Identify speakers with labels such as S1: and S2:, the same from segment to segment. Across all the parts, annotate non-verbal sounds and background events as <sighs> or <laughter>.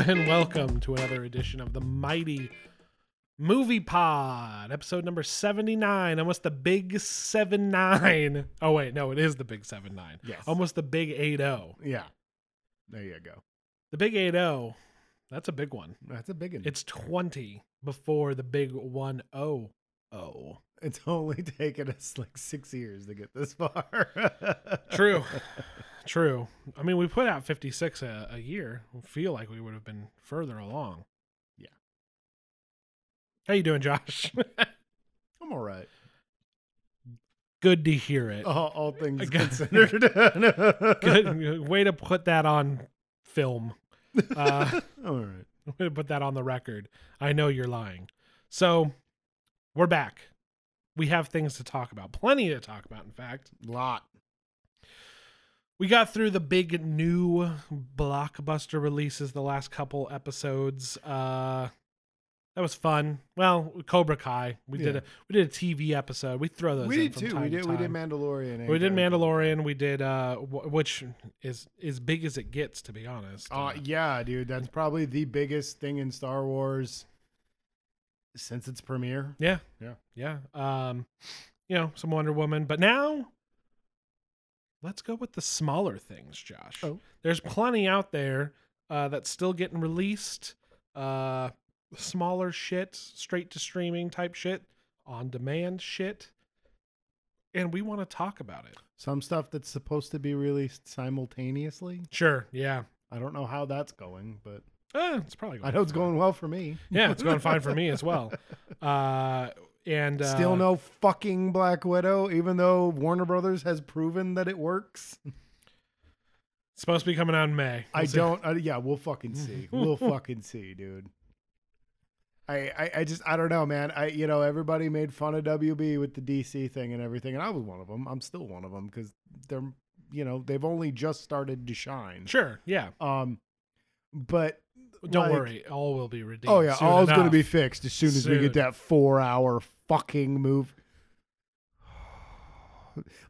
S1: and welcome to another edition of the Mighty Movie Pod, episode number 79, almost the big 7 9. <laughs> Oh, wait, no, it is the big 7 9.
S2: Yes.
S1: Almost the big 8 0.
S2: Yeah. There you go.
S1: The big 8 0, that's a big one.
S2: That's a big one. It's,
S1: It's 20 before the big 1 0 0.
S2: it's <laughs> only taken us like six years to get this far.
S1: True. <laughs> True. I mean, we put out 56 a, a year. We feel like we would have been further along.
S2: Yeah.
S1: How you doing, Josh?
S2: <laughs> I'm all right.
S1: Good to hear it.
S2: All, all things
S1: Good.
S2: considered.
S1: <laughs>
S2: <laughs>
S1: Good way to put that on film.
S2: <laughs>
S1: Uh, <laughs>
S2: all right.
S1: way to put that on the record. I know you're lying. So, we're back. We have things to talk about. Plenty to talk about, in fact.
S2: Lot.
S1: We got through the big new blockbuster releases the last couple episodes. Uh that was fun. Well, Cobra Kai. We did
S2: Yeah.
S1: a we did a TV episode. We throw those.
S2: We
S1: in
S2: did
S1: from
S2: too.
S1: time
S2: We
S1: to
S2: did. We did
S1: time.
S2: Mandalorian. and
S1: we did
S2: Dragon Ball.
S1: Mandalorian. We did uh, wh- which is as big as it gets, to be honest.
S2: Uh, yeah, dude. That's probably the biggest thing in Star Wars since its premiere.
S1: yeah,
S2: yeah.
S1: yeah. Um, you know, some Wonder Woman, but now let's go with the smaller things, Josh.
S2: Oh.
S1: there's plenty out there uh, that's still getting released. Uh, smaller shit, straight to streaming type shit, on demand shit, and we want to talk about it.
S2: Some stuff that's supposed to be released simultaneously.
S1: Sure. Yeah.
S2: I don't know how that's going, but
S1: Uh, it's probably.
S2: I know it's
S1: fine.
S2: going well for me. <laughs>
S1: Yeah, it's going fine for me as well. Uh, and uh,
S2: Still no fucking Black Widow, even though Warner Brothers has proven that it works.
S1: it's supposed to be coming out in May.
S2: I <laughs>
S1: We'll see.
S2: don't. Uh, yeah, we'll fucking <laughs> see. We'll fucking see, dude. I, I I just I don't know, man. I you know everybody made fun of WB with the DC thing and everything, and I was one of them. I'm still one of them because they're you know they've only just started to shine.
S1: Sure. Yeah.
S2: Um, but
S1: Don't
S2: like-
S1: worry. All will be redeemed.
S2: Oh yeah,
S1: soon
S2: all's gonna
S1: enough.
S2: be fixed as soon as we
S1: Soon.
S2: get that four hour fucking move.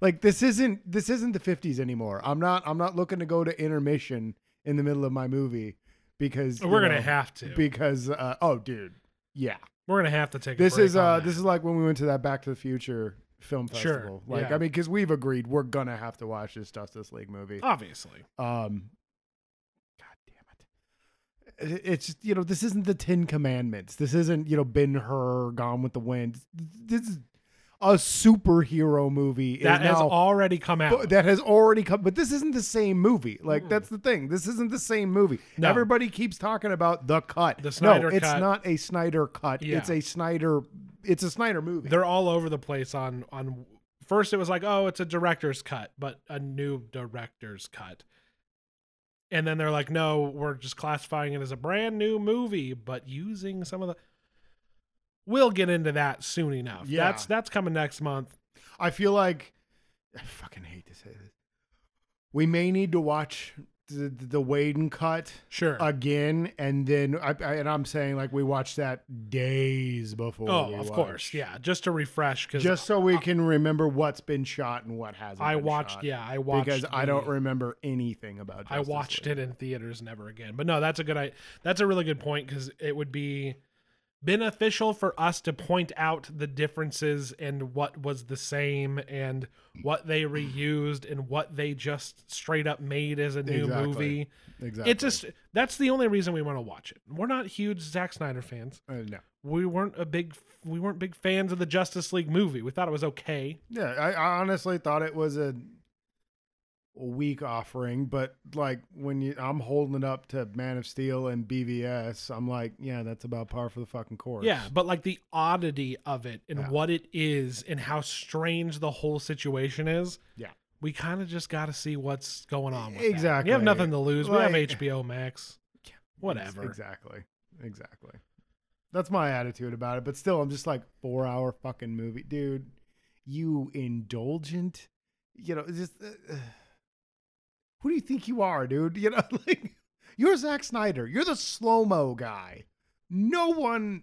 S2: Like this isn't this isn't the fifties anymore. I'm not I'm not looking to go to intermission in the middle of my movie because you
S1: We're gonna
S2: know,
S1: have to.
S2: because uh, oh dude yeah
S1: We're gonna have to take.
S2: this
S1: a break
S2: is
S1: on
S2: uh
S1: that.
S2: this is like when we went to that Back to the Future film
S1: Sure,
S2: festival.
S1: yeah.
S2: Like I mean because we've agreed we're gonna have to watch this Justice League movie.
S1: obviously.
S2: Um, God damn it. I- It's just, you know, this isn't the Ten Commandments. This isn't, you know, Ben Hur, Gone with the Wind. This is a superhero movie. is
S1: That has
S2: now-
S1: already come out.
S2: but that has already come, but this isn't the same movie. Like,
S1: Mm.
S2: that's the thing. This isn't the same movie.
S1: No.
S2: Everybody keeps talking about the cut.
S1: The Snyder
S2: no, it's
S1: cut.
S2: not a Snyder cut.
S1: Yeah.
S2: It's a Snyder, it's a Snyder movie.
S1: They're all over the place. On on first, it was like, oh, it's a director's cut, but a new director's cut. And then they're like, no, we're just classifying it as a brand new movie, but using some of the. We'll get into that soon enough.
S2: Yeah.
S1: That's that's coming next month.
S2: I feel like I fucking hate to say this. We may need to watch the the Waden cut
S1: Sure.
S2: again, and then I, I and I'm saying like we watched that days before.
S1: oh,
S2: we
S1: of
S2: watched.
S1: course. Yeah, just to refresh because
S2: Just so we can remember what's been shot and what hasn't.
S1: I
S2: been
S1: watched.
S2: shot.
S1: Yeah, I watched
S2: because I don't
S1: the-
S2: remember anything about.
S1: I
S2: Justice
S1: watched
S2: League.
S1: it in theaters never again. But no, that's a good I that's a really good point cuz it would be beneficial for us to point out the differences and what was the same and what they reused and what they just straight up made as a new
S2: Exactly.
S1: movie.
S2: Exactly.
S1: It just that's the only reason we want to watch it. We're not huge Zack Snyder fans.
S2: Uh, no.
S1: We weren't a big we weren't big fans of the Justice League movie. We thought it was okay.
S2: Yeah, I, I honestly thought it was a weak offering, but like when you, I'm holding it up to Man of Steel and BVS, I'm like, yeah, that's about par for the fucking course.
S1: Yeah, but like the oddity of it and
S2: Yeah.
S1: what it is and how strange the whole situation is.
S2: Yeah.
S1: We kind of just got to see what's going on. With that.
S2: Exactly.
S1: We have nothing to lose. we have
S2: Like-
S1: HBO Max.
S2: Yeah.
S1: Whatever.
S2: Exactly. Exactly. That's my attitude about it. But still, I'm just like four hour fucking movie, dude. You indulgent, you know, just uh, uh, who do you think you are, dude? <laughs> You know, like you're Zack Snyder. You're the slow mo guy. No one.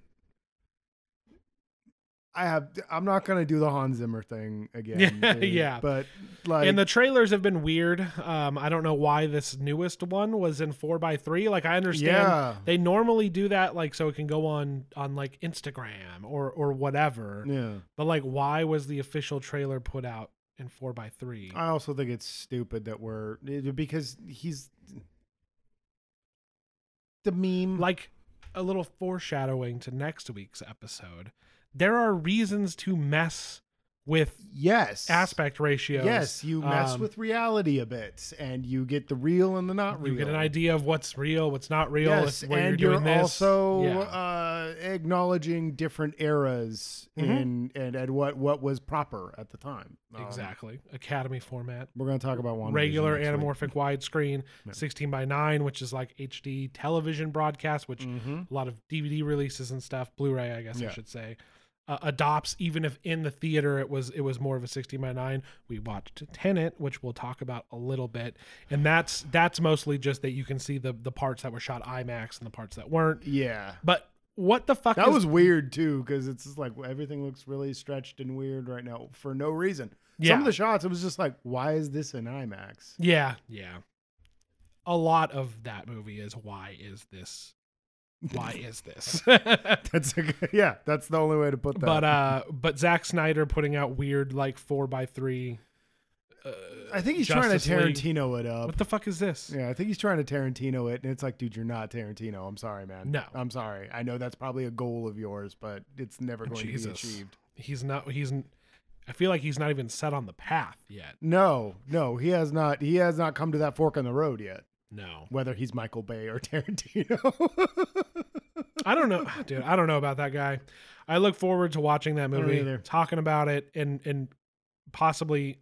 S2: I have. I'm not gonna do the Hans Zimmer
S1: <laughs>
S2: thing again.
S1: Yeah,
S2: dude.
S1: yeah.
S2: But like,
S1: and the trailers have been weird. Um, I don't know why this newest one was in four by three. Like I understand
S2: yeah,
S1: they normally do that, like so it can go on on like Instagram or or whatever.
S2: yeah.
S1: But like, why was the official trailer put out in four by three?
S2: I also think it's stupid that we're because he's the meme.
S1: like a little foreshadowing to next week's episode. There are reasons to mess with
S2: yes,
S1: aspect ratios.
S2: Yes, you mess
S1: Um,
S2: with reality a bit, and you get the real and the not real.
S1: You get an idea of what's real, what's not real,
S2: Yes,
S1: if- where
S2: and
S1: you're
S2: you're,
S1: doing this.
S2: also
S1: Yeah.
S2: uh, acknowledging different eras
S1: Mhm.
S2: in and and what what was proper at the time. Um,
S1: exactly Academy format.
S2: We're gonna talk about one
S1: regular anamorphic widescreen,
S2: Yeah.
S1: 16 by 9, which is like HD television broadcast, which
S2: Mm-hmm.
S1: a lot of DVD releases and stuff, Blu-ray, I guess I
S2: Yeah.
S1: should say, uh, adopts. Even if in the theater it was it was more of a 16 by 9. We watched Tenet, which we'll talk about a little bit, and that's that's mostly just that you can see the the parts that were shot IMAX and the parts that weren't.
S2: Yeah,
S1: But what the fuck?
S2: that
S1: is-
S2: was weird too because it's just like everything looks really stretched and weird right now for no reason.
S1: yeah.
S2: Some of the shots, it was just like, why is this an IMAX? <laughs>
S1: Yeah, yeah. A lot of that movie is why is this?
S2: <laughs>
S1: Why is this?
S2: That's a good, <laughs> yeah. That's the only way to put
S1: <laughs>
S2: that.
S1: but uh, but Zack Snyder putting out weird like four by three. Uh,
S2: I think he's
S1: Justice
S2: trying
S1: League.
S2: to Tarantino it up.
S1: What the fuck is this?
S2: Yeah, I think he's trying to Tarantino it, and it's like, dude, you're not Tarantino. I'm sorry, man.
S1: No.
S2: I'm sorry. I know that's probably a goal of yours, but it's never going to be
S1: Jesus.
S2: achieved.
S1: He's not. He's. n- I feel like he's not even set on the path yet.
S2: No, no, he has not. He has not come to that fork in the road yet.
S1: No,
S2: Whether he's Michael Bay or <laughs> Tarantino.
S1: I don't know, <sighs> dude. I don't know about that guy. I look forward to watching that
S2: don't
S1: movie,
S2: either.
S1: talking about it, and and possibly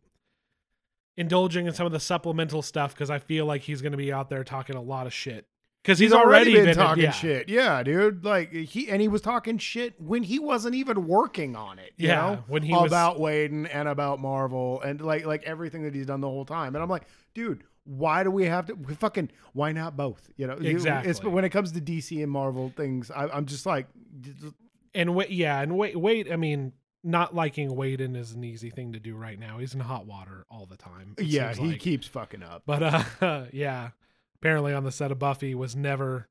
S1: indulging in some of the supplemental stuff because I feel like he's going to be out there talking a lot of shit. Because he's, already,
S2: been,
S1: been
S2: talking
S1: yeah.
S2: shit. Yeah, dude. Like he and he was talking shit when he wasn't even working on it. You
S1: Yeah,
S2: know?
S1: when he was-
S2: about Whedon and about Marvel and like like everything that he's done the whole time. And I'm like, dude, why do we have to we fucking why not both? You know, You- It's,
S1: Exactly.
S2: but when it comes to DC and Marvel things, I, I'm just like,
S1: And wait, yeah, and wait, wait. I mean, not liking Waden is an easy thing to do right now. He's in hot water all the time. it
S2: yeah,
S1: seems
S2: he
S1: like.
S2: keeps fucking up.
S1: But uh <laughs> yeah, apparently on the set of Buffy was never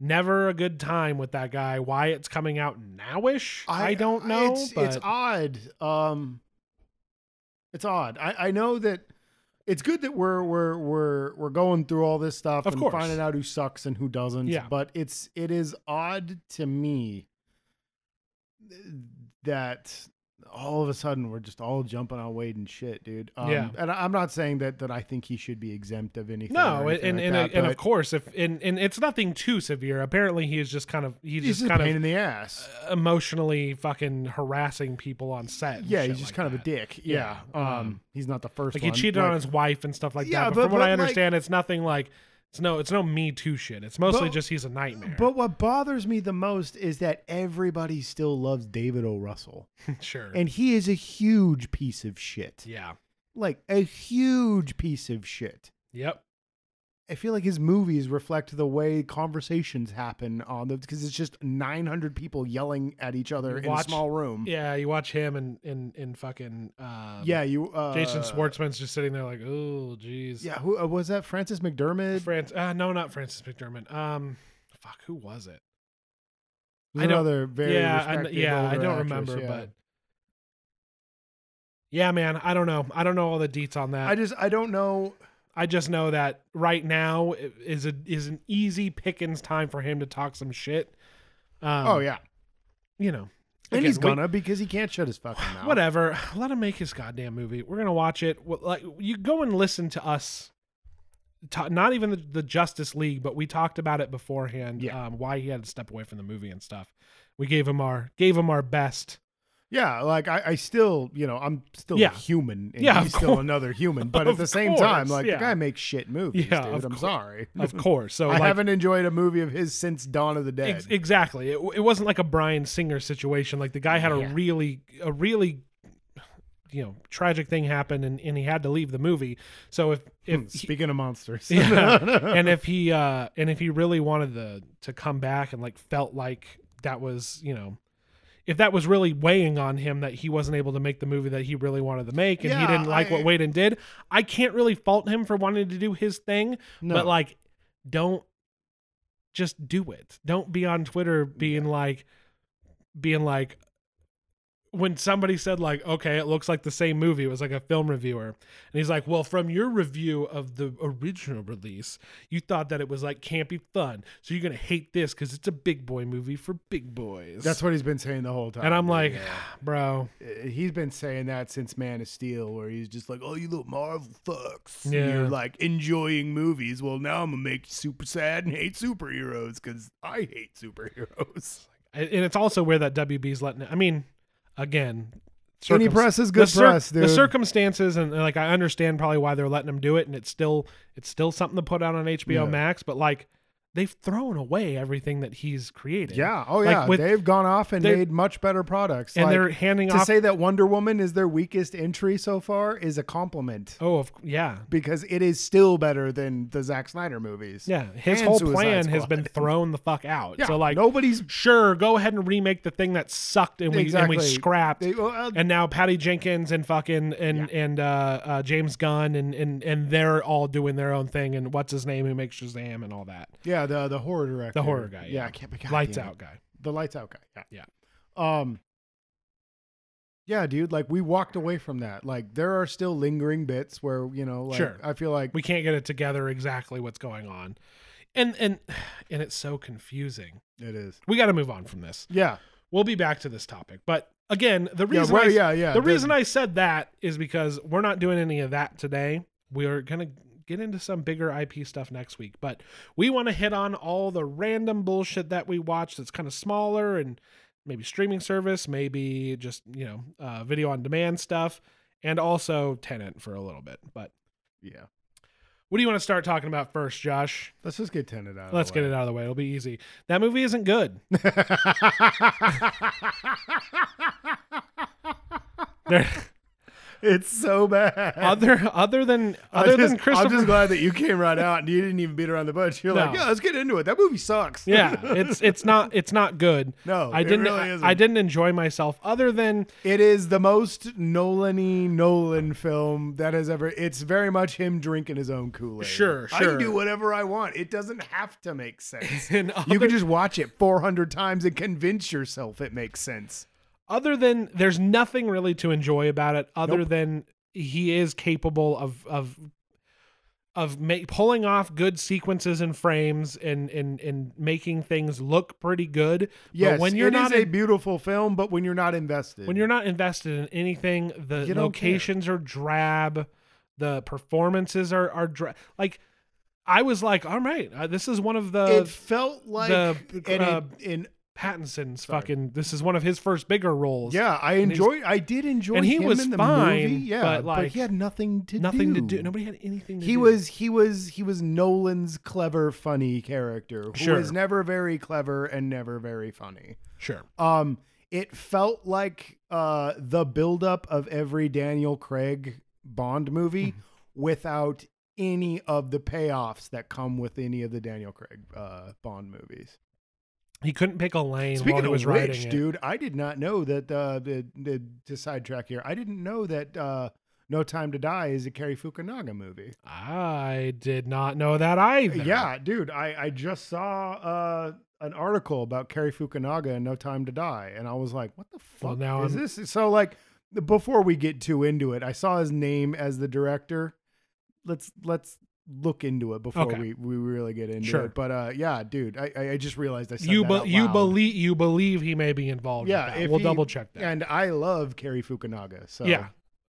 S1: never a good time with that guy. Why it's coming out nowish? I, don't know,
S2: It's,
S1: but
S2: it's odd. Um, it's odd. I, I know that it's good that we're we're we're we're going through all this stuff
S1: Of
S2: and
S1: course.
S2: finding out who sucks and who doesn't.
S1: Yeah.
S2: But it's it is odd to me that all of a sudden we're just all jumping on Wade and shit, dude. Um,
S1: Yeah.
S2: And I- I'm not saying that that I think he should be exempt of anything.
S1: no,
S2: or
S1: and
S2: anything
S1: and,
S2: like
S1: and,
S2: that,
S1: and of
S2: but
S1: course, if and and it's nothing too severe. Apparently, he is just kind of he's,
S2: he's just,
S1: just
S2: a
S1: kind
S2: pain
S1: of
S2: in the ass.
S1: uh, emotionally fucking harassing people on set. uh, and
S2: yeah,
S1: shit
S2: he's just
S1: like
S2: kind of
S1: that.
S2: a dick.
S1: Yeah,
S2: Yeah.
S1: um,
S2: Um, he's not the first.
S1: Like he
S2: one.
S1: cheated
S2: Like-
S1: on his wife and stuff like
S2: Yeah,
S1: that. But,
S2: but-
S1: from what
S2: but,
S1: I
S2: like-
S1: understand, it's nothing like it's no it's no me too shit. It's mostly
S2: But-
S1: just he's a nightmare.
S2: But what bothers me the most is that everybody still loves David O. Russell.
S1: <laughs> sure.
S2: And he is a huge piece of shit.
S1: yeah.
S2: Like a huge piece of shit.
S1: Yep.
S2: I feel like his movies reflect the way conversations happen on the because it's just 900 people yelling at each other in a
S1: Watch-
S2: small room. Yeah,
S1: Yeah, you watch him and in in fucking um,
S2: you uh,
S1: Jason Schwartzman's just sitting there like, oh, jeez.
S2: Yeah, who uh, was that? Francis McDermott?
S1: France. Uh, no, not Francis McDermott. Um, fuck, who was it?
S2: Was
S1: I don't-
S2: another very
S1: yeah, I,
S2: respected
S1: yeah, I
S2: older
S1: don't
S2: actress,
S1: remember,
S2: yeah.
S1: but yeah, man, I don't know. I don't know all the deets on that. I
S2: I
S1: just,
S2: just I don't know
S1: know that right now i- is a is an easy pickings time for him to talk some shit. Um,
S2: Oh yeah.
S1: you know,
S2: And
S1: again,
S2: he's
S1: we-
S2: gonna because he can't shut
S1: <laughs>
S2: his fucking mouth.
S1: whatever. <sighs> Let him make his goddamn movie. We're gonna watch it. Well, Like you go and listen to us. ta not even the, the Justice League, but we talked about it beforehand.
S2: Yeah.
S1: Um, why he had to step away from the movie and stuff. We gave him our gave him our
S2: <laughs>
S1: best.
S2: Yeah, like I, I still, you know, I'm still
S1: Yeah.
S2: a human. And
S1: Yeah, of
S2: he's still
S1: course.
S2: another human. But
S1: Of
S2: at the same time,
S1: course,
S2: like
S1: yeah.
S2: the guy makes shit movies,
S1: Yeah, of
S2: dude. I'm
S1: cour-
S2: sorry.
S1: Of course. So
S2: <laughs> I
S1: like
S2: haven't enjoyed a movie of his since Dawn of the Dead.
S1: ex- exactly. It, it wasn't like a Brian Singer situation. Like the guy had a
S2: Yeah.
S1: really a really you know tragic thing happen and, and he had to leave the movie. So if
S2: Hmm,
S1: if he-
S2: Speaking of monsters. <laughs>
S1: Yeah. and if he uh and if he really wanted the to come back and like felt like that was you know if that was really weighing on him that he wasn't able to make the movie that he really wanted to make and he
S2: Yeah,
S1: didn't like
S2: I-
S1: what Whedon did, I can't really fault him for wanting to do his thing.
S2: No.
S1: But like, don't just do it. Don't be on Twitter being like, being like, when somebody said like, okay, it looks like the same movie. It was like a film reviewer, and he's like, well, from your review of the original release, you thought that it was like campy fun, so you're gonna hate this because it's a big boy movie for big boys.
S2: that's what he's been saying the whole time.
S1: And I'm like,
S2: Yeah.
S1: bro,
S2: Uh, he's been saying that since Man of Steel, where he's just like, "Oh, you little Marvel fucks,
S1: Yeah.
S2: you're like enjoying movies. Well, now I'm gonna make you super sad and hate superheroes because I hate superheroes.
S1: and it's also where that WB's letting. I mean, again,
S2: Any
S1: circum-
S2: press is good
S1: the cir-
S2: press, dude.
S1: The circumstances and like I understand probably why they're letting them do it, and it's still it's still something to put out on HBO
S2: Yeah.
S1: Max, but like they've thrown away everything that he's created.
S2: yeah, oh
S1: Like,
S2: yeah,
S1: with-
S2: they've gone off and
S1: they're-
S2: made much better products.
S1: and
S2: Like,
S1: they're handing
S2: to
S1: off.
S2: say that Wonder Woman is their weakest entry so far is a compliment
S1: oh, of, yeah,
S2: because it is still better than the Zack Snyder movies.
S1: yeah. His
S2: And
S1: whole
S2: Suicide
S1: plan has been
S2: Squad.
S1: thrown the fuck out.
S2: Yeah,
S1: so like,
S2: nobody's
S1: sure, go ahead and remake the thing that sucked and we
S2: exactly
S1: and we scrapped.
S2: They- well, uh,
S1: and now Patty Jenkins and fucking and and uh, uh, James Gunn and and and they're all doing their own thing. And what's his name who makes Shazam and all that?
S2: yeah, the the horror director,
S1: The horror guy,
S2: Yeah,
S1: yeah.
S2: I can't be God
S1: Lights
S2: damn it.
S1: out guy.
S2: the lights out guy. Yeah. Yeah. Um Yeah, dude, like we walked away from that. Like there are still lingering bits where, you know, like
S1: Sure.
S2: I feel like
S1: We can't get it together exactly what's going on, and and <sighs> and it's so confusing.
S2: it is.
S1: We got to move on from this.
S2: Yeah.
S1: We'll be back to this topic, but again, the
S2: Yeah,
S1: reason
S2: well,
S1: I,
S2: yeah, yeah.
S1: the reason I said that is because we're not doing any of that today. We're gonna get into some bigger IP stuff next week, but we want to hit on all the random bullshit that we watch that's kind of smaller and maybe streaming service, maybe just you know uh, video on demand stuff, and also Tenant for a little bit. But
S2: Yeah.
S1: what do you want to start talking about first, Josh?
S2: Let's just get tenant out.
S1: Let's get it out of the way. It'll be easy. That movie isn't
S2: <laughs>
S1: good. There-
S2: it's so bad.
S1: other other than other
S2: I'm just-
S1: than
S2: I'm
S1: Christopher
S2: just glad that you came right out and you didn't even beat around the bush. You're like,
S1: No.
S2: yeah, let's get into it. That movie sucks.
S1: yeah,
S2: <laughs>
S1: it's it's not it's not good.
S2: No,
S1: I
S2: it
S1: didn't
S2: really
S1: I-
S2: isn't.
S1: I, didn't enjoy myself other than
S2: It is the most Nolan-y Nolan film that has ever. It's very much him drinking his own Kool Aid.
S1: Sure,
S2: I can
S1: sure.
S2: do whatever I want. It doesn't have to make sense.
S1: and
S2: you
S1: <laughs> other,
S2: can just watch it 400 times and convince yourself it makes sense.
S1: other than there's nothing really to enjoy about it other
S2: Nope.
S1: than he is capable of of of ma- pulling off good sequences and frames and and and making things look pretty good.
S2: Yes,
S1: but when you're
S2: it is
S1: not
S2: a
S1: in-
S2: beautiful film, but when you're not invested,
S1: when you're not invested in anything, the
S2: You don't
S1: locations are drab, the performances are are dra- like I was like, all right, uh, this is one of the
S2: it felt like
S1: the,
S2: an,
S1: uh,
S2: an-
S1: Pattinson's
S2: Sorry.
S1: fucking. This is one of his first bigger roles.
S2: yeah. I
S1: and he's-
S2: enjoyed. I did enjoy.
S1: and he
S2: him
S1: was
S2: in the
S1: fine,
S2: movie, yeah,
S1: but, like,
S2: he had nothing to
S1: nothing to
S2: do.
S1: do. Nobody had anything. to
S2: he
S1: do.
S2: was he was he was Nolan's clever funny character who
S1: Sure.
S2: was never very clever and never very funny.
S1: sure.
S2: Um it felt like uh the buildup of every Daniel Craig Bond movie
S1: Mm-hmm.
S2: without any of the payoffs that come with any of the Daniel Craig uh Bond movies.
S1: He couldn't pick a lane while
S2: Speaking
S1: he was
S2: of
S1: writing
S2: which,
S1: it.
S2: dude, I did not know that uh the, the to sidetrack here. I didn't know that uh No Time to Die is a Cary Fukunaga movie.
S1: I did not know that either.
S2: Yeah, dude, I, I just saw uh, an article about Cary Fukunaga in No Time to Die, and I was like, what the fuck
S1: Well, now
S2: is
S1: I'm-
S2: this? So, like, before we get too into it, I saw his name as the director. Let's let's look into it before
S1: Okay.
S2: we, we really get into
S1: Sure.
S2: it. But uh, yeah, dude, I, I I just realized I said
S1: you
S2: that
S1: be-
S2: out
S1: you
S2: loud.
S1: believe you believe he may be involved. with
S2: Yeah,
S1: that.
S2: if
S1: we'll
S2: he-
S1: double check that.
S2: and I love Cary Fukunaga. So
S1: Yeah,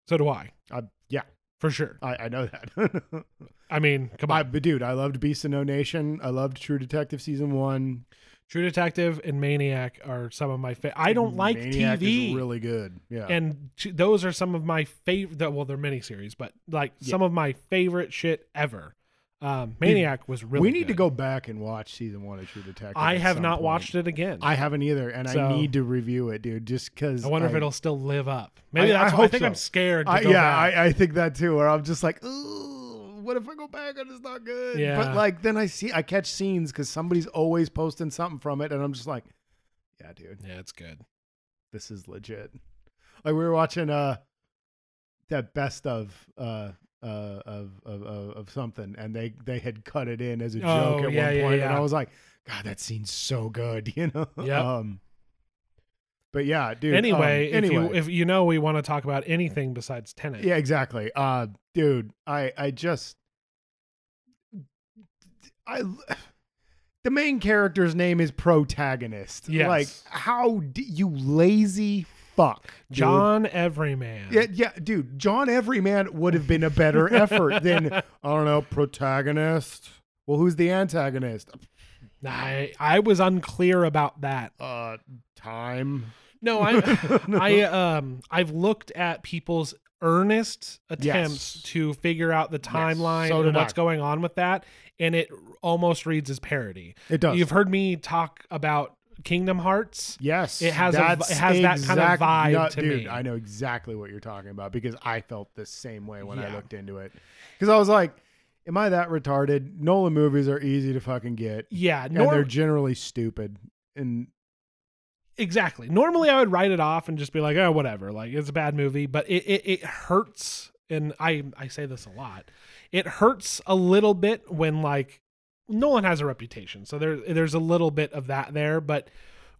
S1: so do I
S2: I, yeah,
S1: for sure.
S2: I, I know that.
S1: I mean, come
S2: <laughs> I,
S1: on,
S2: but dude, I loved Beast of No Nation. I loved True Detective season one.
S1: True Detective and Maniac are some of my favorite. I don't like
S2: Maniac
S1: TV.
S2: Is really good. Yeah.
S1: and t- those are some of my favorite. Well, they're miniseries, but like
S2: Yeah.
S1: some of my favorite shit ever. Um, Maniac was really.
S2: we need to
S1: good.
S2: go back and watch season one of True Detective.
S1: I
S2: at
S1: have
S2: some
S1: not
S2: point.
S1: watched it again. I,
S2: I haven't either, and I
S1: So-
S2: need to review it, dude. Just because.
S1: wonder if it'll still live up. Maybe
S2: I- I
S1: that's. why I
S2: hope
S1: think
S2: so.
S1: I'm scared. To
S2: I,
S1: go
S2: yeah,
S1: back.
S2: I, I think that too. Where I'm just like, ooh, what if I go back and it's not good?
S1: Yeah.
S2: But like, then I see, I catch scenes because somebody's always posting something from it, and I'm just like, yeah, dude,
S1: yeah, it's good.
S2: this is legit. Like we were watching uh that best of uh uh of of, of, of something and they they had cut it in as a joke
S1: Oh,
S2: at
S1: yeah,
S2: one
S1: yeah,
S2: point, and
S1: yeah.
S2: I was like, God, that scene's so good, <laughs> you know?
S1: Yep.
S2: Um but yeah, dude. um,
S1: anyway,
S2: anyway.
S1: if you if you know we want to talk about anything besides Tenet,
S2: Yeah, exactly. Uh dude, I I just I <sighs> the main character's name is protagonist.
S1: Yes.
S2: Like how d- you lazy fuck. dude.
S1: John Everyman.
S2: Yeah, yeah, dude. John Everyman would have been
S1: <laughs>
S2: a better effort than I don't know, protagonist. Well, who's the antagonist?
S1: I I was unclear about that.
S2: Uh
S1: <laughs>
S2: time.
S1: No, I
S2: <laughs>
S1: I um I've looked at people's earnest attempts
S2: Yes.
S1: to figure out the timeline
S2: so
S1: and
S2: did
S1: what's
S2: I.
S1: going on with that, and it almost reads as parody.
S2: It does.
S1: You've heard me talk about Kingdom Hearts.
S2: Yes,
S1: It has a v-
S2: that's
S1: it has that kind of
S2: exact-
S1: vibe
S2: no,
S1: to
S2: dude,
S1: me.
S2: I know exactly what you're talking about because I felt the same way when I
S1: Yeah.
S2: looked into it. Because I was like, "Am I that retarded?" Nolan movies are easy to fucking get,
S1: Yeah,
S2: and they're
S1: nor-
S2: generally stupid. And
S1: exactly. Normally, I would write it off and just be like, "Oh, whatever." Like it's a bad movie, but it it, it hurts, and I I say this a lot. It hurts a little bit when like Nolan has a reputation, so there there's a little bit of that there, but.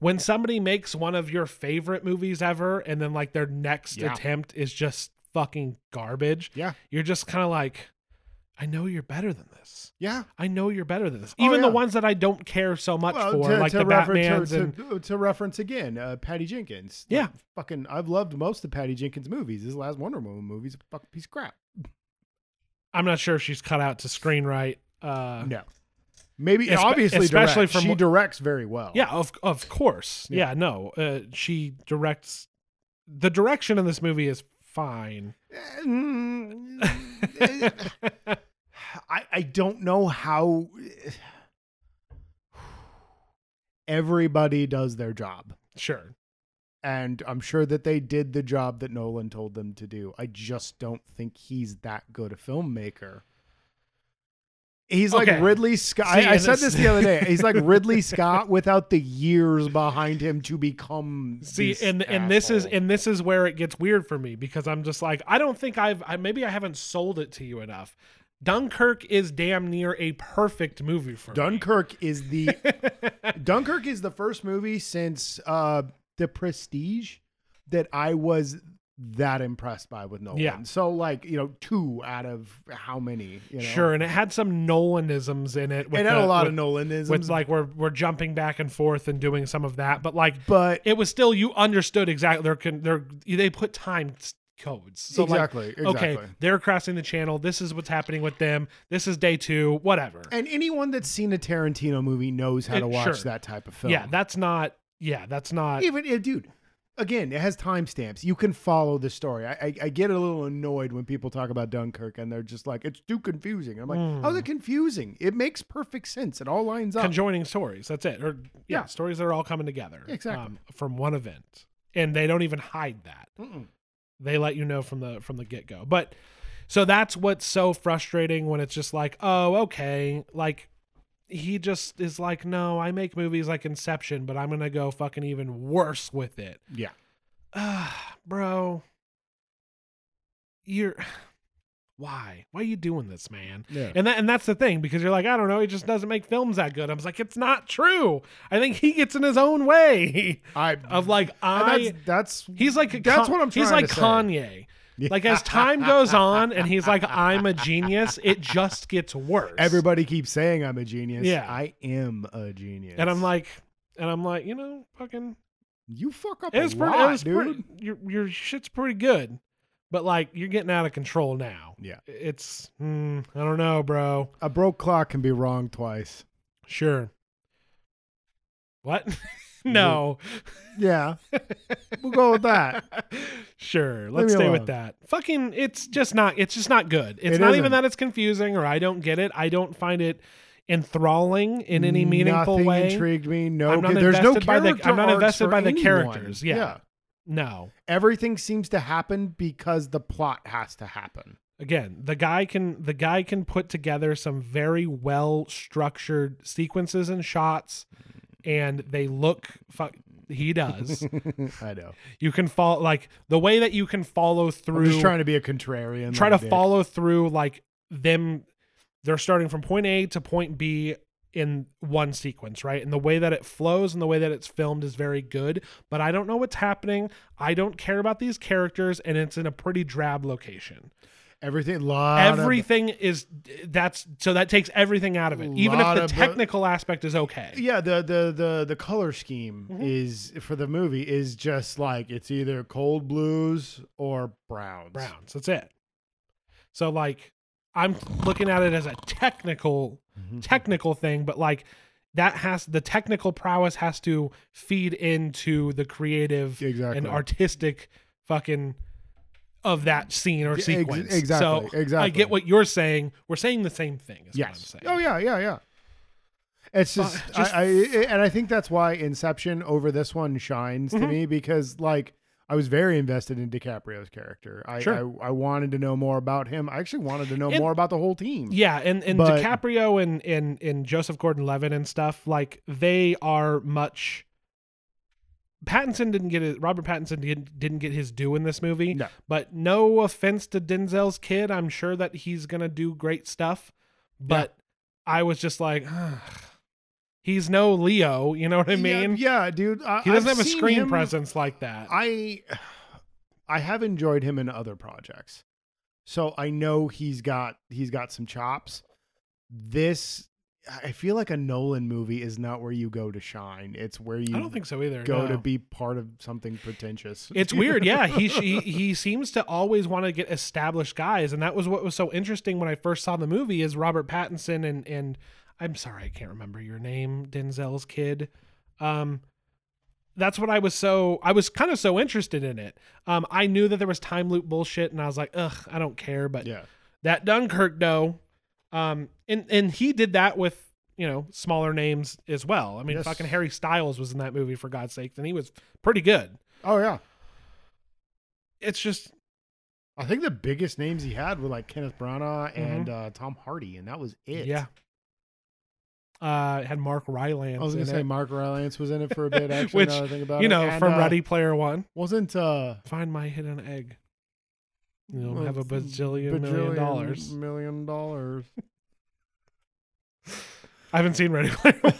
S1: When somebody makes one of your favorite movies ever, and then like their next
S2: Yeah.
S1: attempt is just fucking garbage,
S2: Yeah.
S1: you're just kind of like, I know you're better than this.
S2: yeah,
S1: I know you're better than this.
S2: Oh,
S1: Even the
S2: yeah.
S1: ones that I don't care so much
S2: well,
S1: for, like the
S2: refer-
S1: Batman's
S2: to, to-
S1: and
S2: to, reference again, uh, Patty Jenkins. Like,
S1: Yeah.
S2: fucking, I've loved most of Patty Jenkins' movies. This last Wonder Woman movie's a fucking piece of crap.
S1: I'm not sure if she's cut out to screenwrite. Uh,
S2: no, maybe
S1: espe-
S2: obviously,
S1: especially
S2: especially
S1: from
S2: she
S1: what-
S2: directs very well.
S1: Yeah, of of course. Yeah,
S2: Yeah.
S1: no. Uh, she directs. The direction in this movie is
S2: <laughs>
S1: fine.
S2: Eh, mm, <laughs> I, I don't know how <sighs> everybody does their job.
S1: sure.
S2: And I'm sure that they did the job that Nolan told them to do. I just don't think he's that good a filmmaker. He's like
S1: Okay.
S2: Ridley Scott.
S1: See,
S2: I, I
S1: and
S2: said
S1: it's-
S2: this the other day. He's like
S1: <laughs>
S2: Ridley Scott without the years behind him to become.
S1: See,
S2: this
S1: and and this is
S2: asshole.
S1: and this is where it gets weird for me because I'm just like I don't think I've I maybe I haven't sold it to you enough. Dunkirk is damn near a perfect movie for me.
S2: Dunkirk
S1: <laughs>
S2: is the Dunkirk is the first movie since uh The Prestige that I was that impressed by with Nolan.
S1: Yeah.
S2: So like, you know, two out of how many, you know?
S1: Sure, and it had some Nolanisms in it. With
S2: And not
S1: the-
S2: a lot
S1: with-
S2: of Nolanisms,
S1: with like we're we're jumping back and forth and doing some of that, but like
S2: but
S1: it was still you understood exactly they're con- they're they put time s- codes so like
S2: exactly, exactly.
S1: okay they're crossing the channel this is what's happening with them this is day two whatever
S2: And anyone that's seen a Tarantino movie knows how
S1: It-
S2: to watch
S1: sure.
S2: that type of film.
S1: yeah that's not yeah that's not
S2: even eh, dude again it has timestamps you can follow the story I, I i get a little annoyed when people talk about dunkirk and they're just like it's too confusing i'm like
S1: Mm.
S2: how's it confusing it makes perfect sense it all lines up
S1: conjoining stories that's it or yeah,
S2: Yeah.
S1: stories that are all coming together um,
S2: Exactly.
S1: from one event and they don't even hide that
S2: Mm-mm.
S1: they let you know from the from the get go. But so that's what's so frustrating when it's just like, oh, okay, like he just is like, no, I make movies like Inception, but I'm gonna go fucking even worse with it,
S2: yeah
S1: Ugh, bro. You're <sighs> why? Why are you doing this, man?
S2: yeah
S1: And that and that's the thing because you're like, I don't know, he just doesn't make films that good. I was like, it's not true. I think he gets in his own way <laughs>
S2: i
S1: of like I
S2: and that's, that's
S1: He's like
S2: That's
S1: Con-
S2: what I'm
S1: He's
S2: trying
S1: like
S2: to say.
S1: Kanye. Like as time goes on, and he's like, "I'm a genius." It just gets worse.
S2: <laughs> everybody keeps saying i'm a genius
S1: Yeah.
S2: i am a genius
S1: and I'm like, and I'm like, you know, fucking,
S2: you fuck up
S1: it's
S2: a
S1: pretty,
S2: lot,
S1: it's
S2: dude
S1: pretty, your your shit's pretty good, but like you're getting out of control now.
S2: Yeah.
S1: it's mm, I don't know, bro.
S2: a broke clock can be wrong twice
S1: Sure. What? <laughs> no.
S2: yeah we'll go with that
S1: sure.
S2: Leave
S1: Let's
S2: me
S1: stay with
S2: alone.
S1: that. Fucking, it's just not. It's just not good. It's
S2: It
S1: not even
S2: isn't.
S1: that it's confusing or I don't get it. I don't find it enthralling <laughs> in any meaningful
S2: Nothing
S1: way.
S2: intrigued me no
S1: I'm not
S2: ca- there's no
S1: invested by the-
S2: character
S1: I'm not
S2: arcs
S1: invested
S2: for
S1: by the
S2: anyone.
S1: characters, yeah. No.
S2: everything seems to happen because the plot has to happen.
S1: Again, the guy can the guy can put together some very well structured sequences and shots, and they look. Fu- He
S2: <laughs>
S1: does.
S2: I know.
S1: you can follow like the way that you can follow
S2: I'm
S1: through.
S2: just trying to be a contrarian.
S1: try to
S2: like Dick.
S1: follow through like them they're starting from point a to point b in one sequence right and the way that it flows and the way that it's filmed is very good but i don't know what's happening i don't care about these characters and it's in a pretty drab location
S2: everything. Lot of-
S1: everything is that's so that takes everything out of it even if
S2: Lot
S1: the
S2: of bu-
S1: technical aspect is okay
S2: yeah, the the the the color scheme
S1: Mhm.
S2: is for the movie is just like it's either cold blues or browns.
S1: browns that's it so like i'm looking at it as a technical
S2: Mhm.
S1: technical thing, but like that has the technical prowess has to feed into the creative
S2: Exactly.
S1: and artistic fucking of that scene or
S2: Ex-
S1: sequence.
S2: exactly,
S1: So I
S2: exactly.
S1: get what you're saying. We're saying the same thing. Is
S2: Yes.
S1: What I'm
S2: Oh
S1: saying.
S2: yeah, yeah, yeah. It's
S1: Fu-
S2: just,
S1: just-
S2: I, I and I think that's why Inception over this one shines to
S1: Mhm.
S2: me because like I was very invested in DiCaprio's character. I
S1: Sure.
S2: I, I wanted to know more about him. I actually wanted to know
S1: And-
S2: more about the whole team.
S1: Yeah, and and
S2: But-
S1: DiCaprio and and and Joseph Gordon-Levitt and stuff like they are much. Pattinson didn't get it. Robert Pattinson didn't didn't get his due in this movie.
S2: No.
S1: But no offense to Denzel's kid, I'm sure that he's gonna do great stuff. But I was just like, <sighs> "Ugh, he's no Leo. You know what I mean?
S2: yeah, yeah, dude. I,
S1: He doesn't
S2: I've
S1: have a
S2: seen
S1: screen
S2: him-
S1: presence like that.
S2: I I have enjoyed him in other projects. So I know he's got he's got some chops. This I feel like a Nolan movie is not where you go to shine. It's where you
S1: I don't think so either.
S2: go to
S1: no.
S2: be part of something pretentious. <laughs>
S1: It's weird, yeah. He he he seems to always want to get established guys, and that was what was so interesting when I first saw the movie. Is Robert Pattinson and and I'm sorry, I can't remember your name, Denzel's kid. Um, that's what I was so I was kind of so interested in it. Um, I knew that there was time loop bullshit, and I was like, ugh, I don't care. But
S2: yeah.
S1: that Dunkirk though, um, and and he did that with you know smaller names as well. I mean,
S2: Yes.
S1: fucking Harry Styles was in that movie for God's sakes, and he was pretty good.
S2: Oh yeah.
S1: It's just
S2: I think the biggest names he had were like Kenneth Branagh and uh, Tom Hardy, and that was it.
S1: Mm-hmm. Yeah. Uh, it had Mark Rylance.
S2: I was gonna
S1: in
S2: say
S1: it,
S2: Mark Rylance was in it for
S1: <laughs>
S2: a bit. Actually,
S1: Which,
S2: now that I think about
S1: you
S2: it.
S1: know,
S2: And,
S1: from
S2: uh,
S1: Ready Player One.
S2: wasn't uh,
S1: Find my hidden egg. You know,
S2: well,
S1: have a bajillion, million
S2: bajillion
S1: dollars.
S2: Million dollars.
S1: I haven't seen Ready
S2: <laughs>
S1: Player One.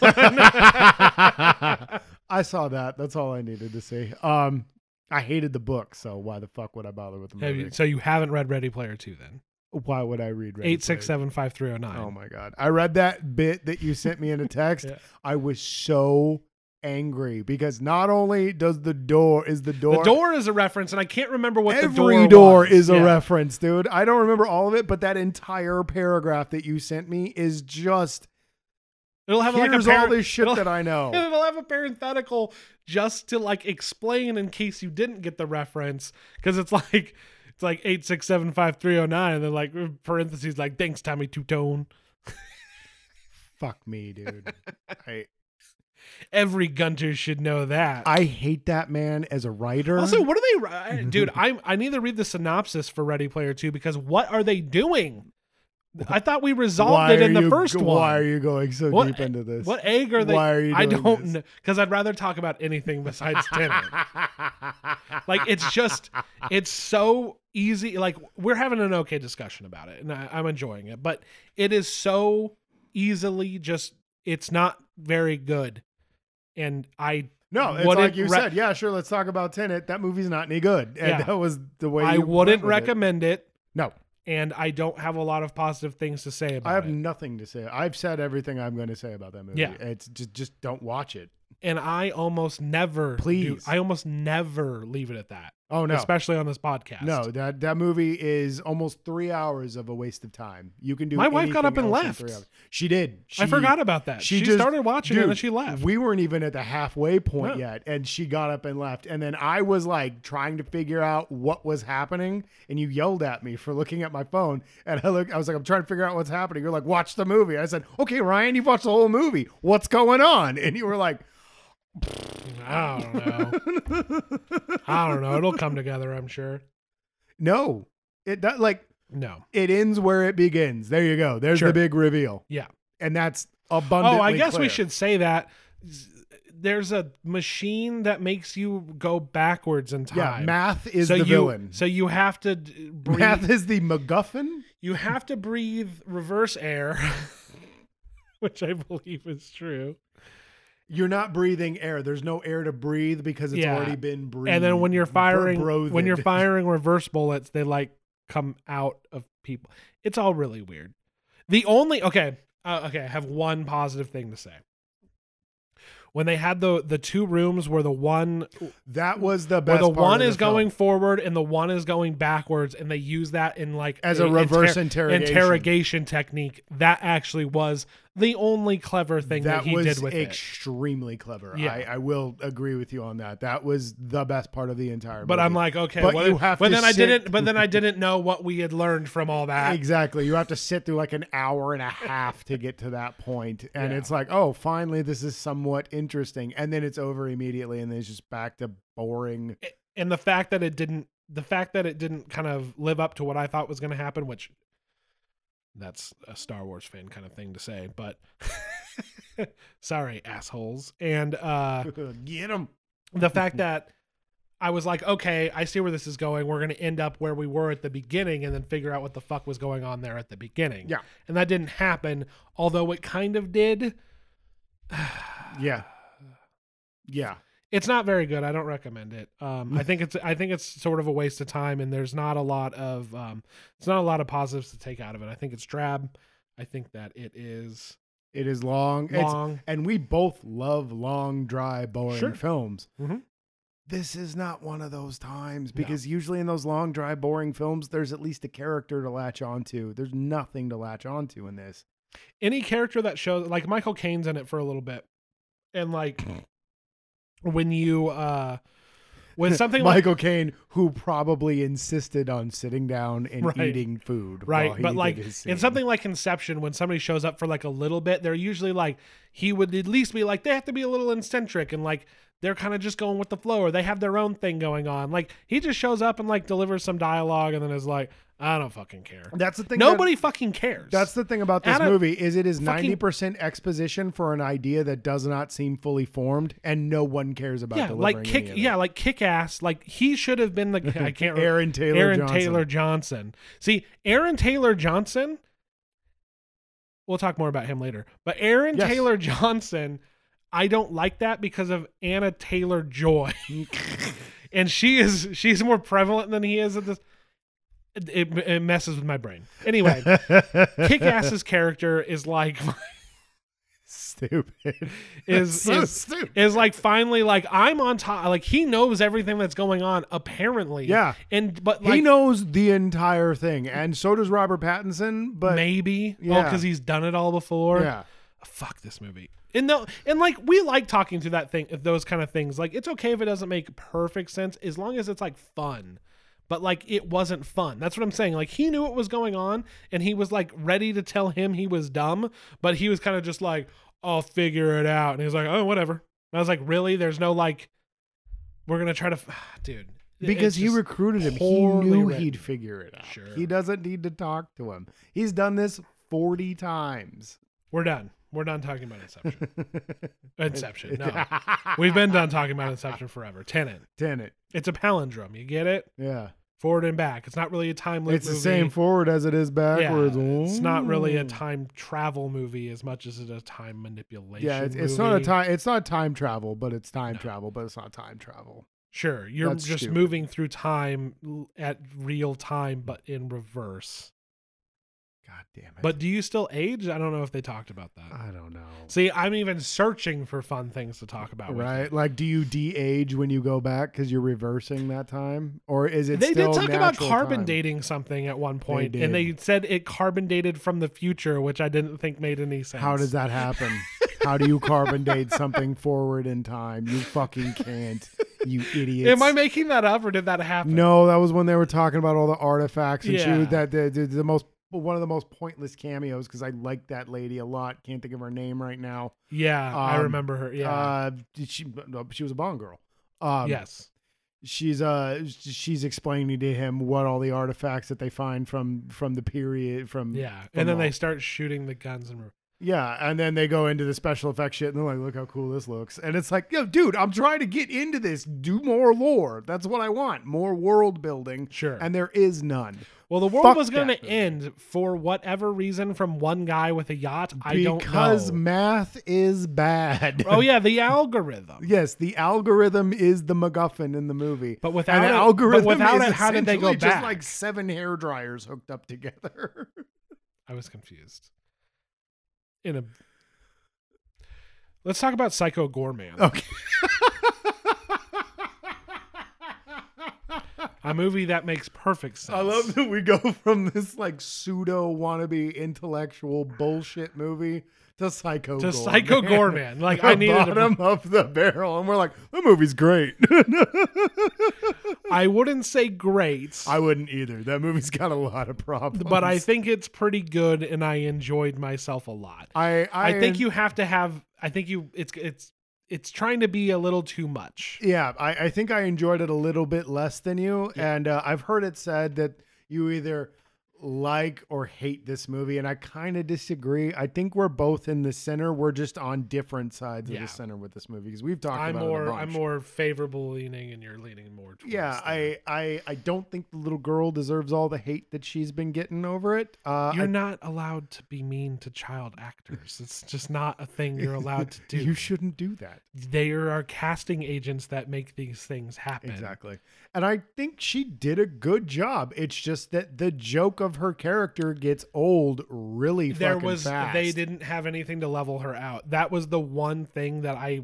S2: I saw that. That's all I needed to see. Um, I hated the book, so why the fuck would I bother with the
S1: <laughs> Have
S2: movie?
S1: you, so you haven't read Ready Player Two then?
S2: why would I read? Ready
S1: Eight six
S2: Player-
S1: seven five three zero nine.
S2: Oh my god! I read that bit that you
S1: <laughs>
S2: sent me in a text.
S1: Yeah.
S2: I was so angry because not only does the door is the door
S1: The door is a reference, and I can't remember what the
S2: every
S1: door,
S2: door
S1: was.
S2: is a
S1: Yeah.
S2: reference, dude. I don't remember all of it, but that entire paragraph that you sent me is just
S1: It'll have like a
S2: here's all
S1: parent-
S2: this shit
S1: <laughs> it'll-
S2: that I know.
S1: and it'll have a parenthetical just to like explain in case you didn't get the reference because it's like it's like eight six seven five three zero nine and then like parentheses like thanks Tommy Two Tone
S2: Fuck me, dude. I
S1: every gunter should know that.
S2: I Mm-hmm. hate that man as a writer.
S1: also, what are they, ri- dude? I I need to read the synopsis for Ready Player Two because what are they doing? I thought we resolved
S2: why
S1: it in
S2: are
S1: the
S2: you-
S1: first one.
S2: Why are you going so
S1: What-
S2: deep into this? <laughs>
S1: What egg are they?
S2: Why are you
S1: I
S2: doing
S1: don't
S2: this?
S1: know because I'd rather talk about anything
S2: <laughs>
S1: besides Tenet. <laughs> like it's just it's so easy. Like we're having an okay discussion about it, and I, I'm enjoying it. But it is so easily just it's not very good, and I
S2: No, it's
S1: What
S2: like
S1: it
S2: you
S1: re-
S2: said. Yeah, sure. Let's talk about Tenet. That movie's not any good, and
S1: Yeah.
S2: that was the way
S1: I
S2: you went
S1: wouldn't
S2: with it.
S1: recommend it.
S2: No,
S1: and I don't have a lot of positive things to say about
S2: I have
S1: it.
S2: nothing to say. I've said everything I'm going to say about that movie.
S1: Yeah.
S2: it's just just don't watch it.
S1: And I almost never do-
S2: Please.
S1: I almost never leave it at that,
S2: Oh no,
S1: especially on this podcast.
S2: no that that movie is almost three hours of a waste of time. You can do.
S1: My wife got
S2: anything
S1: up and
S2: else in
S1: left.
S2: three hours. She did. She,
S1: I forgot about that.
S2: she
S1: She,
S2: just-
S1: started watching it
S2: dude,
S1: and then she left.
S2: We weren't even at the halfway point
S1: No.
S2: yet, and she got up and left. And then I was like trying to figure out what was happening, and you yelled at me for looking at my phone. And I look, I was like, I'm trying to figure out what's happening. You're like, watch the movie. I said, okay, Ryan, you've watched the whole movie. What's going on? And you
S1: <laughs>
S2: were like,
S1: I don't know. I don't know. It'll come together, I'm sure.
S2: no, it that like
S1: No.
S2: it ends where it begins. There you go. There's
S1: Sure.
S2: the big reveal.
S1: Yeah.
S2: and that's
S1: Oh,
S2: abundantly.
S1: I guess we
S2: clear.
S1: should say that. there's a machine that makes you go backwards in time.
S2: Yeah, math is
S1: so you,
S2: the villain.
S1: So you have to d- breathe.
S2: math is the MacGuffin.
S1: You have to breathe reverse air, <laughs> which I believe is true.
S2: You're not breathing air. There's no air to breathe because it's
S1: Yeah.
S2: already been breathed.
S1: and then when you're
S2: bro-
S1: firing, when you're
S2: <laughs> brothed.
S1: firing reverse bullets, they like come out of people. It's all really weird. The only okay, uh, okay, I have one positive thing to say. When they had the the two rooms where the one
S2: that was the
S1: where
S2: best.
S1: the
S2: part
S1: one
S2: of
S1: is
S2: the film.
S1: going forward and the one is going backwards, and they use that in like
S2: as a reverse
S1: inter-
S2: interrogation.
S1: interrogation technique. That actually was the only clever thing that,
S2: that,
S1: he
S2: was
S1: did with it.
S2: extremely clever.
S1: Yeah.
S2: I, I will agree with you on that. That was the best part of the entire.
S1: But
S2: movie.
S1: I'm like, okay,
S2: But
S1: what-
S2: you have
S1: but
S2: to
S1: then I
S2: sit-
S1: didn't. But then
S2: <laughs>
S1: I didn't know what we had learned from all that.
S2: Exactly. You have to sit through like an hour and a half to get to that point. And
S1: Yeah.
S2: it's like, oh, finally, this is somewhat interesting. And then it's over immediately. And then it's just back to boring.
S1: and the fact that it didn't the fact that it didn't kind of live up to what I thought was going to happen, which that's a Star Wars fan kind of thing to say, but <laughs> sorry, assholes. And uh
S2: <laughs> get them.
S1: the fact that I was like, okay, I see where this is going. We're going to end up where we were at the beginning and then figure out what the fuck was going on there at the beginning.
S2: Yeah.
S1: And that didn't happen, although it kind of did.
S2: Yeah. Yeah.
S1: it's not very good. I don't recommend it. Um, I think it's I think it's sort of a waste of time, and there's not a lot of um, it's not a lot of positives to take out of it. I think it's drab. I think that it is
S2: It is long. It's,
S1: long.
S2: and we both love long, dry, boring
S1: Sure.
S2: films.
S1: Mhm.
S2: This is not one of those times
S1: No.
S2: because usually in those long, dry, boring films, there's at least a character to latch onto. There's nothing to latch onto in this.
S1: Any character that shows like Michael Caine's in it for a little bit, and like when you uh, when
S2: <laughs>
S1: something like
S2: Michael Caine, who probably insisted on sitting down and
S1: Right.
S2: eating food, while
S1: right
S2: he
S1: but
S2: did
S1: like
S2: his scene.
S1: in something like conception when somebody shows up for like a little bit they're usually like he would at least be like they have to be a little eccentric and like they're kind of just going with the flow or they have their own thing going on like he just shows up and like delivers some dialogue and then is like i don't fucking care
S2: that's the thing. that-
S1: nobody fucking cares
S2: that's the thing about this
S1: Adam-
S2: movie is it is
S1: fucking-
S2: ninety percent exposition for an idea that does not seem fully formed, and no one cares about.
S1: yeah
S2: delivering
S1: like kick
S2: any of it.
S1: yeah like kick ass like he should have been
S2: <laughs>
S1: the i can't remember
S2: Aaron Taylor.
S1: Aaron
S2: Johnson.
S1: Taylor Johnson. See, Aaron Taylor Johnson. We'll talk more about him later. But Aaron
S2: Yes.
S1: Taylor Johnson, I don't like that because of Anna Taylor Joy, <laughs> and she is she's more prevalent than he is at this. It, it messes with my brain.
S2: <laughs>
S1: Anyway, <laughs> Kick Ass's character is like <laughs>
S2: Stupid. <laughs>
S1: is
S2: so
S1: is,
S2: stupid.
S1: is like finally like I'm on top. Like he knows everything that's going on apparently.
S2: Yeah.
S1: and but
S2: he
S1: like
S2: knows the entire thing, and so does Robert Pattinson. But
S1: maybe
S2: Yeah.
S1: because he's done it all before. Oh,
S2: yeah,
S1: fuck this movie. And though, and like we like talking to that thing, those kind of things. Like it's okay if it doesn't make perfect sense as long as it's like fun. But like it wasn't fun. That's what I'm saying. Like he knew what was going on, and he was like ready to tell him he was dumb, but he was kind of just like, "I'll figure it out," and he was like, "Oh, whatever." And I was like, "Really? There's no like, we're gonna try to, f- <sighs> dude." It-
S2: because
S1: it's
S2: he
S1: just-
S2: recruited him. He
S1: poorly
S2: knew
S1: written.
S2: he'd figure it out.
S1: Sure.
S2: He doesn't need to talk to him. He's done this forty times. <laughs>
S1: we're done. We're done talking about Inception. Inception.
S2: <laughs>
S1: No, we've been done talking about Inception forever. Tenant.
S2: Tenet.
S1: It's a palindrome. You get it?
S2: Yeah,
S1: forward and back. It's not really a time loop.
S2: it's the
S1: movie.
S2: same forward as it is backwards.
S1: Yeah, it's not really a
S2: Ooh.
S1: time travel movie as much as it a time manipulation.
S2: Yeah, it's, it's not a
S1: movie.
S2: time. It's not time travel, but it's time travel, but it's not time travel.
S1: Sure, you're
S2: That's
S1: just
S2: stupid.
S1: moving through time l- at real time, but in reverse.
S2: God damn it!
S1: But do you still age? I don't know if they talked about that.
S2: I don't know.
S1: See, I'm even searching for fun things to talk about. with
S2: Right?
S1: you.
S2: Like, do you de-age when you go back because you're reversing that time, or is it?
S1: They did
S2: still
S1: talk about
S2: natural
S1: carbon
S2: time?
S1: dating something at one point, and they
S2: did.
S1: said it carbon dated from the future, which I didn't think made any sense.
S2: How does
S1: <laughs>
S2: that happen? How do you carbon date something forward in time? You fucking can't, you
S1: <laughs>
S2: idiots.
S1: Am I making that up, or did that happen?
S2: no, that was when they were talking about all the artifacts and
S1: Yeah.
S2: she was that the, the, the most one of the most pointless cameos because I like that lady a lot. Can't think of her name right now.
S1: Yeah, I
S2: Um,
S1: remember her. Yeah.
S2: Uh, did she no, she was a Bond girl. Um,
S1: yes.
S2: she's uh she's explaining to him what all the artifacts that they find from from the period from
S1: Yeah.
S2: from
S1: And then
S2: all-
S1: they start shooting the guns and
S2: Yeah, and then they go into the special effects shit, and they're like, "Look how cool this looks," and it's like, "Yo, dude, I'm trying to get into this. Do more lore. That's what I want. More world building."
S1: Sure.
S2: And there is none.
S1: Well, the
S2: Fuck
S1: world was going
S2: that
S1: to
S2: movie.
S1: end for whatever reason from one guy with a yacht. I don't
S2: because <laughs>
S1: know.
S2: math is bad.
S1: oh yeah, the algorithm.
S2: <laughs> Yes, the algorithm is the MacGuffin in the movie.
S1: But without
S2: an
S1: it- but
S2: algorithm,
S1: without
S2: is
S1: it, how did they go
S2: essentially just
S1: back?
S2: like seven hair dryers hooked up together.
S1: <laughs> I was confused. In a Let's talk about Psycho Gorman.
S2: <laughs> okay.
S1: A movie that makes perfect sense.
S2: I love that we go <laughs> from this like pseudo wannabe intellectual bullshit movie to Psycho
S1: to Psycho Gorman. Like
S2: The
S1: I needed a-
S2: bottom of the barrel, and we're like, the movie's great. <laughs>
S1: I wouldn't say great,
S2: I wouldn't either. That movie's got a lot of problems.
S1: but I think it's pretty good and I enjoyed myself a lot.
S2: I, I,
S1: I think you have to have I think you it's it's it's trying to be a little too much.
S2: Yeah, I, I think I enjoyed it a little bit less than you,
S1: Yeah.
S2: and uh, I've heard it said that you either like or hate this movie, and I kind of disagree. I think we're both in the center. We're just on different sides of
S1: Yeah.
S2: the center with this movie because we've talked
S1: I'm
S2: about it.
S1: more
S2: a bunch.
S1: I'm more favorable leaning and you're leaning more towards
S2: Yeah,
S1: the-
S2: I, I I don't think the little girl deserves all the hate that she's been getting over it. Uh,
S1: You're
S2: I-
S1: not allowed to be mean to child actors. It's just not a thing
S2: <laughs>
S1: you're allowed to do.
S2: you shouldn't do that.
S1: there are casting agents that make these things happen.
S2: Exactly. And I think she did a good job. It's just that the joke of her character gets old really
S1: There
S2: fucking
S1: was
S2: fast.
S1: they didn't have anything to level her out. That was the one thing that I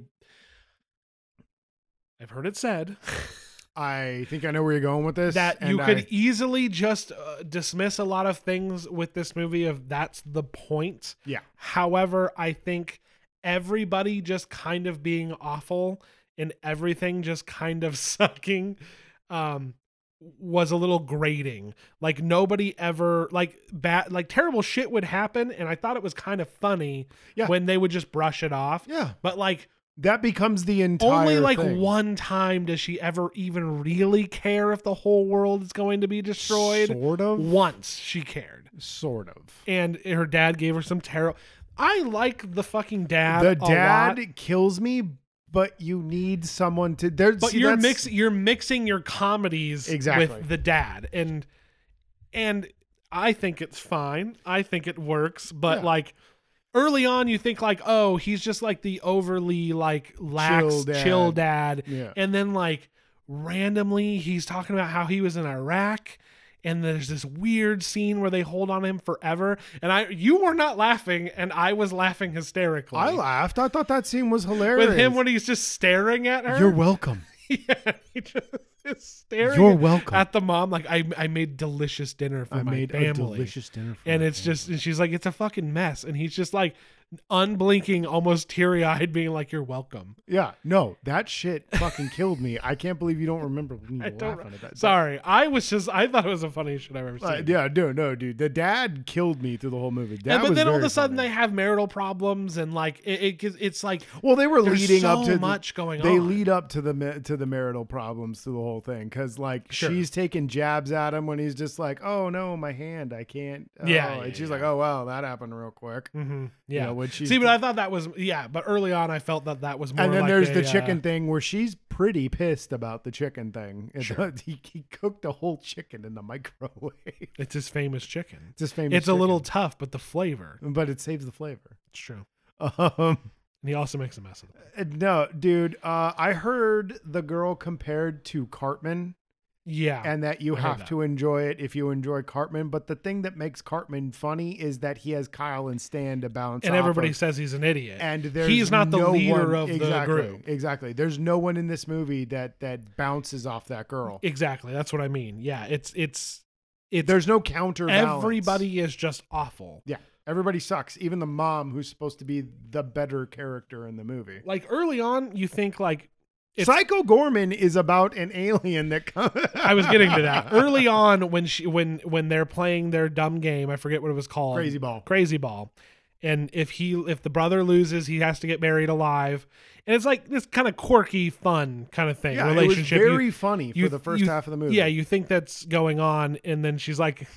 S1: I've heard it said
S2: I think I know where you're going with this.
S1: that you
S2: and
S1: could
S2: I-
S1: easily just uh, dismiss a lot of things with this movie of that's the point.
S2: Yeah.
S1: However, I think everybody just kind of being awful and everything just kind of <laughs> sucking um was a little grating. Like nobody ever like bad like terrible shit would happen and I thought it was kind of funny
S2: Yeah.
S1: when they would just brush it off.
S2: Yeah.
S1: But like
S2: That becomes the entire
S1: only like
S2: thing.
S1: one time does she ever even really care if the whole world is going to be destroyed.
S2: Sort of.
S1: Once she cared
S2: Sort of.
S1: and her dad gave her some tarot. I like the fucking dad.
S2: The
S1: a lot,
S2: dad kills me, but you need someone to there's
S1: but
S2: see,
S1: you're
S2: that's-
S1: mix you're mixing your comedies
S2: Exactly.
S1: with the dad, and and I think it's fine. I think it works, but
S2: Yeah.
S1: like early on, you think like, oh, he's just like the overly like lax
S2: Chill
S1: chill
S2: dad.
S1: dad,
S2: Yeah.
S1: and then like randomly he's talking about how he was in Iraq. And there's this weird scene where they hold on him forever, and I, you were not laughing, and I was laughing hysterically.
S2: I laughed. I thought that scene was hilarious.
S1: with him when he's just staring at her.
S2: You're welcome.
S1: yeah, he just is staring
S2: You're welcome.
S1: at the mom like I I made delicious dinner for <laughs>
S2: I
S1: my
S2: made
S1: family.
S2: a delicious dinner for
S1: and
S2: my
S1: it's just and she's like it's a fucking mess and he's just like unblinking almost teary-eyed being like you're welcome.
S2: Yeah, no, that shit fucking killed me. I can't believe you don't remember when
S1: <laughs>
S2: you
S1: I
S2: were
S1: don't
S2: laughing at that.
S1: Sorry. I was just I thought it was the funniest shit I've ever seen.
S2: Uh, yeah, no, no, dude. The dad killed me through the whole movie. That
S1: And, but
S2: was
S1: then all of
S2: very
S1: a sudden
S2: funny.
S1: they have marital problems and like it, it gets- it's like
S2: well, they were
S1: there's
S2: leading up
S1: so
S2: to the-
S1: much going
S2: They
S1: on.
S2: lead up to the ma- to the marital problems through the whole thing because like
S1: Sure.
S2: she's taking jabs at him when he's just like, "Oh no, my hand, I can't." Oh.
S1: Yeah, yeah,
S2: and she's
S1: yeah.
S2: like, "Oh wow, that happened real quick."
S1: Mhm,
S2: You
S1: yeah.
S2: know, when she's
S1: See, but I thought that was yeah. But early on, I felt that that was more.
S2: and then
S1: like
S2: there's
S1: a,
S2: the
S1: uh,
S2: chicken thing where she's pretty pissed about the chicken thing. And
S1: Sure.
S2: <laughs> he, he cooked a whole chicken in the microwave. it's
S1: it's his famous chicken.
S2: his famous.
S1: It's a little
S2: chicken.
S1: tough, but the flavor.
S2: but it saves the flavor.
S1: It's true.
S2: Um,
S1: And he also makes a mess of it.
S2: <laughs> no, dude, uh, I heard the girl compared to Cartman,
S1: Yeah.
S2: and that you
S1: I heard
S2: have
S1: that.
S2: to enjoy it if you enjoy Cartman. But the thing that makes Cartman funny is that he has Kyle and Stan to balance.
S1: and
S2: off
S1: everybody
S2: of.
S1: says he's an idiot.
S2: and there's
S1: he's not the
S2: no
S1: leader
S2: one-
S1: of the
S2: exactly,
S1: group.
S2: Exactly. There's no one in this movie that that bounces off that girl.
S1: exactly. That's what I mean. Yeah. It's, it's, it's,
S2: There's no counter.
S1: everybody is just awful.
S2: Yeah. Everybody sucks. Even the mom, who's supposed to be the better character in the movie.
S1: Like early on, you think like, It's-
S2: Psycho Gorman is about an alien that <laughs> comes.
S1: <laughs> I was getting to that
S2: <laughs>
S1: early on when she, when, when they're playing their dumb game, I forget what it was called.
S2: Crazy ball.
S1: crazy ball and if he if the brother loses he has to get married alive and it's like this kind of quirky fun kind of thing
S2: Yeah,
S1: relationship
S2: It was
S1: You-
S2: very funny
S1: you-
S2: for the first
S1: you-
S2: half of the movie.
S1: yeah you think that's going on and then she's like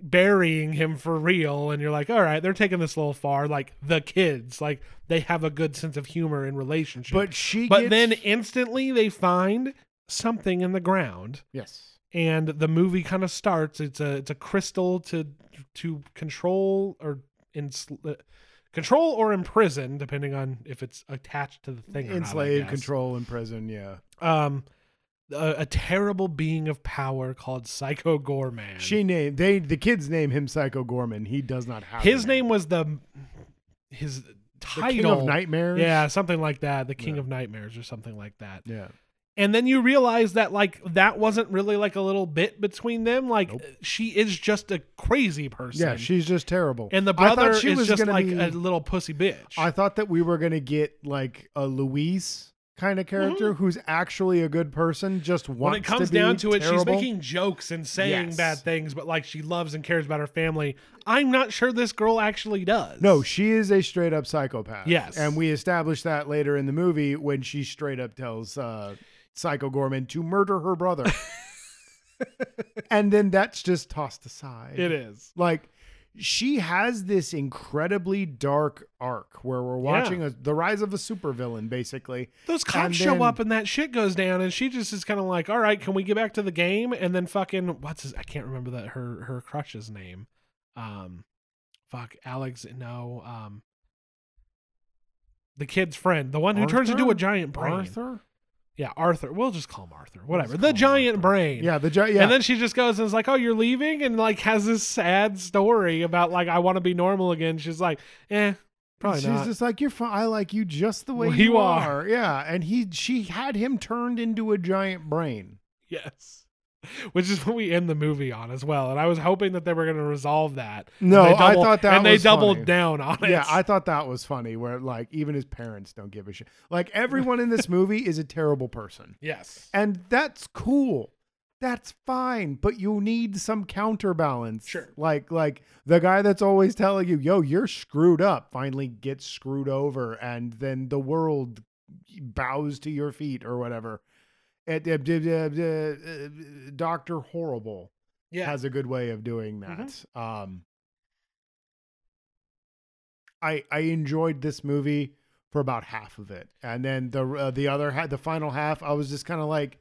S1: burying him for real and you're like all right they're taking this a little far like the kids like they have a good sense of humor in relationship
S2: But she
S1: but
S2: gets-
S1: then instantly they find something in the ground
S2: yes.
S1: and the movie kind of starts it's a it's a crystal to to control or in control or imprison depending on if it's attached to the thing or not, I
S2: Enslaved,
S1: guess.
S2: control, in prison. Yeah.
S1: um a, a terrible being of power called psycho gorman
S2: She named they the kids name him Psycho Gorman. He does not have
S1: his
S2: a
S1: name was the his
S2: The
S1: title
S2: King of Nightmares.
S1: yeah something like that the king
S2: Yeah.
S1: of nightmares or something like that
S2: Yeah.
S1: and then you realize that like that wasn't really like a little bit between them like
S2: Nope.
S1: she is just a crazy person
S2: Yeah, she's just terrible.
S1: and the
S2: I thought
S1: brother
S2: she
S1: is
S2: was
S1: just
S2: gonna
S1: like
S2: be-
S1: a little pussy bitch
S2: I thought that we were gonna get like a Louise kind of character who's actually a good person, just wants
S1: Mm-hmm. when it comes
S2: to be
S1: down to it she's
S2: terrible.
S1: making jokes and saying
S2: Yes.
S1: bad things but like she loves and cares about her family i'm not sure this girl actually does
S2: No, she is a straight up psychopath.
S1: Yes.
S2: And we establish that later in the movie when she straight up tells uh, Psycho Gorman to murder
S1: <laughs>
S2: her brother. and then that's just tossed aside.
S1: it is
S2: Like, she has this incredibly dark arc where we're
S1: Yeah.
S2: watching a, the rise of a supervillain, basically.
S1: Those cops
S2: And
S1: show
S2: then-
S1: up and that shit goes down, and she just is kind of like, "All right, can we get back to the game?" And then fucking what's his? I can't remember that her her crush's name. Um, fuck Alex. No. Um, the kid's friend, the one who turns into
S2: Arthur?
S1: a giant brain.
S2: Arthur?
S1: Yeah, Arthur. We'll just call him Arthur. Whatever.
S2: just
S1: The
S2: call him
S1: giant
S2: Arthur.
S1: brain.
S2: Yeah, the giant. Yeah.
S1: And then she just goes and is like, "Oh, you're leaving," and like has this sad story about like I want to be normal again. She's like, "Eh, probably
S2: She's
S1: not."
S2: just like you're fine. I like you just the way
S1: Well,
S2: you
S1: you are."
S2: are. Yeah, and he she had him turned into a giant brain.
S1: <laughs> Yes. Which is what we end the movie on as well. And I was hoping that they were going to resolve that. And
S2: No,
S1: they
S2: I thought that
S1: And they
S2: was
S1: doubled
S2: funny.
S1: down on it.
S2: Yeah, I thought that was funny where like even his parents don't give a shit. Like everyone in
S1: <laughs>
S2: this movie is a terrible person.
S1: <laughs> yes.
S2: And that's cool. That's fine, but you need some counterbalance.
S1: Sure.
S2: Like like the guy that's always telling you, "Yo, you're screwed up," finally gets screwed over and then the world bows to your feet or whatever. Eh, eh, eh, eh, eh, eh, Dr. Horrible
S1: Yeah.
S2: has a good way of doing that.
S1: Mhm.
S2: Um, I I enjoyed this movie for about half of it, and then the uh, the other ha- the final half, I was just kind of like,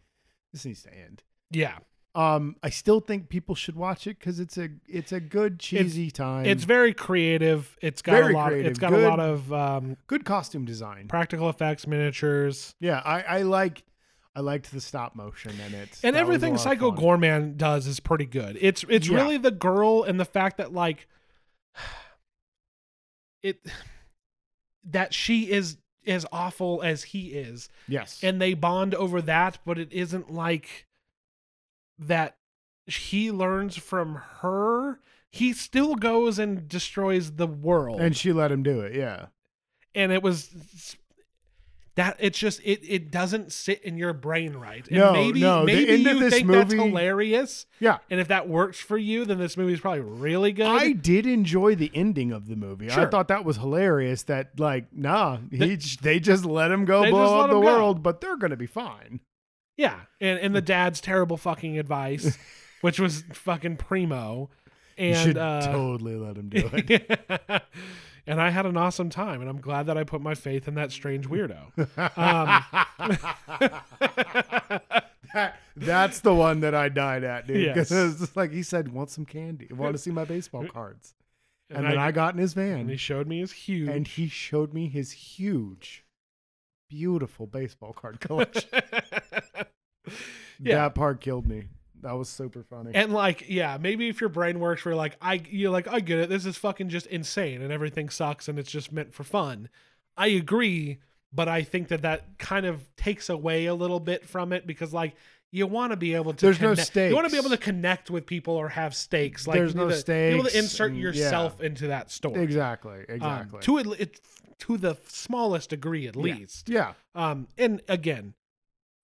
S2: this needs to end.
S1: yeah.
S2: Um, I still think people should watch it because it's a it's a good cheesy time.
S1: It's very creative. It's got
S2: Very
S1: a lot
S2: creative.
S1: it's got
S2: Good.
S1: a lot of um,
S2: good costume design.
S1: practical effects, miniatures.
S2: Yeah, I I like I liked the stop motion in it,
S1: And
S2: That was a
S1: everything
S2: lot of
S1: Psycho
S2: fun.
S1: Gorman does is pretty good. It's it's
S2: Yeah.
S1: really the girl and the fact that like <sighs> it <sighs> that she is as awful as he is
S2: Yes,
S1: and they bond over that but it isn't like that he learns from her he still goes and destroys the world
S2: and
S1: and,
S2: she let him do it. Yeah,
S1: it was that it's just it it doesn't sit in your brain right and
S2: No,
S1: maybe
S2: no, the
S1: maybe
S2: end of
S1: you
S2: this
S1: think that's
S2: movie-
S1: hilarious
S2: yeah.
S1: and if that works for you then this movie's probably really good
S2: I did enjoy the ending of the movie. I
S1: Sure.
S2: thought that was hilarious. That like, nah, he,
S1: They-
S2: j- they just let him go
S1: They just
S2: blow
S1: let
S2: up the
S1: him go.
S2: world, but they're gonna be fine.
S1: yeah and and the dad's terrible fucking
S2: <laughs>
S1: advice which was fucking primo and
S2: you should
S1: uh,
S2: totally let
S1: <laughs>
S2: him do it.
S1: and I had an awesome time, and I'm glad that I put my faith in that strange <laughs> weirdo.
S2: <laughs>
S1: Um,
S2: That- that's the one that I died at, dude. Because
S1: Yes.
S2: it's just like he said, want some candy? Want to see my baseball cards? And,
S1: And
S2: then
S1: I-
S2: I, got in his
S1: and he
S2: van,
S1: showed me his huge.
S2: and he showed me his huge, beautiful
S1: <laughs>
S2: baseball card collection.
S1: yeah,
S2: That part killed me. That was super funny.
S1: <laughs> and like, yeah, maybe if your brain works, we're like, I, you're like, I get it. This is fucking just insane, and everything sucks, and it's just meant for fun. I agree, but I think that that kind of takes away a little bit from it because, like. You want to be able to.
S2: There's no
S1: connect- You want to be
S2: stakes.
S1: able to connect with people or have stakes. Like
S2: There's
S1: you
S2: no
S1: need to- Be able to
S2: stakes
S1: insert
S2: and- yeah.
S1: yourself into that story.
S2: exactly.
S1: um,
S2: Exactly.
S1: to at le- it, to the smallest degree at
S2: Yeah.
S1: least
S2: yeah.
S1: um and again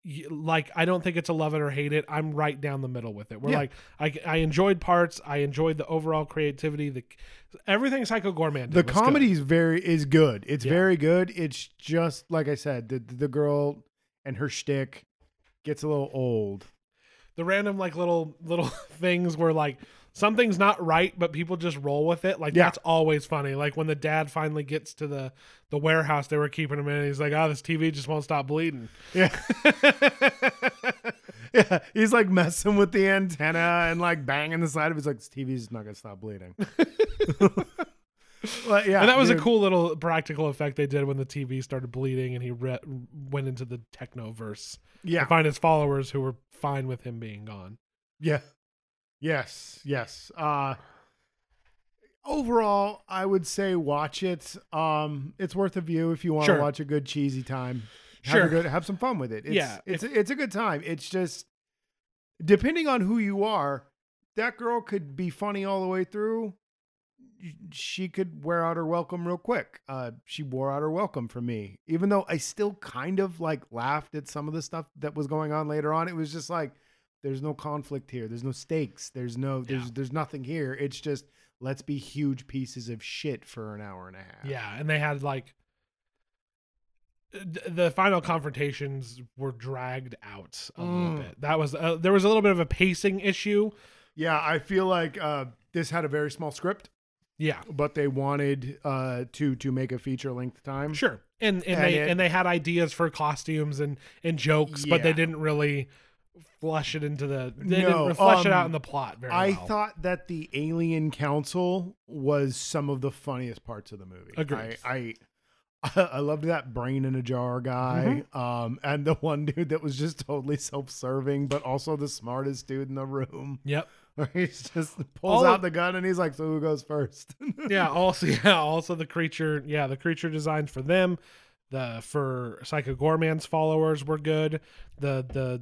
S1: y- like i don't think it's a love it or hate it i'm right down the middle with it we're
S2: Yeah.
S1: like I, I enjoyed parts i enjoyed the overall creativity the everything psycho gorman did
S2: the
S1: was
S2: comedy is very is good. It's
S1: Yeah.
S2: very good. It's just like I said, the the girl and her shtick gets a little old.
S1: good. the random like little little <laughs> things where like something's not right, but people just roll with it. Like
S2: Yeah.
S1: that's always funny. Like when the dad finally gets to the the warehouse they were keeping him in, and he's like, "Oh, this TV just won't stop bleeding."
S2: Yeah. <laughs> yeah. He's like messing with the antenna and like banging the side of it. He's like, this TV's not going to stop
S1: <laughs>
S2: bleeding. but yeah.
S1: and that was
S2: dude.
S1: a cool little practical effect they did when the TV started bleeding, and he re- went into the technoverse
S2: Yeah.
S1: to find his followers who were fine with him being gone.
S2: Yeah. Yes. Yes. Uh overall, I would say watch it. Um it's worth a view if you want to
S1: Sure.
S2: watch a good cheesy time. Have
S1: Sure.
S2: a good have some fun with it. It's,
S1: Yeah,
S2: It's it's a good time. It's just depending on who you are, that girl could be funny all the way through. She could wear out her welcome real quick. Uh, she wore out her welcome for me, even though I still kind of like laughed at some of the stuff that was going on later on. It was just like, there's no conflict here. There's no stakes. There's no there's there's nothing here. It's just let's be huge pieces of shit for an hour and a half.
S1: Yeah, and they had like th- the final confrontations were dragged out a
S2: Mm.
S1: little bit. That was uh, there was a little bit of a pacing issue.
S2: Yeah, I feel like uh this had a very small script,
S1: Yeah,
S2: but they wanted uh to to make a feature length time.
S1: sure. And and,
S2: Mm. And
S1: they
S2: it-
S1: and they had ideas for costumes and and jokes, but they
S2: Yeah.
S1: didn't really flush it into the they
S2: No,
S1: didn't flush it out
S2: um,
S1: in the plot very
S2: I
S1: well.
S2: thought that the Alien Council was some of the funniest parts of the movie.
S1: Agreed.
S2: I <laughs> I, I loved that brain in a jar guy,
S1: Mm-hmm.
S2: um, and the one dude that was just totally self-serving, but also the smartest dude in the room. <laughs>
S1: Yep.
S2: Where he's just pulls
S1: All
S2: out
S1: of-
S2: the gun and he's like, "So who goes first? <laughs>
S1: Yeah. Also, <laughs> yeah. Also, the creature. Yeah, the creature designs for them. The for Psycho Gorman's followers were good. The the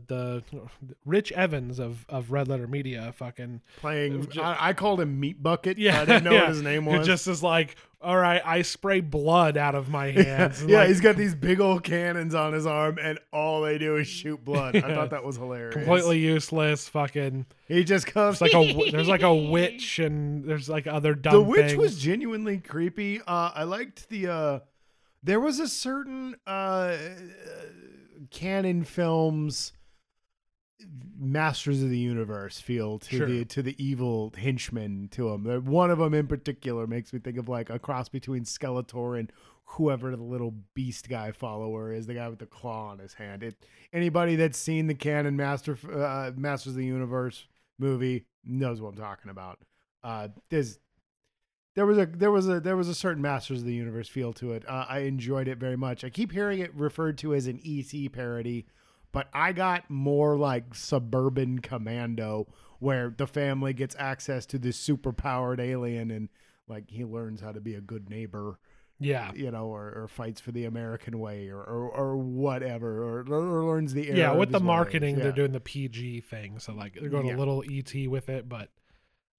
S1: the Rich Evans of of Red Letter Media fucking
S2: Playing.
S1: Ju-
S2: I, I called him Meat Bucket.
S1: Yeah,
S2: I didn't
S1: <laughs>
S2: know
S1: yeah.
S2: what his name
S1: who
S2: was.
S1: just is like, all right, I spray blood out of
S2: <laughs>
S1: my hands. and
S2: yeah,
S1: like,
S2: he's got these big old cannons on his arm, and all they do is shoot blood. I
S1: Yeah.
S2: thought that was hilarious.
S1: completely useless. Fucking
S2: He just
S1: it's
S2: comes
S1: like a w- there's like a
S2: <laughs>
S1: witch and there's like other dumb.
S2: the witch
S1: things.
S2: was genuinely creepy uh i liked the uh there was a certain uh canon films masters of the universe feel to
S1: Sure.
S2: the to the evil henchman to him one of them in particular makes me think of like a cross between skeletor and whoever the little beast guy follower is the guy with the claw on his hand it anybody that's seen the canon master uh, masters of the universe movie knows what i'm talking about uh there's there was a there was a there was a certain Masters of the Universe feel to it. Uh, I enjoyed it very much. I keep hearing it referred to as an ET parody, but I got more like Suburban Commando, where the family gets access to this superpowered alien and like he learns how to be a good neighbor,
S1: yeah.
S2: you know, or, or fights for the American way, or or, or whatever, or, or learns the
S1: Yeah,
S2: error
S1: with
S2: of
S1: the
S2: his ways.
S1: marketing,
S2: Yeah.
S1: they're doing the PG thing, so like they're going a
S2: Yeah.
S1: little ET with it, but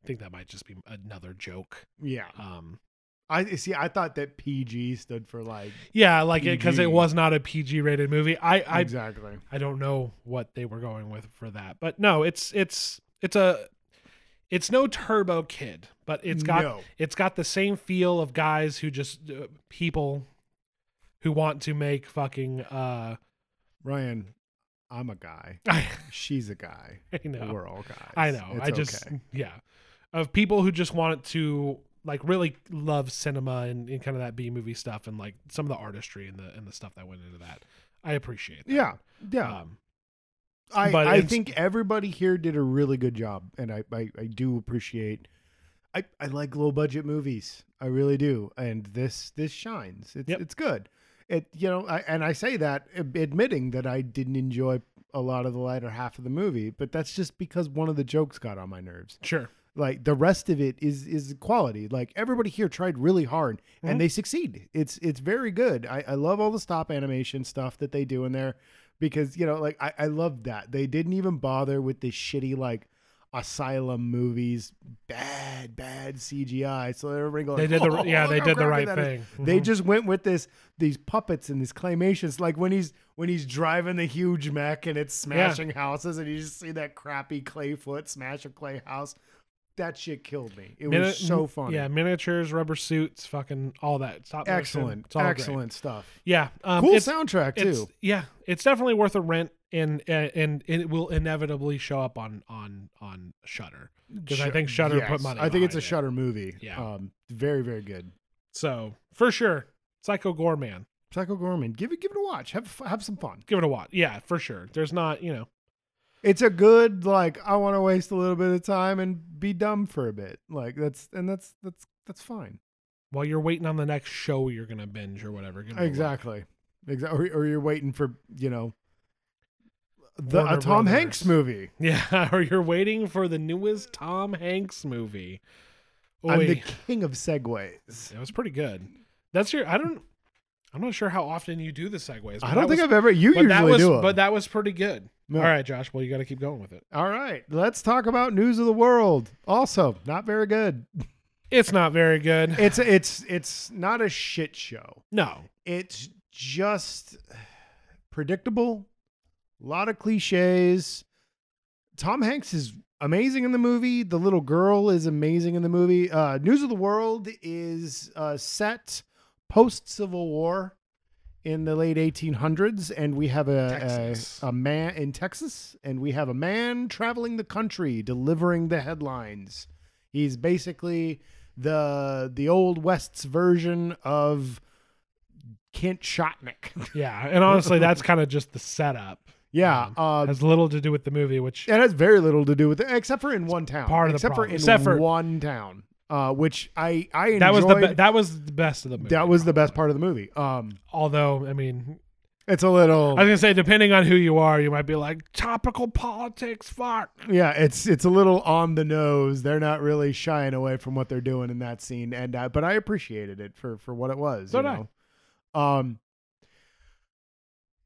S1: I think that might just be another joke.
S2: Yeah,
S1: Um,
S2: I see. I thought that PG stood for like
S1: yeah, like it because it
S2: PG.
S1: was not a PG rated movie. I I
S2: exactly.
S1: I don't know what they were going with for that, but no, it's it's it's a it's no Turbo Kid, but it's got
S2: No.
S1: it's got the same feel of guys who just uh, people who want to make fucking uh <laughs>
S2: Ryan, I'm a guy.
S1: I,
S2: She's a guy.
S1: know
S2: We're all guys.
S1: I know.
S2: It's
S1: I just
S2: okay.
S1: yeah, of people who just want to like really love cinema and, and kind of that B movie stuff and like some of the artistry and the and the stuff that went into that. I appreciate. That.
S2: Yeah. Yeah.
S1: Um,
S2: I,
S1: but
S2: I
S1: it's-
S2: think everybody here did a really good job. And I, I, I do appreciate I, I like low budget movies. I really do. And this this shines. It's
S1: Yep.
S2: it's good. It you know, I, and I say that ad- admitting that I didn't enjoy a lot of the latter half of the movie, but that's just because one of the jokes got on my nerves.
S1: sure.
S2: like the rest of it is is quality like everybody here tried really hard
S1: Mm-hmm.
S2: and they succeed it's it's very good I, I love all the stop animation stuff that they do in there because you know like i, I love that they didn't even bother with the shitty like asylum movies bad bad cgi so everybody "Oh, goes
S1: They did the yeah they did the right thing.
S2: they
S1: Mhm.
S2: just went with this these puppets and these claymations like when he's when he's driving the huge mech and it's smashing houses and you just see that crappy clay foot smash a clay house that shit killed me. It
S1: Mini-
S2: was so funny.
S1: Yeah, miniatures, rubber suits, fucking all that. Stop motion.
S2: excellent,
S1: It's all great.
S2: excellent stuff.
S1: Yeah, um,
S2: cool
S1: it's,
S2: soundtrack
S1: it's
S2: too.
S1: yeah, it's definitely worth a rent, and and, and it will inevitably show up on on on Shutter because I
S2: Shut-
S1: think Shutter put
S2: yes,
S1: money.
S2: I think it's a
S1: behind it.
S2: Shutter movie.
S1: Yeah.
S2: um, very very good.
S1: So for sure, Psycho Gorman,
S2: Psycho Gorman, give it give it a watch. Have f- have some fun.
S1: give it a watch. Yeah, for sure. There's not you know
S2: It's a good like I want to waste a little bit of time and be dumb for a bit. Like that's and that's that's that's fine.
S1: while you're waiting on the next show you're gonna binge or whatever. give it a look.
S2: Exactly. Exactly. Or, or you're waiting for you know the a
S1: Warner
S2: Tom
S1: Brothers.
S2: Hanks movie.
S1: Yeah, <laughs> or you're waiting for the newest Tom Hanks movie.
S2: I'm
S1: Oy.
S2: the king of segues.
S1: That was pretty good. That's your. I don't. I'm not sure how often you do the segues. but
S2: I don't
S1: that was-
S2: think I've ever. You
S1: But
S2: usually
S1: that was.
S2: do 'em.
S1: But that was pretty good.
S2: No.
S1: All right, Josh. Well, you got to keep going with it.
S2: All right. Let's talk about news of the world. Also, not very good.
S1: It's not very good.
S2: It's it's it's not a shit show.
S1: no.
S2: It's just predictable. A lot of cliches. Tom Hanks is amazing in the movie. The little girl is amazing in the movie. Uh, News of the World is uh, set post Civil War in the late 1800s, and we have a,
S1: Texas.
S2: a a man in Texas, and we have a man traveling the country delivering the headlines. He's basically the the old West's version of Kent Shotnick.
S1: Yeah, and honestly, that's kind of just the setup.
S2: <laughs> yeah,
S1: Um,
S2: uh,
S1: has little to do with the movie, which
S2: It has very little to do with it, except for in one town.
S1: part of the
S2: except for
S1: problem.
S2: in
S1: Except for-
S2: one town, uh, which I I enjoyed.
S1: that was the be- that was the best of the movie.
S2: that was the best
S1: probably.
S2: part of the movie. Um,
S1: Although, I mean,
S2: it's a little
S1: I was gonna say, depending on who you are, you might be like topical politics. Fuck.
S2: yeah, it's it's a little on the nose. They're not really shying away from what they're doing in that scene, and uh, but I appreciated it for for what it was.
S1: So
S2: you
S1: did I.
S2: know? Um,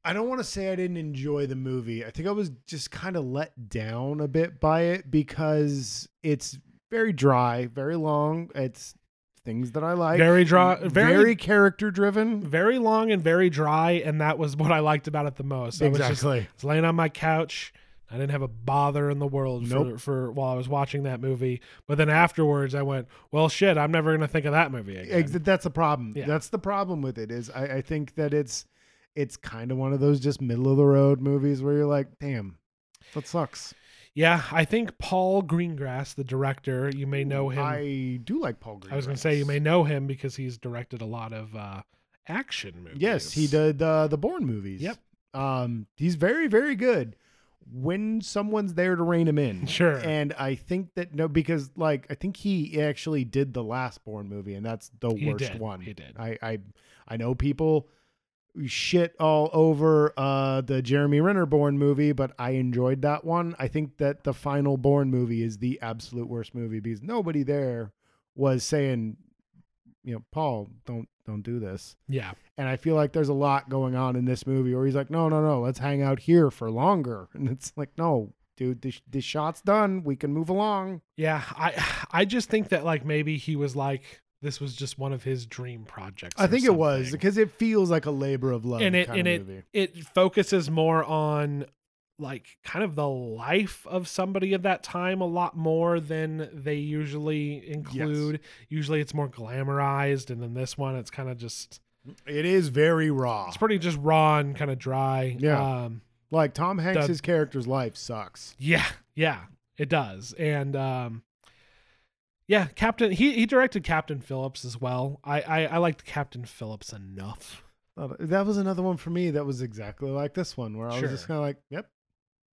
S2: I don't want to say I didn't enjoy the movie. I think I was just kind of let down a bit by it because it's very dry, very long. It's things that I like.
S1: Very dry.
S2: very,
S1: Very, very
S2: character driven.
S1: long and very dry, and that was <laughs> what I liked about it the most. I was just I was laying on my couch. I didn't have a bother in the world for,
S2: Nope.
S1: for while I was watching that movie. But then afterwards, I went, "Well, shit, I'm never gonna think of that movie again."
S2: Ex- that's a problem.
S1: Yeah.
S2: That's the problem with it is I, I think that it's it's kind of one of those just middle of the road movies where you're like, damn, that sucks.
S1: Yeah, I think Paul Greengrass, the director, you may know him. I,
S2: I do like Paul Green.
S1: was gonna say you may know him because he's directed a lot of uh, action movies.
S2: Yes, he did uh, the Bourne movies.
S1: Yep.
S2: Um, he's very very good when someone's there to rein him in.
S1: <laughs> Sure.
S2: And I think that no, because like I think he actually did the last Bourne movie, and that's the
S1: He
S2: worst
S1: did.
S2: one.
S1: He did.
S2: I I I know people shit all over uh the Jeremy Renner Bourne movie, but I enjoyed that one. I think that the final Bourne movie is the absolute worst movie because nobody there was saying, you know, Paul, don't don't do this.
S1: Yeah,
S2: And I feel like there's a lot going on in this movie where he's like, no, no, no, let's hang out here for longer. <laughs> And it's like, no, dude, this, this shot's done. We can move along.
S1: yeah. I <sighs> I just think that like maybe he was like this was just one of his dream projects.
S2: I
S1: or
S2: think it was
S1: something.
S2: because it feels like a labor of love
S1: And it- and
S2: kind of
S1: it-
S2: movie.
S1: it focuses more on like kind of the life of somebody of that time a lot more than they usually include. Usually it's more glamorized and then this one it's kind of just
S2: It is very raw.
S1: it's pretty just raw and kind of dry.
S2: Ah. Yeah.
S1: Um
S2: Like Tom Hanks'
S1: The-
S2: his character's life sucks.
S1: yeah, yeah, it does. And um yeah, Captain he he directed Captain Phillips as well. I I, I liked Captain Phillips enough.
S2: Uh, That was another one for me that was exactly like this one where I
S1: Sure.
S2: was just kind of like, yep,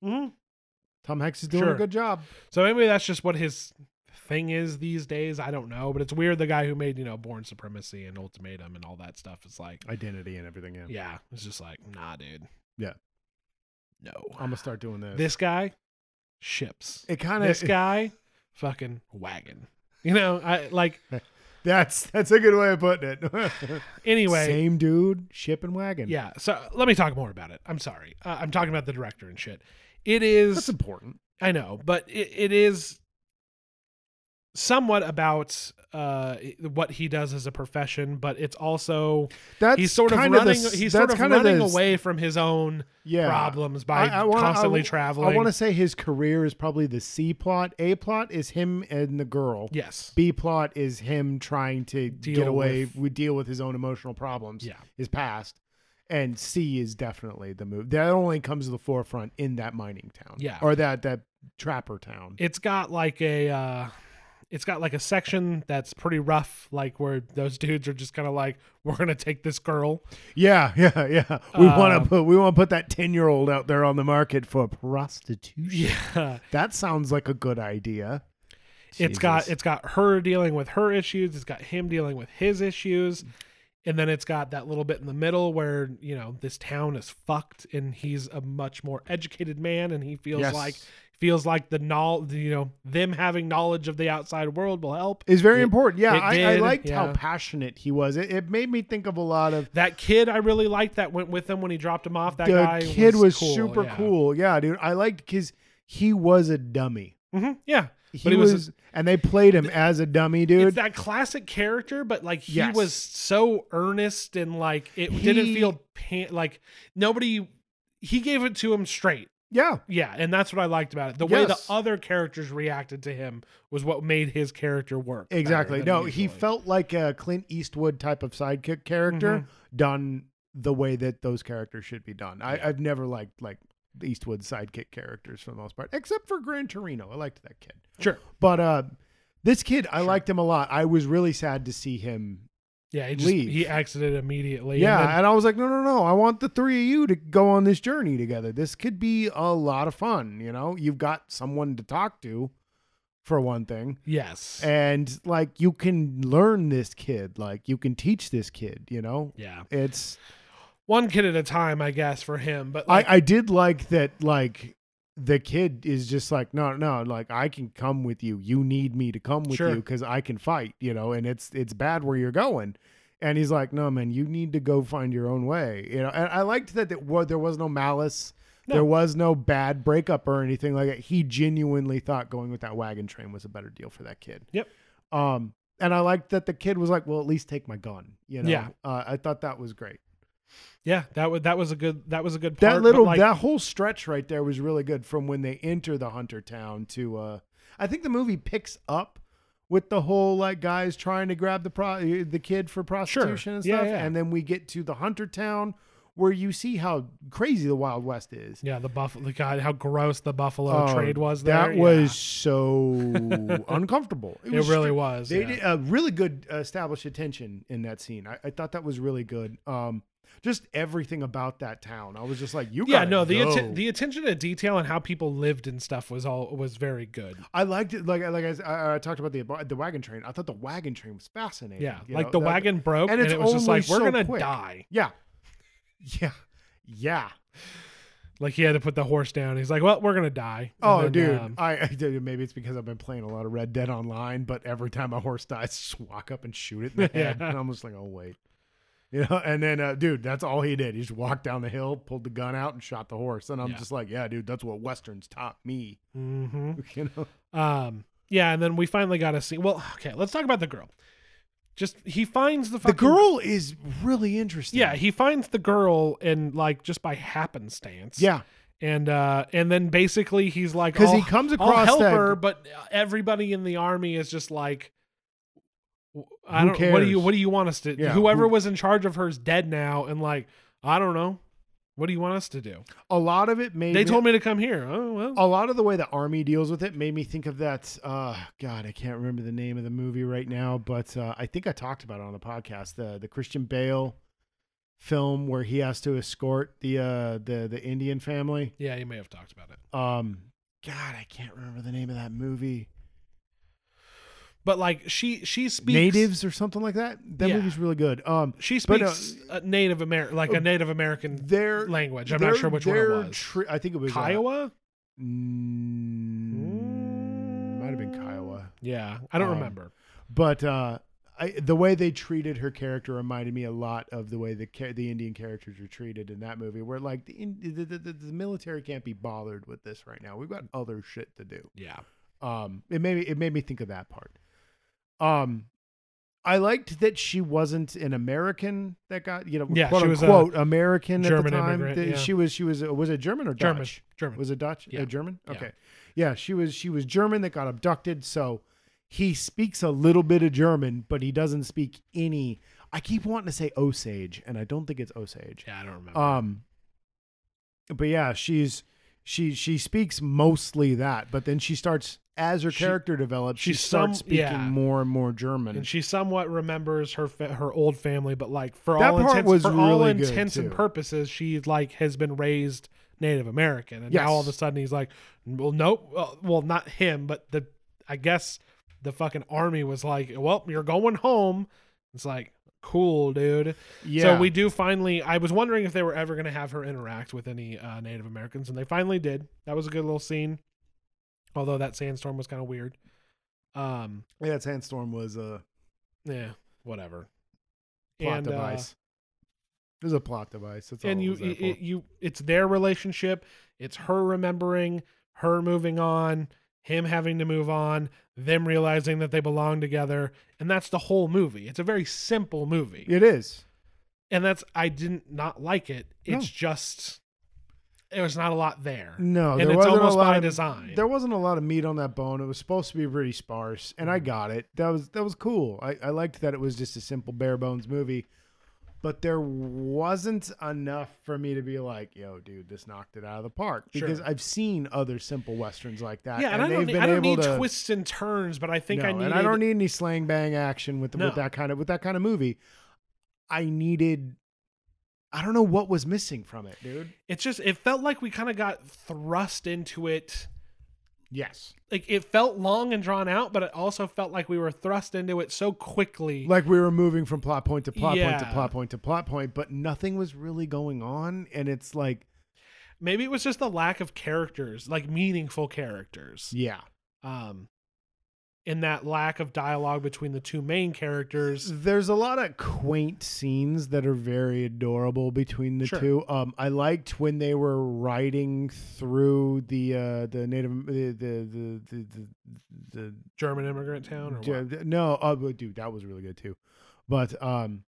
S1: Mm-hmm.
S2: Tom Hanks is doing
S1: Sure.
S2: a good job.
S1: So maybe that's just what his thing is these days. I don't know, but it's weird. The guy who made you know Born Supremacy and Ultimatum and all that stuff is like,
S2: Identity and everything. Yeah.
S1: yeah, it's just like, nah, dude.
S2: Yeah.
S1: No.
S2: I'm going to start doing this.
S1: This guy ships.
S2: it kind
S1: This
S2: of
S1: guy fucking wagon. You know, I like
S2: <laughs> that's that's a good way of putting it. <laughs>
S1: anyway.
S2: Same dude, ship and wagon.
S1: Yeah. So let me talk more about it. I'm sorry. Uh, I'm talking about the director and shit. It is
S2: That's important.
S1: I know, but it, it is somewhat about uh what he does as a profession, but it's also
S2: That's
S1: he's sort of
S2: kind
S1: running
S2: the, s-
S1: he's sort
S2: that's
S1: of
S2: kind of
S1: running
S2: the s-
S1: away from his own
S2: yeah.
S1: problems by
S2: I- I wanna- I
S1: constantly
S2: w-
S1: traveling.
S2: I want to say his career is probably the C plot. A plot is him and the girl. <laughs>
S1: yes.
S2: B plot is him trying to
S1: Deal
S2: get away,
S1: with-
S2: with, deal with his own emotional problems.
S1: Yeah.
S2: his past. And C is definitely the move that only comes to the forefront in that mining town.
S1: Yeah.
S2: or that that trapper town.
S1: It's got like a uh it's got like a section that's pretty rough, like where those <laughs> dudes are just kind of like, "We're gonna take this girl."
S2: yeah, <laughs> yeah, yeah. We want
S1: Uh,
S2: to put we want to put that ten year old out there on the market for prostitution.
S1: Yeah,
S2: That sounds like a good idea.
S1: it's got
S2: Jesus.
S1: it's got her dealing with her issues. It's got him dealing with his issues, and then it's got that little bit in the middle where you know this town is fucked, and he's a much more educated man, and he feels
S2: Yes.
S1: like feels like the knowledge, you know, them having knowledge of the outside world will help.
S2: is very
S1: It-
S2: important. Yeah,
S1: it
S2: I, I
S1: did,
S2: liked
S1: yeah.
S2: how passionate he was. It, it made me think of a lot of
S1: That kid, I really liked that went with him when he dropped him off. That
S2: the
S1: guy
S2: kid was,
S1: cool,
S2: super
S1: yeah.
S2: cool. Yeah, dude, I liked because he was a dummy.
S1: hmm yeah,
S2: He
S1: But he was
S2: was,
S1: a-
S2: and they played him as a dummy, dude.
S1: it's that classic character, but like he
S2: Yes.
S1: was so earnest and like it didn't
S2: He-
S1: feel pan- like nobody. He gave it to him straight.
S2: yeah,
S1: Yeah, and that's what I liked about it. The way the
S2: Yes.
S1: other characters reacted to him was what made his character work. better
S2: exactly.
S1: than
S2: No, he
S1: usually.
S2: felt like a Clint Eastwood type of sidekick character
S1: Mm-hmm.
S2: done the way that those characters should be done. I, I've never liked like Eastwood sidekick characters for the most part, except for Gran Torino. I liked that kid.
S1: sure.
S2: But uh, this kid, I
S1: Sure.
S2: liked him a lot. I was really sad to see him.
S1: Yeah, he just
S2: leave.
S1: he exited immediately.
S2: yeah,
S1: and then-
S2: and I was like, no, no, no. I want the three of you to go on this journey together. This could be a lot of fun. You know, you've got someone to talk to, for one thing,
S1: yes.
S2: and like you can learn this kid. Like you can teach this kid. You know,
S1: yeah,
S2: it's
S1: one kid at a time, I guess, for him. But like,
S2: I, I did like that like the kid is just like no no like i can come with you you need me to come with
S1: Sure.
S2: you because i can fight you know and it's it's bad where you're going and he's like no man you need to go find your own way you know and i liked that it wa- there was no malice
S1: No.
S2: there was no bad breakup or anything like that he genuinely thought going with that wagon train was a better deal for that kid
S1: Yep.
S2: um and i liked that the kid was like well at least take my gun you know
S1: Yeah.
S2: uh, i thought that was great
S1: yeah, that was that was a good that was a good part.
S2: that
S1: but,
S2: little
S1: like,
S2: that whole stretch right there was really good from when they enter the hunter town to uh I think the movie picks up with the whole like guys trying to grab the pro- uh, the kid for prostitution and
S1: Yeah,
S2: stuff
S1: yeah.
S2: and then we get to the hunter town where you see how crazy the wild west is.
S1: yeah, the buffalo. God, how gross the buffalo
S2: Oh,
S1: trade was. There.
S2: That
S1: Yeah.
S2: was so <laughs> uncomfortable.
S1: It really
S2: str-
S1: was.
S2: They
S1: yeah.
S2: did a really good uh, established attention in that scene. I, I thought that was really good. Um, just everything about that town. I was just like, you.
S1: yeah
S2: gotta
S1: no the
S2: go.
S1: atten- the attention to detail and how people lived and stuff was all was very good
S2: I liked it. Like like I, s- I- I talked about the the wagon train. I thought the wagon train was fascinating.
S1: yeah
S2: you
S1: like
S2: know,
S1: the
S2: that-
S1: wagon broke and,
S2: and it's
S1: it was just
S2: only
S1: like we're
S2: so
S1: gonna
S2: quick.
S1: die
S2: Yeah, yeah, yeah.
S1: like he had to put the horse down he's like well we're gonna die And
S2: Oh,
S1: then,
S2: dude,
S1: um,
S2: I, I dude, maybe it's because I've been playing a lot of Red Dead Online, but every time a horse dies, <laughs> I just walk up and shoot it in
S1: <laughs>
S2: the head.
S1: Yeah.
S2: And I'm just like, oh wait, you know. And then, uh, dude, that's all he did. He just walked down the hill, pulled the gun out, and shot the horse. And I'm
S1: Yeah.
S2: just like, yeah, dude, that's what westerns taught me. <laughs>
S1: mhm.
S2: You know,
S1: um yeah and then we finally got to see well okay let's talk about the girl just he finds the
S2: the
S1: fucking,
S2: girl is really interesting.
S1: yeah he finds the girl and like just by happenstance
S2: yeah,
S1: and uh and then basically he's like "Oh,
S2: because he
S1: "I'll-
S2: comes
S1: I'll
S2: across
S1: help
S2: that
S1: her, but everybody in the army is just like, w- I
S2: Who
S1: don't. What do you
S2: cares?
S1: What do you want us to?
S2: Yeah,
S1: whoever
S2: who-
S1: was in charge of her is dead now, and like, I don't know. What do you want us to do?
S2: a lot of it made
S1: They
S2: me,
S1: told me to come here. Oh well.
S2: a lot of the way the army deals with it made me think of that uh god i can't remember the name of the movie right now but uh, i think i talked about it on the podcast the the christian bale film where he has to escort the uh the the indian family
S1: Yeah, you may have talked about it,
S2: um god i can't remember the name of that movie
S1: but like she she speaks
S2: natives or something like that that
S1: Yeah.
S2: movie's really good um
S1: She
S2: But, uh,
S1: speaks uh, Native American, like a Native American
S2: their
S1: language. I'm not
S2: their-
S1: sure which one it
S2: their
S1: was.
S2: tri- i think it was uh,
S1: Kiowa.
S2: mm, might have been kiowa
S1: Yeah, I don't
S2: um,
S1: remember.
S2: but uh, I, the way they treated her character reminded me a lot of the way the cha- the Indian characters were treated in that movie, where like the, in, the, the, the the military can't be bothered with this right now. We've got other shit to do.
S1: Yeah,
S2: Um, it made me, it made me think of that part. Um, I liked that she wasn't an American that got you know
S1: Yeah,
S2: quote
S1: she was a
S2: unquote American at the
S1: German
S2: time.
S1: immigrant,
S2: That
S1: yeah.
S2: She was she was was it German or Dutch?
S1: German, German.
S2: Was it Dutch?
S1: Yeah.
S2: Uh, German?
S1: Yeah.
S2: Okay. Yeah. she was she was German that got abducted, so he speaks a little bit of German, but he doesn't speak any I keep wanting to say Osage, and I don't think it's Osage.
S1: yeah, I don't remember.
S2: Um but yeah, she's she she speaks mostly that, but then she starts as her
S1: She-
S2: character develops, she
S1: she's
S2: starts
S1: some-
S2: speaking
S1: yeah.
S2: more and more German.
S1: and she somewhat remembers her fa- her old family, but like for
S2: That
S1: all
S2: part
S1: intents
S2: was
S1: for all
S2: really good,
S1: intents and
S2: too.
S1: purposes, she like has been raised Native American, and
S2: Yes.
S1: now all of a sudden he's like, well, nope, well, well, not him, but the I guess the fucking army was like, well, you're going home. It's like cool, dude.
S2: yeah.
S1: So we do finally. I was wondering if they were ever going to have her interact with any uh, Native Americans, and they finally did. That was a good little scene, although that sandstorm was kind of weird. Um,
S2: Yeah, that sandstorm was a
S1: yeah, whatever.
S2: plot
S1: And, uh,
S2: device. it was a plot device. That's
S1: and
S2: all
S1: you,
S2: it was there
S1: it,
S2: for.
S1: it- you, it's their relationship. It's her remembering, her moving on, him having to move on, them realizing that they belong together, and that's the whole movie. It's a very simple movie,
S2: it is.
S1: and that's I didn't not like it. It's
S2: No.
S1: just there was not a lot there,
S2: No,
S1: and
S2: there
S1: it's
S2: wasn't
S1: almost
S2: a lot
S1: by
S2: of,
S1: design.
S2: There wasn't a lot of meat on that bone. It was supposed to be pretty sparse, and
S1: Mm.
S2: I got it. That was that was cool. I, I liked that it was just a simple bare bones movie, but there wasn't enough for me to be like, "Yo, dude, this knocked it out of the park." Because
S1: Sure.
S2: I've seen other simple westerns like that,
S1: yeah, and, I
S2: they've
S1: don't, need,
S2: been
S1: I don't
S2: able
S1: need
S2: to
S1: twists and turns, but I think I
S2: No,
S1: needed.
S2: and I don't e need any slang bang action with,
S1: No.
S2: with that kind of with that kind of movie. I needed. I don't know what was missing from it, dude.
S1: it's just it felt like we kind of got thrust into it.
S2: Yes,
S1: like it felt long and drawn out, but it also felt like we were thrust into it so quickly.
S2: like we were moving from plot point to plot point to
S1: Yeah.
S2: plot point to plot point, but nothing was really going on, and it's like,
S1: Maybe it was just the lack of characters, like meaningful characters.
S2: yeah,
S1: Um in that lack of dialogue between the two main characters.
S2: there's a lot of quaint scenes that are very adorable between the
S1: Sure.
S2: two. Um, I liked when they were riding through the uh, the native the the the the, the, the
S1: German immigrant town or
S2: Yeah,
S1: what?
S2: th- No, uh, but dude, that was really good too. But um,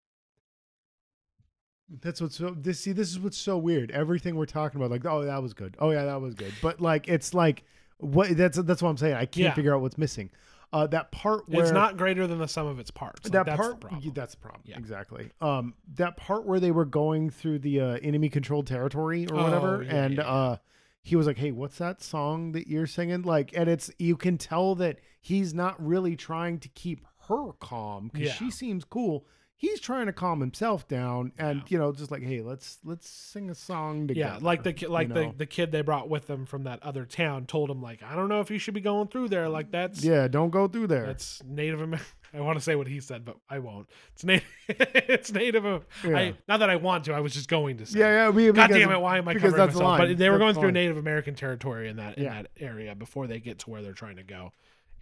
S2: that's what's so this. See, this is what's so weird. Everything we're talking about, like, oh, that was good. Oh yeah, that was good. But like, it's like what that's that's what I'm saying. I can't
S1: Yeah.
S2: figure out what's missing. Uh, that part where
S1: It's not greater than the sum of its parts. Like,
S2: that
S1: that's
S2: part
S1: the problem.
S2: yeah, that's the problem
S1: Yeah.
S2: exactly. Um, that part where they were going through the uh, enemy controlled territory or
S1: Oh,
S2: whatever,
S1: yeah,
S2: and
S1: yeah, yeah.
S2: uh, he was like, "Hey, what's that song that you're singing?" Like, and it's you can tell that he's not really trying to keep her calm because
S1: Yeah.
S2: she seems cool. He's trying to calm himself down, and
S1: Yeah.
S2: you know, just like, "Hey, let's let's sing a song together."
S1: yeah, like the ki- like
S2: know.
S1: the, the kid they brought with them from that other town told him like, I don't know if you should be going through there. Like that's
S2: yeah, don't go through there.
S1: That's Native American. <laughs> I want to say what he said, but I won't. It's native. <laughs> it's Native. Am-
S2: Yeah.
S1: I, not that I want to. I was just going to say.
S2: yeah, yeah. We,
S1: God
S2: because-
S1: damn it! Why am I
S2: because
S1: covering
S2: that's the
S1: myself?
S2: line.
S1: But they were
S2: That's
S1: going
S2: the
S1: through
S2: line.
S1: Native American territory in that in
S2: Yeah.
S1: that area before they get to where they're trying to go,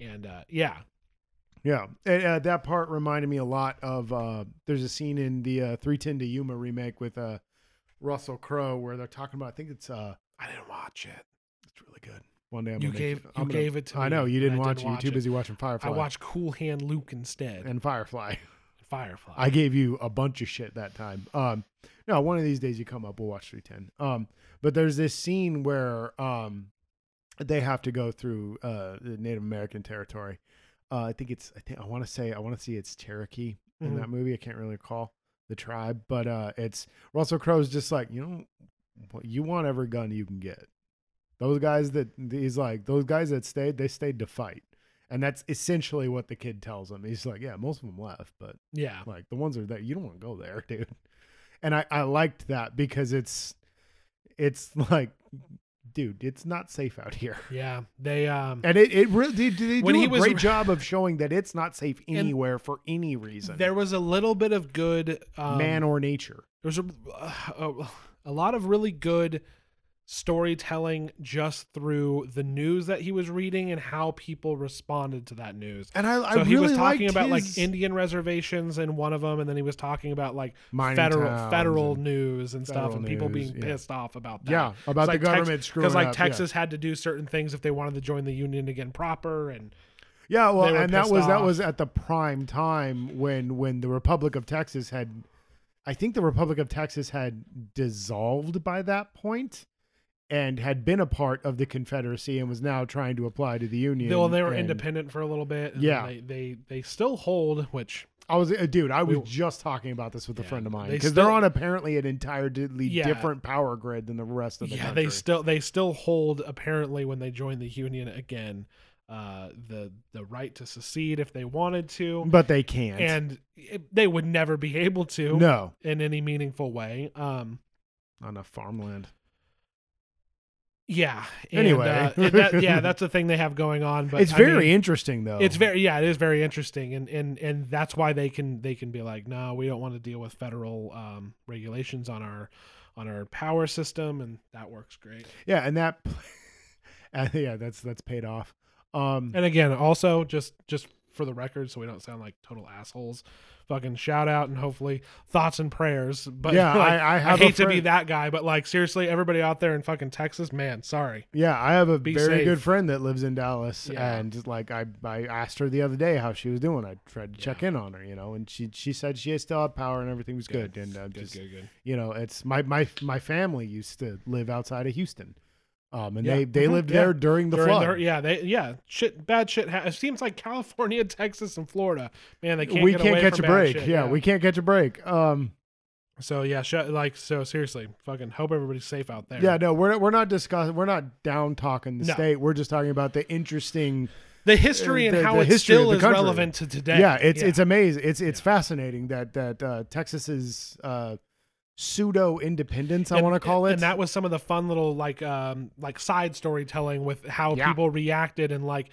S1: and uh, yeah,
S2: Yeah, and, uh, that part reminded me a lot of. Uh, there's a scene in the uh, 310 to Yuma remake with uh, Russell Crowe where they're talking about. I think it's uh,
S1: I didn't watch it.
S2: it's really good. One day I'm
S1: You
S2: gonna make-
S1: gave-
S2: I'm
S1: you
S2: gonna-
S1: gave it to
S2: I
S1: me,
S2: know you
S1: and
S2: didn't
S1: I
S2: watch
S1: didn't
S2: it.
S1: watch
S2: You're
S1: it.
S2: too busy watching Firefly.
S1: I watched Cool Hand Luke instead.
S2: and Firefly.
S1: Firefly.
S2: I gave you a bunch of shit that time. Um, no, one of these days you come up, we'll watch 310. Um, but there's this scene where um, they have to go through uh, the Native American territory. Uh, I think it's I think I want to say I want to see it's Cherokee in
S1: Mhm.
S2: that movie. I can't really recall the tribe, but uh, it's Russell Crowe's just like you know, what you want every gun you can get. Those guys that he's like those guys that stayed, they stayed to fight, and that's essentially what the kid tells him. He's like, yeah, most of them left, but
S1: yeah,
S2: like the ones that are there, you don't want to go there, <laughs> dude. And I, I liked that because it's it's <laughs> like, dude, it's not safe out here. <laughs>
S1: yeah. They um.
S2: And it, it really did they
S1: When
S2: do
S1: he
S2: a
S1: was-
S2: great job of showing that it's not safe anywhere for any reason.
S1: There was a little bit of good um,
S2: man or nature.
S1: There's a, uh, a a lot of really good storytelling just through the news that he was reading and how people responded to that news.
S2: And I, I
S1: So
S2: really
S1: he was talking
S2: liked
S1: about like
S2: his
S1: Indian reservations in one of them, and then he was talking about like
S2: mining
S1: federal
S2: towns
S1: federal
S2: and-
S1: news and stuff,
S2: federal
S1: and people
S2: news,
S1: being
S2: yeah.
S1: pissed off about that.
S2: yeah, about the
S1: like Tex-
S2: government screwing
S1: Because like
S2: up, yeah.
S1: Texas had to do certain things if they wanted to join the union again proper, and
S2: Yeah, well,
S1: They were
S2: and that
S1: pissed
S2: was that
S1: off.
S2: was at the prime time when when the Republic of Texas had, I think the Republic of Texas had dissolved by that point, and had been a part of the Confederacy and was now trying to apply to the Union.
S1: They- well, they were
S2: and
S1: independent for a little bit. and
S2: Yeah.
S1: they, they they still hold, which
S2: I was a dude. I was
S1: We-
S2: just talking about this with a
S1: Yeah,
S2: friend of mine
S1: they
S2: because
S1: still-
S2: they're on apparently an entirely
S1: Yeah.
S2: different power grid than the rest of the
S1: yeah
S2: country.
S1: they still they still hold apparently when they join the union again, uh, the the right to secede if they wanted to,
S2: but they can't.
S1: and it, they would never be able to
S2: no,
S1: in any meaningful way. Um,
S2: on a farmland.
S1: Yeah.
S2: Anyway.
S1: uh, and that, yeah, that's the thing they have going on. But
S2: it's
S1: I
S2: very
S1: mean,
S2: interesting though.
S1: it's very, yeah, it is very interesting, and and and that's why they can they can be like, no, we don't want to deal with federal um, regulations on our on our power system, and that works great.
S2: Yeah, and that <laughs> and yeah, that's that's paid off. Um
S1: And again, also just just for the record, so we don't sound like total assholes, fucking shout out and hopefully thoughts and prayers. But
S2: yeah,
S1: <laughs> like,
S2: I, I
S1: I,
S2: have a
S1: hate to be
S2: friend-
S1: that guy, but like seriously, everybody out there in fucking Texas, man, sorry.
S2: Yeah, I have a
S1: Be
S2: very
S1: safe.
S2: good friend that lives in Dallas
S1: Yeah.
S2: and like I I asked her the other day how she was doing. I tried to check
S1: Yeah.
S2: in on her, you know, and she she said she still had power and everything was good, and uh,
S1: good,
S2: just
S1: good, good.
S2: you know, it's my my my family used to live outside of Houston. Um and
S1: Yeah.
S2: they they
S1: Mhm.
S2: lived
S1: Yeah.
S2: there during the
S1: During
S2: flood.
S1: the- yeah, they yeah, shit, bad shit. Ha- it seems like California, <laughs> Texas, and Florida. Man, they can't.
S2: we
S1: get
S2: can't
S1: away
S2: catch a
S1: from bad
S2: break.
S1: shit,
S2: yeah, we can't catch a break. Um
S1: So yeah, sh- like so. Seriously, fucking hope everybody's safe out there.
S2: yeah, no, we're we're not discussing we're not down talking the
S1: No.
S2: state. We're just talking about the interesting
S1: the history and
S2: The-
S1: how
S2: the
S1: it
S2: history of
S1: still
S2: the
S1: is
S2: country.
S1: relevant to today.
S2: Yeah, it's it's amazing. It's it's
S1: Yeah.
S2: fascinating that that uh, Texas's uh, pseudo independence, I
S1: And-
S2: want to call it.
S1: And that was some of the fun little like um like side storytelling with how
S2: Yeah.
S1: people reacted and like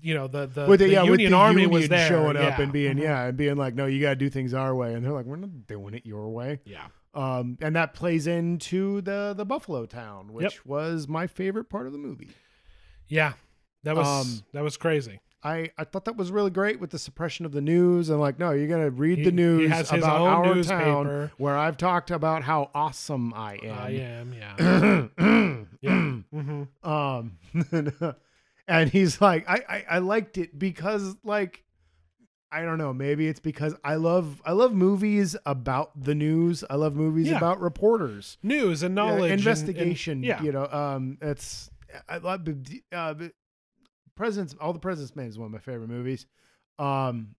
S1: you know the the,
S2: with the,
S1: the
S2: yeah,
S1: Union
S2: with the
S1: Army
S2: Union
S1: was there
S2: showing up
S1: yeah.
S2: and being
S1: Mhm.
S2: yeah and being like, no, you got to do things our way, and they're like, we're not doing it your way.
S1: yeah
S2: Um, and that plays into the the Buffalo town, which was my favorite part of the movie.
S1: yeah that was
S2: Um,
S1: that was crazy.
S2: I, I thought that was really great with the suppression of the news and like no you're gonna read
S1: He-
S2: the
S1: he
S2: news
S1: has his
S2: about
S1: own
S2: our town
S1: newspaper.
S2: where I've talked about how awesome I am.
S1: I am yeah
S2: <clears throat> yeah.
S1: hmm
S2: um <laughs> and he's like I, I i liked it because like i don't know maybe it's because i love i love movies about the news i love movies
S1: Yeah.
S2: about reporters
S1: news and
S2: uh,
S1: knowledge and- and-
S2: investigation
S1: yeah
S2: you know um it's i love the uh the presidents all the presidents men is one of my favorite movies um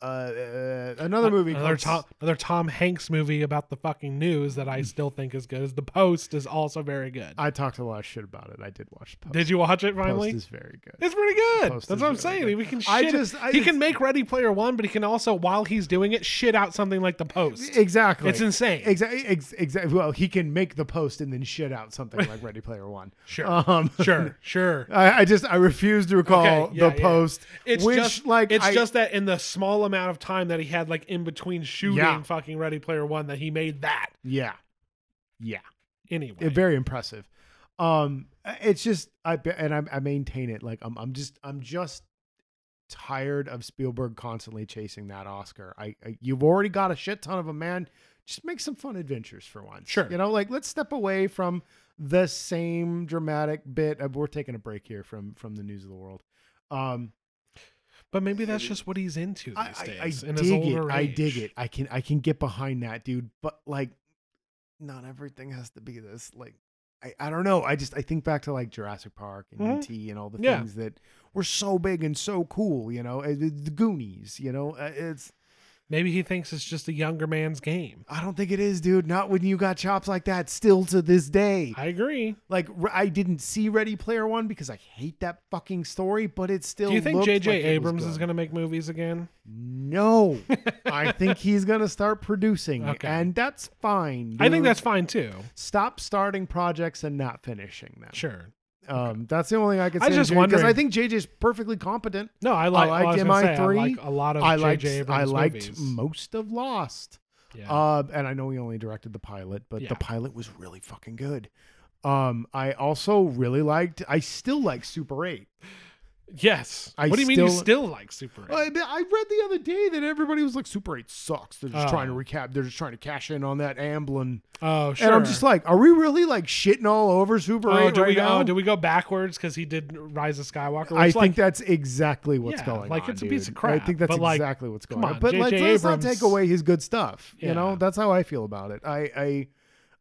S2: uh, uh another movie
S1: another
S2: called
S1: Tom, another Tom Hanks movie about the fucking news that I still think is good. Is The Post is also very good.
S2: Mm. i talked a lot of shit about it i did watch post
S1: Did you watch it finally?
S2: post is very good
S1: it's pretty good.
S2: Post
S1: That's
S2: is
S1: what I'm
S2: very
S1: saying.
S2: good.
S1: We can shit.
S2: I just- I
S1: he
S2: just-
S1: can make Ready Player One, but he can also, while he's doing it, shit out something like The Post.
S2: exactly
S1: It's insane.
S2: Exactly. Ex- exactly. Well, he can make the post and then shit out something like Ready Player One.
S1: <laughs> Sure.
S2: Um,
S1: sure. Sure.
S2: <laughs> I, I just I refuse to recall
S1: Okay, yeah,
S2: the
S1: yeah.
S2: post.
S1: It's
S2: which,
S1: just
S2: like
S1: it's
S2: I-
S1: just that in the small amount of time that he had, like in between shooting
S2: Yeah.
S1: fucking Ready Player One, that he made that
S2: yeah, yeah.
S1: anyway.
S2: Yeah, very impressive. Um, it's just I be- and I, I maintain it. Like I'm I'm just I'm just tired of Spielberg constantly chasing that Oscar. I, I you've already got a shit ton of them, man. Just make some fun adventures for once.
S1: Sure.
S2: you know, like let's step away from the same dramatic bit. Of, we're taking a break here from from the news of the world. Um,
S1: but maybe that's just what he's into these
S2: I, I, I
S1: days. in his
S2: dig it.
S1: older
S2: I dig
S1: age.
S2: it. I can I can get behind that, dude. But like, not everything has to be this. Like, I, I don't know. I just I think back to like Jurassic Park and
S1: Mhm.
S2: ET and all the
S1: Yeah.
S2: things that were so big and so cool. You know, Uh, the the Goonies. You know, Uh, it's
S1: Maybe he thinks it's just a younger man's game.
S2: I don't think it is, dude. Not when you got chops like that. Still to this day,
S1: I agree.
S2: like r- I didn't see Ready Player One because I hate that fucking story. But it still.
S1: Do you think
S2: looked
S1: J.J.
S2: like it was
S1: Abrams is
S2: good.
S1: going to make movies again?
S2: No, I think he's gonna start producing,
S1: <laughs> Okay.
S2: and that's fine.
S1: I think
S2: dude.
S1: that's fine too.
S2: stop starting projects and not finishing them.
S1: Sure.
S2: Um, that's the only thing I can
S1: I
S2: say.
S1: was just
S2: because I
S1: wondering-
S2: think JJ's perfectly competent.
S1: No, I like.
S2: liked
S1: I liked MI3.
S2: MI3.
S1: I like a lot of
S2: I liked.
S1: J.J. Abrams
S2: I liked
S1: movies.
S2: most of Lost.
S1: yeah.
S2: Uh, and I know he only directed the pilot, but
S1: Yeah.
S2: the pilot was really fucking good. Um, I also really liked. I still like Super Eight.
S1: Yes.
S2: I
S1: what do you mean you
S2: still-
S1: still like Super 8?
S2: Well, I, I read the other day that everybody was like, Super 8 sucks. They're just
S1: Oh.
S2: trying to recap. They're just trying to cash in on that Amblin.
S1: oh, sure.
S2: And I'm just like, are we really like shitting all over Super
S1: oh,
S2: 8
S1: do
S2: right
S1: we go?
S2: now?
S1: Oh, do we go backwards because he did Rise of Skywalker?
S2: I
S1: It's
S2: think
S1: like,
S2: that's exactly what's
S1: Yeah,
S2: going
S1: like,
S2: on.
S1: it's a piece
S2: dude.
S1: of crap,
S2: I think that's
S1: but, like,
S2: exactly what's
S1: come
S2: going on.
S1: on,
S2: But like,
S1: J.J.
S2: let's not
S1: Abrams-
S2: take away his good stuff. You
S1: Yeah.
S2: know, that's how I feel about it. I, I,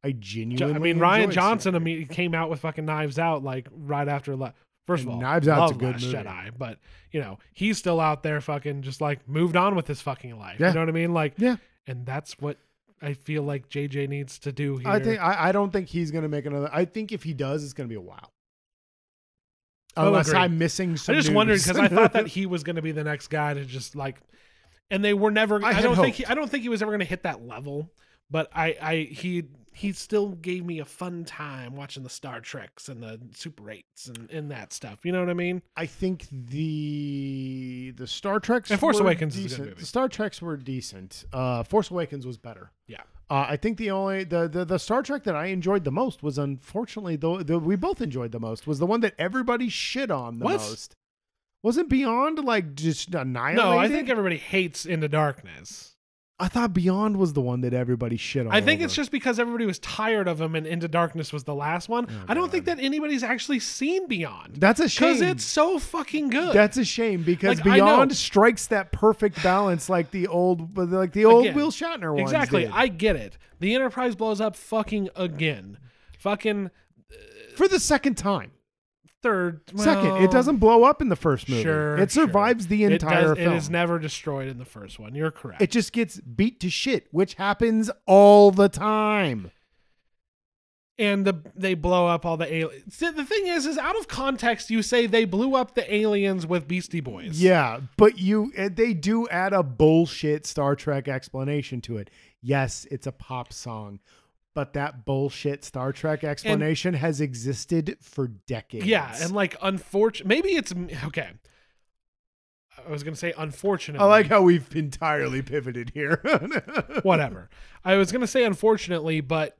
S2: I genuinely.
S1: I mean, Ryan
S2: enjoy
S1: Johnson. I
S2: Super
S1: mean, he came out with fucking Knives Out like right after. La- First of
S2: And
S1: all,
S2: Knives Out's a
S1: love
S2: good
S1: Last
S2: movie.
S1: Jedi, but you know he's still out there fucking just like moved on with his fucking life.
S2: Yeah.
S1: You know what I mean? Like,
S2: Yeah.
S1: And that's what I feel like JJ needs to do here.
S2: I think I, I don't think he's going to make another. I think if he does, it's going to be a while.
S1: I'll
S2: Unless
S1: agree.
S2: I'm missing.
S1: Oh, I
S2: Some
S1: just wondered
S2: news.
S1: because I
S2: <laughs>
S1: thought that he was going to be the next guy to just like, and they were never.
S2: I
S1: I,
S2: had
S1: don't think
S2: hoped.
S1: he, I don't think he was ever going to hit that level. But I, I he he still gave me a fun time watching the Star Treks and the Super Eights and, and that stuff. You know what I mean?
S2: I think the the Star Treks
S1: And Force
S2: were
S1: Awakens is a good
S2: decent.
S1: movie.
S2: The Star Treks were decent. Uh, Force Awakens was better.
S1: Yeah.
S2: Uh, I think the only the, the the Star Trek that I enjoyed the most was unfortunately the, the we both enjoyed the most was the one that everybody shit on the
S1: What?
S2: most. Wasn't Beyond like just annihilated?
S1: No, I think everybody hates Into Darkness.
S2: I thought Beyond was the one that everybody shit on.
S1: I think it's just because everybody was tired of him and Into Darkness was the last one.
S2: Oh,
S1: I don't think
S2: God.
S1: that anybody's actually seen Beyond
S2: that's a shame.
S1: because it's so fucking good.
S2: That's a shame because
S1: Like, I know.
S2: Beyond strikes that perfect balance like the old like the old
S1: Again.
S2: Will Shatner one.
S1: exactly.
S2: Did.
S1: I get it. The Enterprise blows up fucking again. Fucking
S2: For the second time.
S1: third.
S2: Second,
S1: well,
S2: it doesn't blow up in the first movie.
S1: Sure,
S2: it
S1: sure.
S2: survives the
S1: it
S2: entire
S1: does-
S2: film.
S1: It is never destroyed in the first one. You're correct.
S2: It just gets beat to shit, which happens all the time.
S1: and the they blow up all the aliens. The thing is, is out of context, you say they blew up the aliens with Beastie Boys.
S2: Yeah, but you eh, they do add a bullshit Star Trek explanation to it. Yes, it's a pop song, but that bullshit Star Trek explanation has existed for decades.
S1: Yeah, and like unfortunate. Maybe it's okay. I was gonna say unfortunately.
S2: I like how we've entirely pivoted here. <laughs>
S1: whatever. I was gonna say unfortunately, but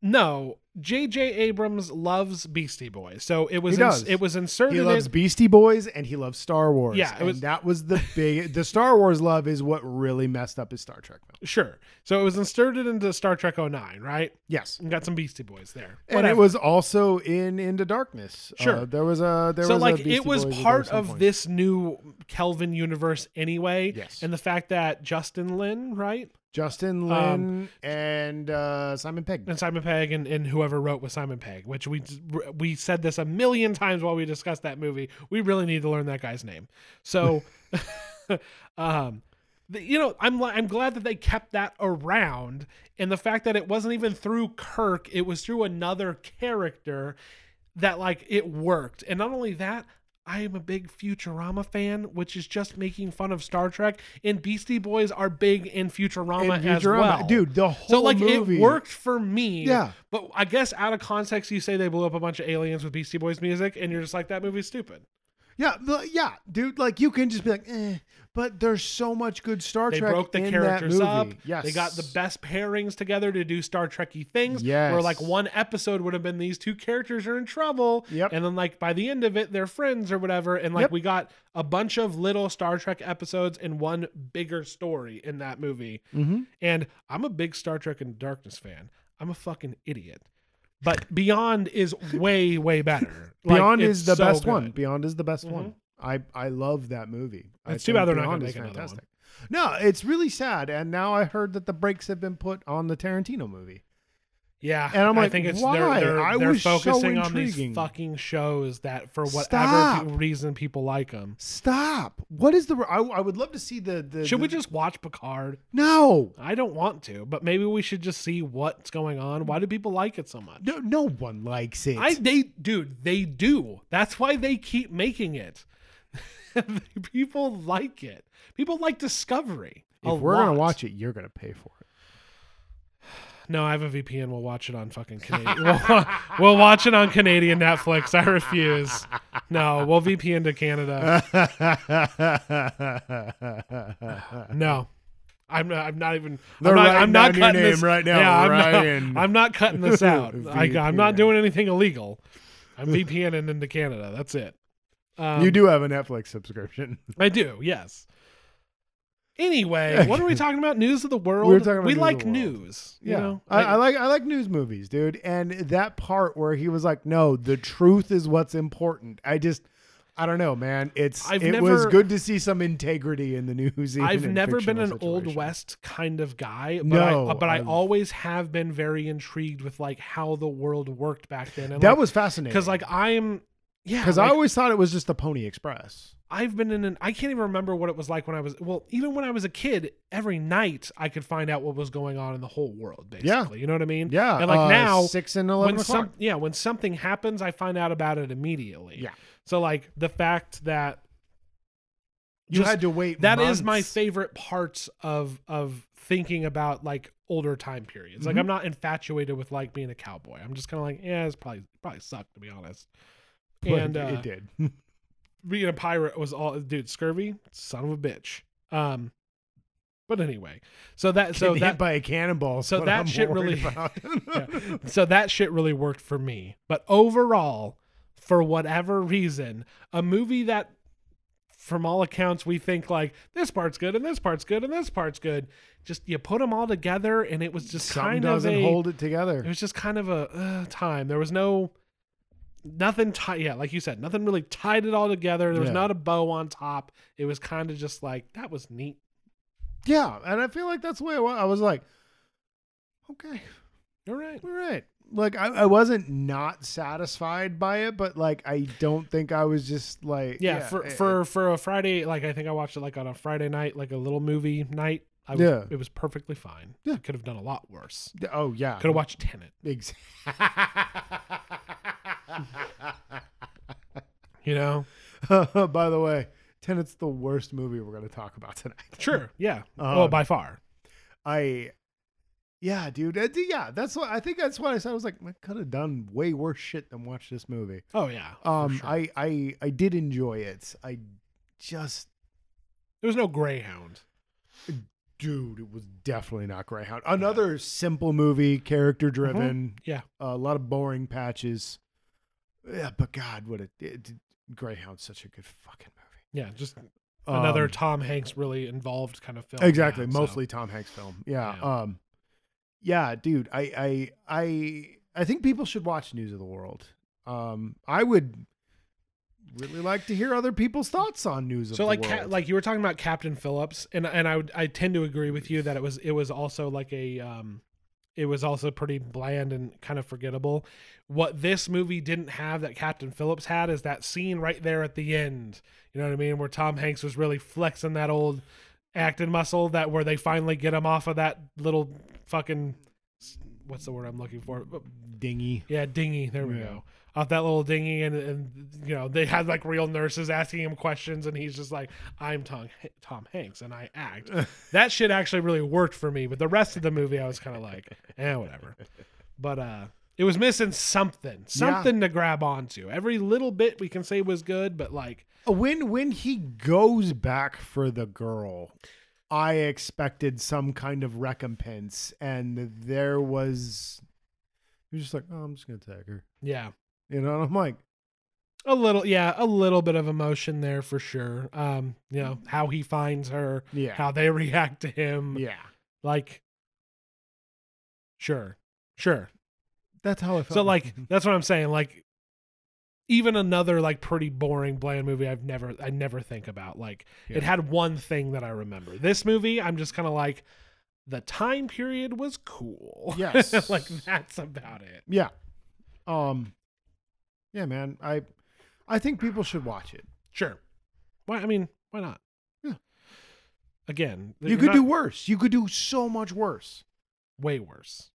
S1: no. J.J. Abrams loves Beastie Boys, so it was
S2: He does.
S1: it was inserted.
S2: He loves
S1: in,
S2: Beastie Boys and he loves Star Wars.
S1: Yeah, it
S2: and
S1: was-
S2: that was the big. the Star Wars love is what really messed up his Star Trek film.
S1: sure. So it was inserted into Star Trek 09, right?
S2: Yes,
S1: And got some Beastie Boys there.
S2: and it
S1: Whatever.
S2: was also in Into Darkness.
S1: Sure.
S2: Uh, there was a there
S1: so
S2: was a
S1: like
S2: Beastie
S1: it was
S2: Boys at
S1: part
S2: some
S1: of
S2: point.
S1: this new Kelvin universe anyway.
S2: Yes.
S1: And the fact that Justin Lin, right?
S2: Justin Lin
S1: um,
S2: and uh, Simon Pegg.
S1: and Simon Pegg and, and whoever wrote with Simon Pegg, which we we said this a million times while we discussed that movie. We really need to learn that guy's name. So, <laughs> um, the, you know, I'm li- I'm glad that they kept that around, and the fact that it wasn't even through Kirk, it was through another character that like it worked. And not only that. I am a big Futurama fan, which is just making fun of Star Trek, and Beastie Boys are big in Futurama,
S2: And
S1: as
S2: Futurama.
S1: well.
S2: dude, the whole
S1: So like
S2: movie.
S1: it worked for me.
S2: Yeah.
S1: But I guess out of context, you say they blew up a bunch of aliens with Beastie Boys music, and you're just like, that movie's stupid.
S2: Yeah, the- yeah, dude. Like you can just be like, eh, but there's so much good Star
S1: They
S2: Trek.
S1: broke the
S2: in
S1: characters
S2: that
S1: up.
S2: movie. Yes,
S1: They got the best pairings together to do Star Trekky things. Where
S2: Yes.
S1: like one episode would have been these two characters are in trouble.
S2: Yep.
S1: And then like by the end of it, they're friends or whatever. And like
S2: Yep.
S1: we got a bunch of little Star Trek episodes and one bigger story in that movie.
S2: Mhm.
S1: And I'm a big Star Trek and Darkness fan. I'm a fucking idiot. But Beyond is way, way better. Like,
S2: Beyond
S1: it's
S2: is the
S1: so
S2: best one.
S1: good.
S2: Beyond is the best
S1: Mhm.
S2: one. I I love that movie. I
S1: It's too
S2: think
S1: bad they're not gonna
S2: Beyond is
S1: make another one.
S2: No, it's really sad. And now I heard that the brakes have been put on the Tarantino movie.
S1: Yeah.
S2: And I'm
S1: I
S2: like,
S1: think it's
S2: why?
S1: they're, they're,
S2: I
S1: they're
S2: was so
S1: focusing on these
S2: intriguing.
S1: fucking shows that for whatever
S2: Stop.
S1: pe- reason people like them.
S2: Stop! What is the? I, I would love to see the. the
S1: Should we
S2: the-
S1: just watch Picard?
S2: No,
S1: I don't want to, but maybe we should just see what's going on. Why do people like it so much?
S2: no, no one likes it.
S1: I they dude, they do. That's why they keep making it. <laughs> people like it. People like Discovery. a
S2: if we're gonna
S1: lot.
S2: watch it, you're gonna
S1: <laughs>
S2: pay for it.
S1: No, I have a VPN. We'll watch it on fucking
S2: <laughs>
S1: Canadian. we'll, we'll watch it on Canadian Netflix. I refuse. No, we'll VPN to Canada. No, I'm not. I'm not even. I'm
S2: They're
S1: not,
S2: writing
S1: I'm not
S2: down your
S1: cutting
S2: name
S1: this
S2: right now,
S1: Yeah, I'm
S2: Ryan.
S1: not. I'm not cutting this
S2: <laughs>
S1: out. I, I'm not
S2: VPN.
S1: doing anything illegal. I'm VPNing into Canada. That's it. Um,
S2: you do have a Netflix subscription.
S1: I do. Yes. Anyway, what are
S2: <laughs>
S1: we talking about? News of the world.
S2: talking about news of the
S1: like
S2: world.
S1: news. You know,
S2: I, I like I like news movies, dude. And that part where he was like, "No, the truth is what's important." I just, I don't know, man. It's
S1: I've
S2: it was
S1: never-
S2: good to see some integrity in the news. <laughs> even
S1: I've
S2: in
S1: never been an
S2: fictional
S1: old
S2: situations.
S1: west kind of guy, but I
S2: No,
S1: but I
S2: I've-
S1: always have been very intrigued with like how the world worked back then. And
S2: That
S1: like,
S2: was fascinating
S1: because like I'm yeah
S2: because
S1: like,
S2: I always thought it was just the Pony Express.
S1: I've been in an I can't even remember what it was like when I was well, even when I was a kid, every night I could find out what was going on in the whole world,
S2: Yeah.
S1: basically. You know what I mean?
S2: Yeah,
S1: And like
S2: uh,
S1: now
S2: six and eleven
S1: when
S2: o'clock.
S1: some yeah, when something happens, I find out about it immediately.
S2: Yeah.
S1: So like the fact that
S2: you had to wait.
S1: that is my
S2: months.
S1: favorite parts of of thinking about like older time periods.
S2: Mm-hmm.
S1: Like I'm not infatuated with like being a cowboy. I'm just kind of like, yeah, it's probably probably sucked to be honest.
S2: <laughs> But
S1: and uh,
S2: it did. <laughs>
S1: being a pirate was all dude scurvy son of a bitch um but anyway so that so
S2: Getting hit
S1: that
S2: by a cannonball. is
S1: so
S2: what
S1: that
S2: I'm
S1: shit
S2: worried
S1: really-
S2: about.
S1: <laughs>
S2: <laughs>
S1: Yeah. so that shit really worked for me but overall for whatever reason a movie that from all accounts we think like this part's good and this part's good and this part's good just you put them all together and it was just
S2: Something
S1: kind
S2: doesn't
S1: of a,
S2: hold it
S1: it
S2: together.
S1: was just kind of a uh, time. There was no nothing tied. Yeah, like you said, nothing really tied it all together. There was
S2: Yeah.
S1: not a bow on top. It was kind of just like that was neat.
S2: Yeah, and I feel like that's the way it was. I was like, okay,
S1: You're right.
S2: all right. Like I, I wasn't not satisfied by it, but like I don't think I was just like
S1: Yeah, for
S2: eh,
S1: for for a Friday, like I think I watched it like on a Friday night, like a little movie night. I was,
S2: Yeah.
S1: it was perfectly fine.
S2: Yeah.
S1: could have done a lot worse.
S2: eh, oh yeah
S1: Could have watched Tenet.
S2: <laughs> Ex- <laughs>
S1: You know,
S2: by the way, Tenet's the worst movie we're gonna talk about tonight.
S1: sure, yeah.
S2: Um,
S1: well, by far.
S2: <laughs> I yeah, dude. I, yeah, that's what I think. That's what I said. I was like, I could have done way worse shit than watch this movie.
S1: Oh yeah. for
S2: Um,
S1: sure.
S2: I I I did enjoy it. I just
S1: there was no Greyhound.
S2: dude, it was definitely not Greyhound. Another simple movie, character driven.
S1: Mm-hmm. Yeah.
S2: a lot of boring patches. Yeah, but God, what a it, it- Greyhound's such a good fucking movie.
S1: Yeah, just another
S2: Um,
S1: Tom Hanks really involved kind of film.
S2: exactly
S1: yeah, so-
S2: mostly Tom Hanks film. Yeah,
S1: Yeah.
S2: um, yeah, dude, I I I I think people should watch News of the World. Um, I would really like to hear other people's thoughts on News of
S1: So
S2: the
S1: like
S2: World.
S1: ca- like you were talking about Captain Phillips, and and I would I tend to agree with you that it was it was also like a um, it was also pretty bland and kind of forgettable. What this movie didn't have that Captain Phillips had is that scene right there at the end. You know what I mean? Where Tom Hanks was really flexing that old acting muscle that where they finally get him off of that little fucking what's the word I'm looking for?
S2: dingy.
S1: Yeah, dinghy. There we
S2: Yeah.
S1: go. Off that little dinghy, and and you know they had like real nurses asking him questions, and he's just like, "I'm Tom Tom Hanks, and I act."
S2: <laughs>
S1: that shit actually really worked for me, but the rest of the movie, I was kind of like, "Eh, whatever." But uh, it was missing something, something to grab onto. Every little bit we can say was good, but like,
S2: When when he goes back for the girl, I expected some kind of recompense, and there was. He was just like, "Oh, I'm just gonna take her,"
S1: yeah,
S2: you know. And I'm like,
S1: a little, yeah, a little bit of emotion there for sure. Um, you know how he finds her,
S2: Mm. "Yeah,
S1: how they <laughs> react to him,
S2: yeah."
S1: like, sure, sure.
S2: That's how I felt.
S1: So
S2: <laughs>
S1: like that's what I'm saying. Like even another like pretty boring bland movie I've never I never think about. Like
S2: Yeah.
S1: it had one thing that I remember. This movie I'm just kind of like the time period was cool. <laughs>
S2: Yes.
S1: like that's about it.
S2: yeah, um, yeah, man. I, I think people should watch it.
S1: Sure. Why I mean, why not?
S2: Yeah.
S1: Again,
S2: You could do worse. You could do so much worse.
S1: way worse.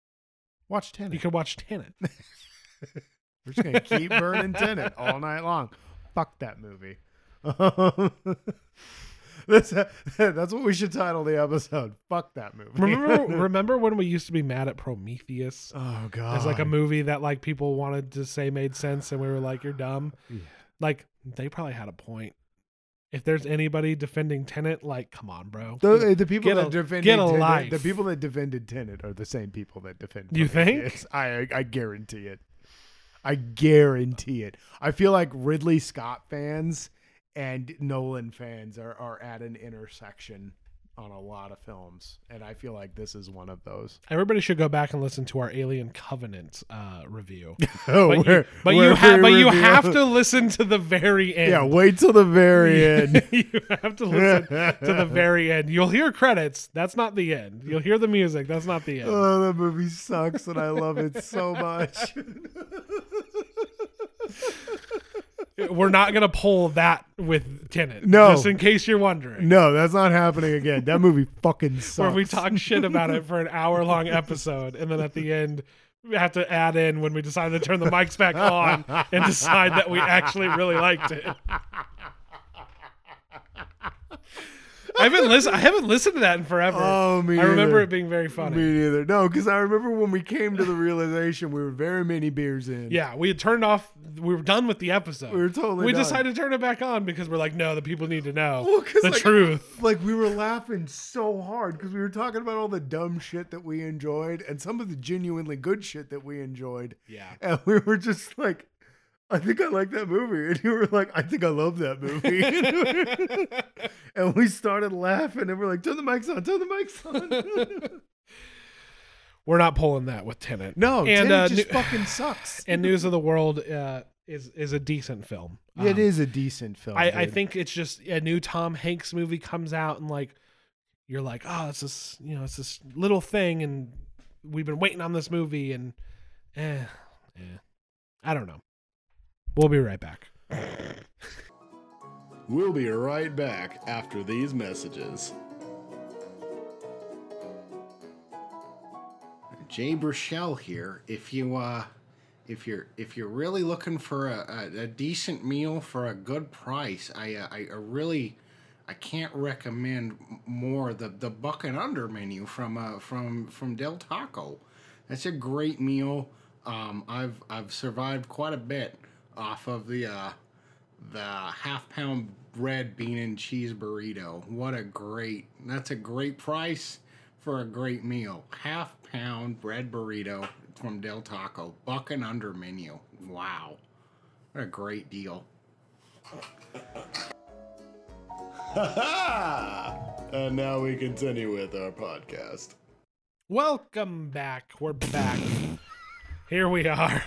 S2: Watch Tenet.
S1: You could watch Tenet.
S2: <laughs> We're just gonna keep burning Tenet all night long. Fuck that movie. <laughs> that's that's what we should title the episode. Fuck that movie. <laughs>
S1: Remember remember when we used to be mad at Prometheus?
S2: oh god.
S1: As like a movie that like people wanted to say made sense and we were like you're dumb.
S2: Yeah.
S1: like they probably had a point. If there's anybody defending Tenet, like, come on, bro.
S2: eh, The, the people
S1: Get a-
S2: that defended
S1: get a
S2: Tenet,
S1: life.
S2: the people that defended Tenet are the same people that defend.
S1: You think?
S2: Prometheus. <laughs> I I guarantee it. I guarantee it. I feel like Ridley Scott fans and Nolan fans are are at an intersection on a lot of films, and I feel like this is one of those.
S1: Everybody should go back and listen to our Alien Covenant uh,
S2: <laughs>
S1: review.
S2: Oh,
S1: But you, but, you, ha- but you
S2: <laughs>
S1: have to listen to the very end. <laughs>
S2: Yeah, wait till the very end.
S1: you have to listen to
S2: <laughs>
S1: the very end. You'll hear credits. That's not the end. You'll hear the music. That's not the end.
S2: Oh, that movie sucks, and I love it so much.
S1: We're not gonna pull that with Tenet.
S2: No.
S1: just in case you're wondering.
S2: <laughs> no, that's not happening again. That movie
S1: <laughs>
S2: fucking sucks.
S1: Where we talk shit about it
S2: <laughs>
S1: for an hour long episode, and then at the end we have to add in when we decide to turn the mics back on and decide that we actually really liked it. I haven't listened. I haven't listened to that in forever.
S2: Oh, me
S1: I remember
S2: either.
S1: it being very funny.
S2: Me neither. No, because I remember when we came to the realization we were very many beers in.
S1: Yeah, we had turned off. We were done with the episode.
S2: We were totally
S1: We
S2: done.
S1: decided to turn it back on because we're like, no, the people need to know
S2: Well, 'cause,
S1: the
S2: like-
S1: truth.
S2: Like we were laughing so hard because we were talking about all the dumb shit that we enjoyed and some of the genuinely good shit that we enjoyed.
S1: Yeah.
S2: And we were just like, I think I like that movie. And you were like, I think I love
S1: <laughs>
S2: that movie. and we started laughing and we're like, turn the mics on, turn the mics
S1: <laughs>
S2: on.
S1: We're not pulling that with Tenant.
S2: no,
S1: And,
S2: and,
S1: uh,
S2: just
S1: new-
S2: fucking sucks.
S1: <laughs> And News of the World uh, is is a decent film.
S2: it
S1: Um,
S2: is a decent film.
S1: I, I
S2: Oh, dude.
S1: think it's just a new Tom Hanks movie comes out and like you're like, oh, it's this you know, it's this little thing, and we've been waiting on this movie, and eh, eh. I don't know. We'll be right back.
S3: We'll be right back after these messages. Jay Burchell here. If you uh, if you're if you're really looking for a, a, a decent meal for a good price, I uh, I I really I can't recommend m- more the the buck and under menu from uh, from from Del Taco. That's a great meal. Um, I've I've survived quite a bit off of the uh, the half pound bread bean and cheese burrito. What a great that's a great price for a great meal. Half pound bread burrito from Del Taco, buck and under menu. Wow. What a great deal. <laughs> and now we continue with our podcast. <laughs>
S1: Welcome back. We're back. Here we are.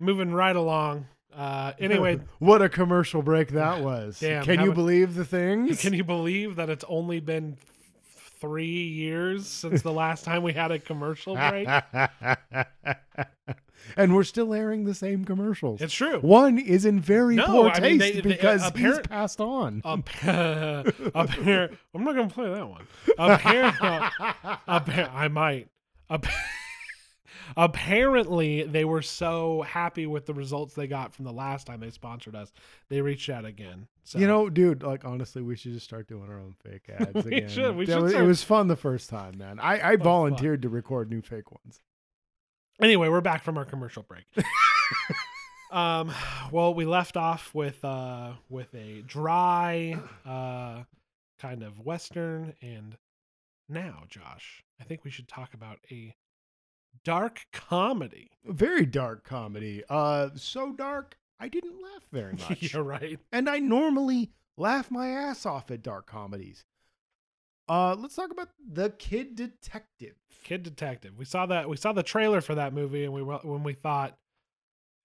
S1: Moving right along. Uh
S2: <laughs>
S1: anyway,
S2: what a commercial break that was.
S1: Damn,
S2: can
S1: how
S2: you
S1: mu-
S2: believe the things?
S1: can you believe that it's only been 3 years since the last time we had a commercial break?
S2: <laughs> and we're still airing the same commercials.
S1: It's true.
S2: One is in very
S1: No,
S2: poor
S1: I
S2: taste
S1: mean, they- they- uh,
S2: because he's
S1: apparent- Oh,
S2: passed on.
S1: <laughs> Appa- appar- I'm not gonna play that one. Appar- appar- I might. App- <laughs> apparently, they were so happy with the results they got from the last time they sponsored us, they reached out again. So
S2: You know, dude, like honestly, we should just start doing our own
S1: <laughs>
S2: fake ads
S1: We
S2: again.
S1: should, we
S2: That
S1: should
S2: was-
S1: start-
S2: It was fun the first time, man. I, I
S1: fun.
S2: volunteered to record new fake ones.
S1: Anyway, we're back from our commercial
S2: <laughs>
S1: break. um, well, we left off with uh with a dry uh kind of western, and now, Josh, I think we should talk about a dark comedy.
S2: Very dark comedy. Uh, so dark, I didn't laugh <laughs>
S1: <laughs>
S2: very much.
S1: You're right.
S2: and I normally laugh my ass off at dark comedies. Uh, let's talk about the Kid Detective.
S1: Kid Detective. We saw that. We saw the trailer for that movie, and we were- when we thought,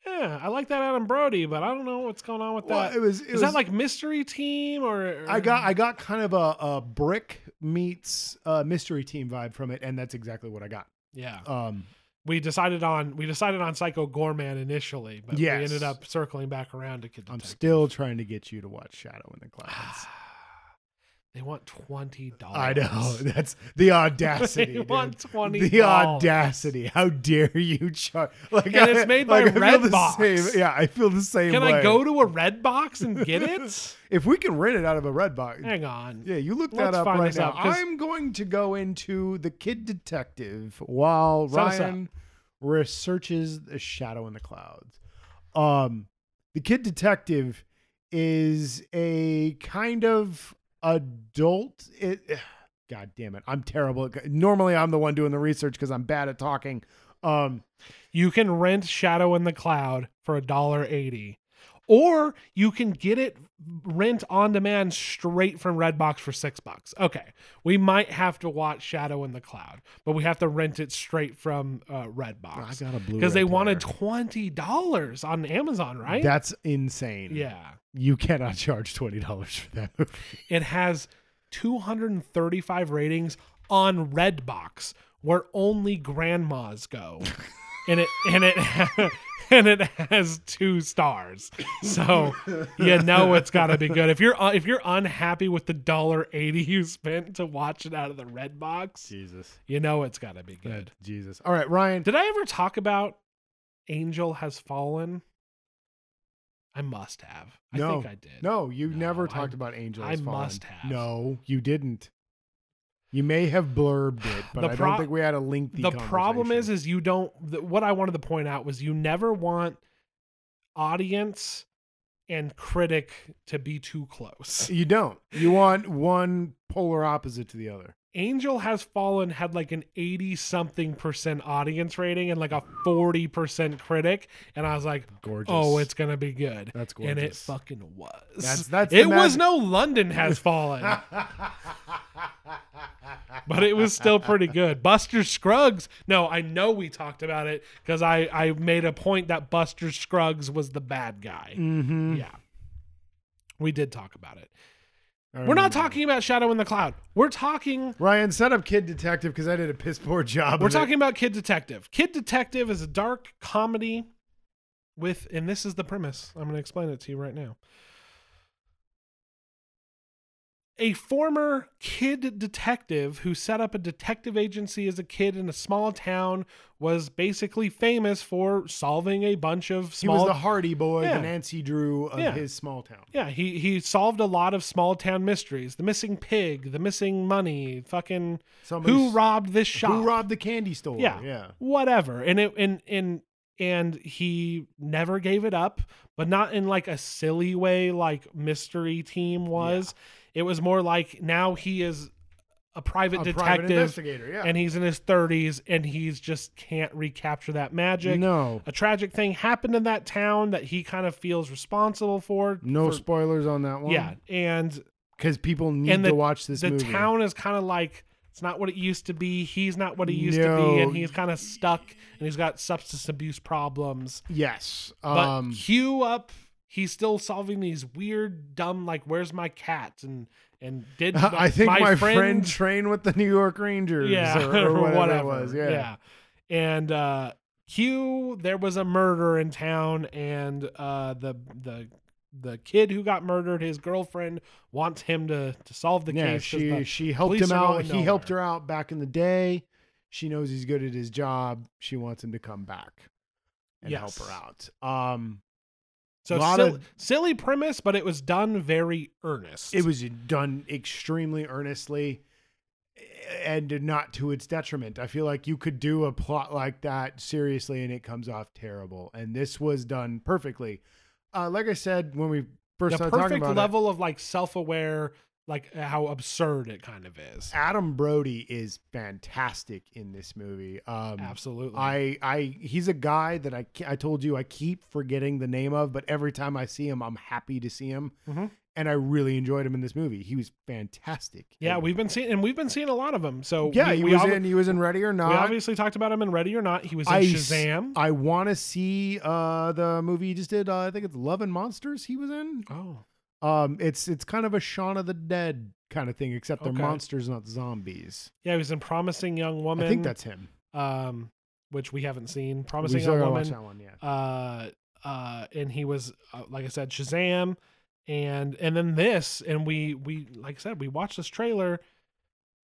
S1: yeah, I like that Adam Brody, but I don't know what's going on with
S2: Well,
S1: that.
S2: it was. It
S1: Is
S2: was
S1: that like mystery team or?
S2: I got I got kind of a, a brick meets uh, mystery team vibe from it, and that's exactly what I got.
S1: yeah.
S2: Um,
S1: We decided on we decided on Psycho Gorman initially, but we
S2: Yes.
S1: ended up circling back around to Kid
S2: I'm
S1: Detective.
S2: still trying to get you to watch Shadow in the Clouds.
S1: Ah, they want twenty dollars.
S2: <laughs> I know
S1: <laughs>
S2: <laughs> that's the audacity.
S1: they
S2: dude.
S1: want twenty.
S2: the audacity! How dare you charge? Like
S1: And
S2: <laughs>
S1: it's made by
S2: I feel
S1: Red
S2: the
S1: Box.
S2: same- yeah, I feel the same.
S1: Can
S2: way.
S1: I go to a red box and get it?
S2: <laughs> If we can rent it out of a red box,
S1: Hang on.
S2: yeah, you look
S1: Let's
S2: that up
S1: find
S2: right
S1: this
S2: now.
S1: out, 'cause-
S2: I'm going to go into the Kid Detective while
S1: Set us up.
S2: Ryan researches the shadow in the clouds. Um, the Kid Detective is a kind of adult. It, <sighs> God damn it, I'm terrible. at- Normally, I'm the one doing the research because I'm bad at talking. Um,
S1: You can rent Shadow in the Cloud for a dollar eighty, or you can get it rent on demand straight from Redbox for six bucks. Okay, we might have to watch Shadow in the Cloud, but we have to rent it straight from uh,
S2: I
S1: Redbox
S2: got a blue
S1: because they wanted twenty dollars on Amazon, right?
S2: That's insane.
S1: yeah,
S2: you cannot charge twenty dollars for that movie.
S1: it has two hundred and thirty-five ratings on Redbox, where only grandmas
S2: <laughs>
S1: go, and it and it. <laughs> And it has two stars, so you know it's got to be good. If you're uh, if you're unhappy with the dollar eighty you spent to watch it out of the red box,
S2: Jesus,
S1: you know it's got to be good.
S2: Jesus. All right, Ryan.
S1: Did I ever talk about Angel Has Fallen? I must have. I
S2: No.
S1: think I did.
S2: No, you
S1: No,
S2: never
S1: I-
S2: talked about Angel.
S1: I
S2: Has Fallen.
S1: must have.
S2: No, you didn't. You may have blurbed it, but
S1: The
S2: I
S1: pro-
S2: don't think we had a lengthy.
S1: the problem is
S2: conversation.
S1: is you don't th- what i wanted to point out was you never want audience and critic to be too close
S2: you don't. You want one polar opposite to the other.
S1: angel has fallen had like an 80 something percent audience rating and like a 40 percent critic and i was like
S2: Gorgeous.
S1: oh it's gonna be good
S2: that's gorgeous.
S1: and it fucking was
S2: That's that's. the
S1: it was
S2: magic-
S1: no london has
S2: <laughs>
S1: fallen but it was still
S2: <laughs>
S1: pretty good. Buster Scruggs. No, I know we talked about it because I, I made a point that Buster Scruggs was the bad guy.
S2: Mhm.
S1: Yeah. We did talk about it.
S2: I
S1: We're not
S2: remember.
S1: talking about Shadow in the Cloud. We're talking
S2: Ryan, set up Kid Detective because I did a piss poor job.
S1: we're
S2: of it.
S1: talking about Kid Detective. Kid Detective is a dark comedy with and this is the premise. I'm going to explain it to you right now. A former kid detective who set up a detective agency as a kid in a small town was basically famous for solving a bunch of
S2: He
S1: small
S2: was the Hardy Boy,
S1: Yeah.
S2: the Nancy Drew of
S1: Yeah.
S2: his small town.
S1: Yeah, he he solved a lot of small town mysteries. The missing pig, the missing money, fucking
S2: Somebody
S1: who robbed this shop?
S2: Who robbed the candy store?
S1: Yeah.
S2: yeah.
S1: whatever. And it and and and he never gave it up, but not in like a silly way like mystery team was. It was more like now he is a private
S2: A private
S1: detective
S2: investigator. Yeah.
S1: and he's in his 30s and he's just can't recapture that magic.
S2: no,
S1: A tragic thing happened in that town that he kind of feels responsible for.
S2: no
S1: for-
S2: spoilers on that one.
S1: yeah, and
S2: because people need
S1: And the-
S2: to watch this
S1: the
S2: movie.
S1: town is kind of like it's not what it used to be. He's not what he used to be,
S2: No.
S1: and he's kind of stuck, and he's got substance abuse problems.
S2: yes.
S1: But
S2: Um,
S1: cue up, he's still solving these weird, dumb, like "Where's my cat?" and and did
S2: <laughs> <laughs> I think my, friend,
S1: <laughs>
S2: trained with the New York Rangers.
S1: yeah, <laughs>
S2: or, or whatever, it was. Yeah.
S1: And uh, cue, there was a murder in town, and uh, the the the kid who got murdered, his girlfriend wants him to to solve the
S2: Yeah,
S1: case. 'cause
S2: she
S1: the-
S2: she helped
S1: police
S2: him
S1: are
S2: out.
S1: going
S2: He helped
S1: nowhere.
S2: her out back in the day. She knows he's good at his job. She wants him to come back and help
S1: Yes.
S2: her out. Um,
S1: So
S2: Lot
S1: silly,
S2: of-
S1: silly premise, but it was done very earnest.
S2: it was done extremely earnestly and not to its detriment. I feel like you could do a plot like that seriously and it comes off terrible. And this was done perfectly. Uh, like I said when we first
S1: the
S2: started talking
S1: perfect
S2: about it,
S1: level of like self-aware, like how absurd it kind of is.
S2: Adam Brody is fantastic in this movie. Um,
S1: Absolutely.
S2: I, I, he's a guy that I, ke- I told you I keep forgetting the name of, but every time I see him, I'm happy to see him,
S1: Mhm.
S2: and I really enjoyed him in this movie. He was fantastic.
S1: yeah,
S2: in-
S1: we've been seeing and we've been seeing a lot of them. So
S2: yeah,
S1: we,
S2: he
S1: we
S2: was
S1: ob-
S2: in, he was in Ready or
S1: we
S2: Not.
S1: obviously talked about him in Ready or Not. He was in
S2: I s-
S1: Shazam.
S2: I want to see uh the movie he just did. Uh, I think it's Love and Monsters. He was in.
S1: oh,
S2: Um, it's it's kind of a Shaun of the Dead kind of thing, except they're
S1: Okay.
S2: monsters, not zombies.
S1: yeah, he was in Promising Young Woman.
S2: I think that's him.
S1: um, which we haven't seen.
S2: we
S1: Promising
S2: still
S1: Young
S2: gotta watch
S1: Woman.
S2: that one. Yeah.
S1: Uh, uh, and he was uh, like I said, Shazam, and and then this, and we we like I said, we watched this trailer,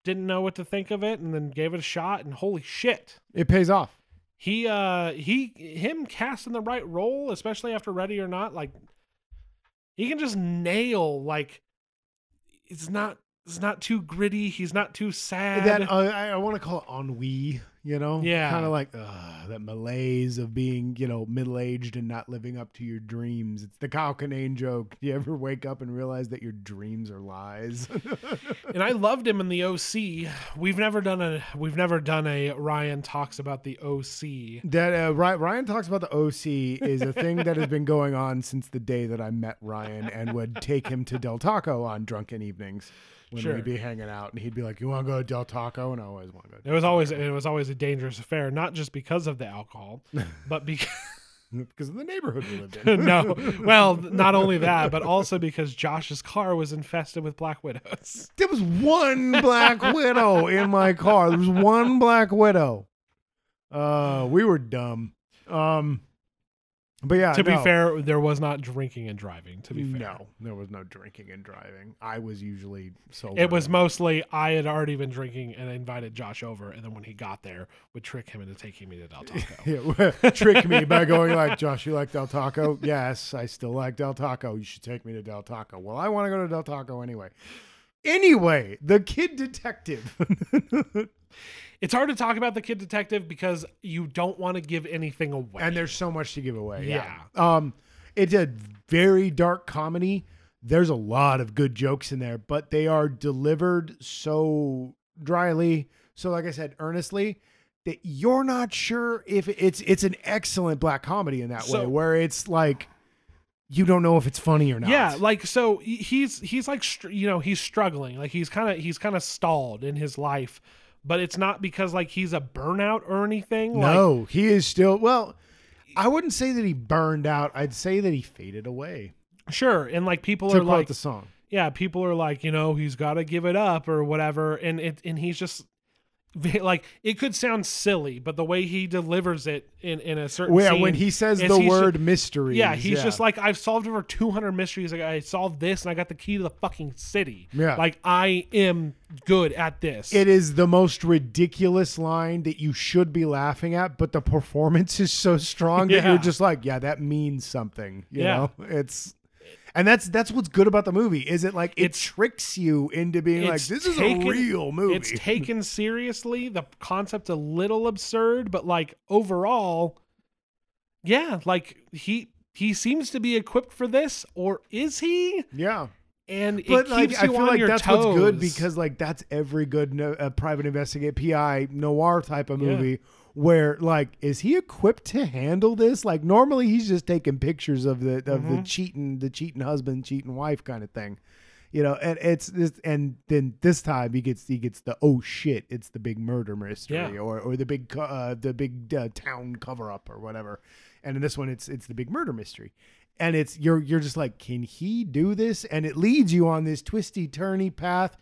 S1: didn't know what to think of it, and then gave it a shot, and holy shit,
S2: It pays off.
S1: he uh he him casting the right role, especially after Ready or Not, like he can just nail like it's not it's not too gritty. He's not too sad.
S2: that uh, I, I want to call it ennui, you know?
S1: Yeah.
S2: Kind of like ugh, that malaise of being, you know, middle aged and not living up to your dreams. It's the Kalkanane joke. You ever wake up and realize that your dreams are lies? <laughs>
S1: and I loved him in the OC. We've never done a we've never done a Ryan talks about the OC.
S2: that uh, Ry- Ryan talks about the OC is a thing that has been going on since the day that I met Ryan and would take him to Del Taco on drunken evenings when
S1: Sure.
S2: we'd be hanging out and he'd be like, "You want to go to Del Taco?" And I always want to go. to
S1: It was always
S2: <laughs>
S1: it was always a dangerous affair, not just because of the alcohol, but because
S2: because of the neighborhood we lived
S1: <laughs>
S2: in.
S1: no, well, not only that, but also because Josh's car was infested with black
S2: <laughs>
S1: widows.
S2: <laughs> There was one black widow in my car. There was one black widow. Uh, we were dumb. Um, but yeah.
S1: to be
S2: no.
S1: fair, there was not drinking and driving. To be fair,
S2: no, there was no drinking and driving. I was usually so.
S1: It was mostly I had already been drinking and I invited Josh over, and then when he got there, would trick him into taking me to Del
S2: <laughs>
S1: Taco.
S2: Yeah, trick me by going like, Josh, you like Del Taco? Yes, I still like Del Taco. You should take me to Del Taco. Well, I want to go to Del Taco anyway. Anyway, the kid detective. <laughs>
S1: it's hard to talk about the kid detective because you don't want to give anything away.
S2: And there's so much to give away. Um, it's a very dark comedy. There's a lot of good jokes in there, but they are delivered so dryly, so like I said, earnestly, that you're not sure if it's it's an excellent black comedy in that way,
S1: So-
S2: where it's like you don't know if it's funny or not.
S1: Yeah, like so he- he's he's like str- you know he's struggling like he's kind of he's kind of stalled in his life, but it's not because like he's a burnout or anything. like,
S2: no, he is still well. I wouldn't say that he burned out. I'd say that he faded away.
S1: sure, and like people
S2: To
S1: are
S2: quote
S1: like
S2: the song,
S1: yeah, people are like you know he's got to give it up or whatever, and it and he's just <laughs> like it could sound silly, but the way he delivers it in in a certain
S2: where
S1: scene,
S2: when he says
S1: is
S2: the
S1: he's ju-
S2: word mystery,
S1: Yeah, he's just like I've solved over 200 mysteries. Like I solved this, and I got the key to the fucking city.
S2: Yeah.
S1: like I am good at this.
S2: It is the most ridiculous line that you should be laughing at, but the performance is so strong that
S1: Yeah.
S2: you're just like, yeah, that means something. You
S1: Yeah.
S2: know, it's and that's that's what's good about the movie is it like it
S1: It's-
S2: tricks you into being like
S1: it's
S2: this is
S1: taken-
S2: a real movie.
S1: It's taken seriously. The concept's a little absurd, but like overall, yeah, like he he seems to be equipped for this, or is he?
S2: yeah,
S1: And it
S2: but
S1: keeps
S2: like
S1: you
S2: I feel
S1: on
S2: like
S1: your
S2: that's
S1: toes.
S2: what's good because like that's every good no, uh, private investigate PI noir type of
S1: Yeah.
S2: movie where like is he equipped to handle this? Like normally he's just taking pictures of the of the
S1: Mhm.
S2: cheating the cheating husband cheating wife kind of thing. You know, and it's this, and then this time he gets he gets the oh shit, it's the big murder mystery
S1: Yeah.
S2: or or the big co- uh, the big uh, town cover up or whatever. And in this one, it's it's the big murder mystery, and it's you're you're just like, can he do this? And it leads you on this twisty turny path,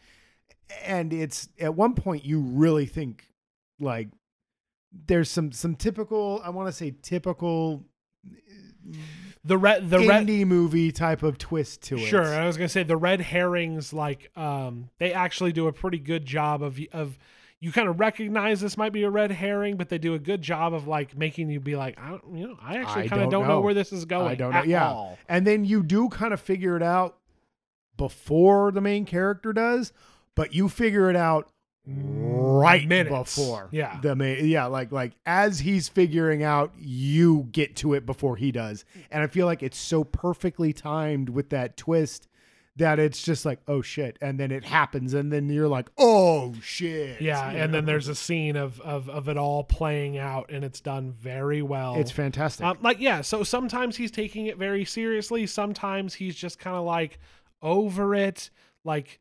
S2: and it's at one point you really think like there's some some typical I want to say typical
S1: the red the red
S2: indie movie type of twist to it.
S1: Sure, I was gonna say the red herrings. Like, um, they actually do a pretty good job of of you kind of recognize this might be a red herring, but they do a good job of like making you be like, I don't, you know, I actually
S2: I
S1: kind of
S2: don't
S1: don't, know.
S2: know.
S1: where this is going.
S2: I don't know.
S1: at
S2: Yeah.
S1: all.
S2: And then you do kind of figure it out before the main character does, but you figure it out right
S1: Minutes.
S2: before.
S1: Yeah.
S2: The main yeah, like like as he's figuring out, you get to it before he does. And I feel like it's so perfectly timed with that twist that it's just like, oh shit. And then it happens and then you're like, oh shit.
S1: Yeah,
S2: You
S1: and then
S2: know?
S1: there's a scene of of of it all playing out, and it's done very well.
S2: it's fantastic.
S1: Um, like yeah, so sometimes he's taking it very seriously. Sometimes he's just kind of like over it, like,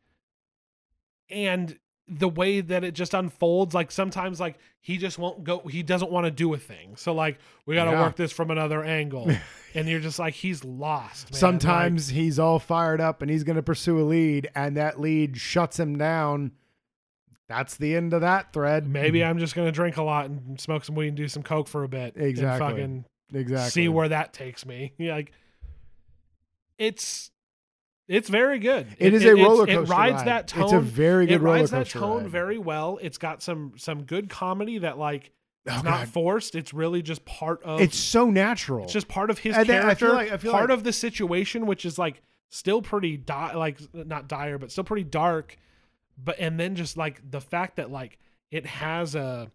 S1: and the way that it just unfolds, like sometimes like he just won't go. He doesn't want to do a thing. So like we got to
S2: Yeah.
S1: work this from another
S2: <laughs>
S1: angle, and you're just like he's lost. man.
S2: Sometimes he's all fired up and he's going to pursue a lead, and that lead shuts him down. That's the end of that
S1: Like,
S2: thread.
S1: maybe I'm just gonna drink a lot and smoke some weed and do some coke for a bit. and
S2: Exactly.
S1: fucking
S2: <laughs> exactly
S1: see where that takes me. <laughs> Yeah, Like it's it's very good.
S2: it is
S1: it-
S2: a
S1: it's-
S2: roller coaster.
S1: It rides
S2: ride.
S1: that tone.
S2: It's a very good
S1: it
S2: roller
S1: rides
S2: coaster.
S1: that tone
S2: ride.
S1: very well. It's got some some good comedy that like
S2: Oh,
S1: it's not
S2: God.
S1: forced. It's really just part of
S2: It's so natural.
S1: it's just part of his
S2: And then I
S1: character.
S2: feel like- I feel
S1: part
S2: like-
S1: of the situation, which is like still pretty di- like not dire, but still pretty dark. but and then just like the fact that like it has a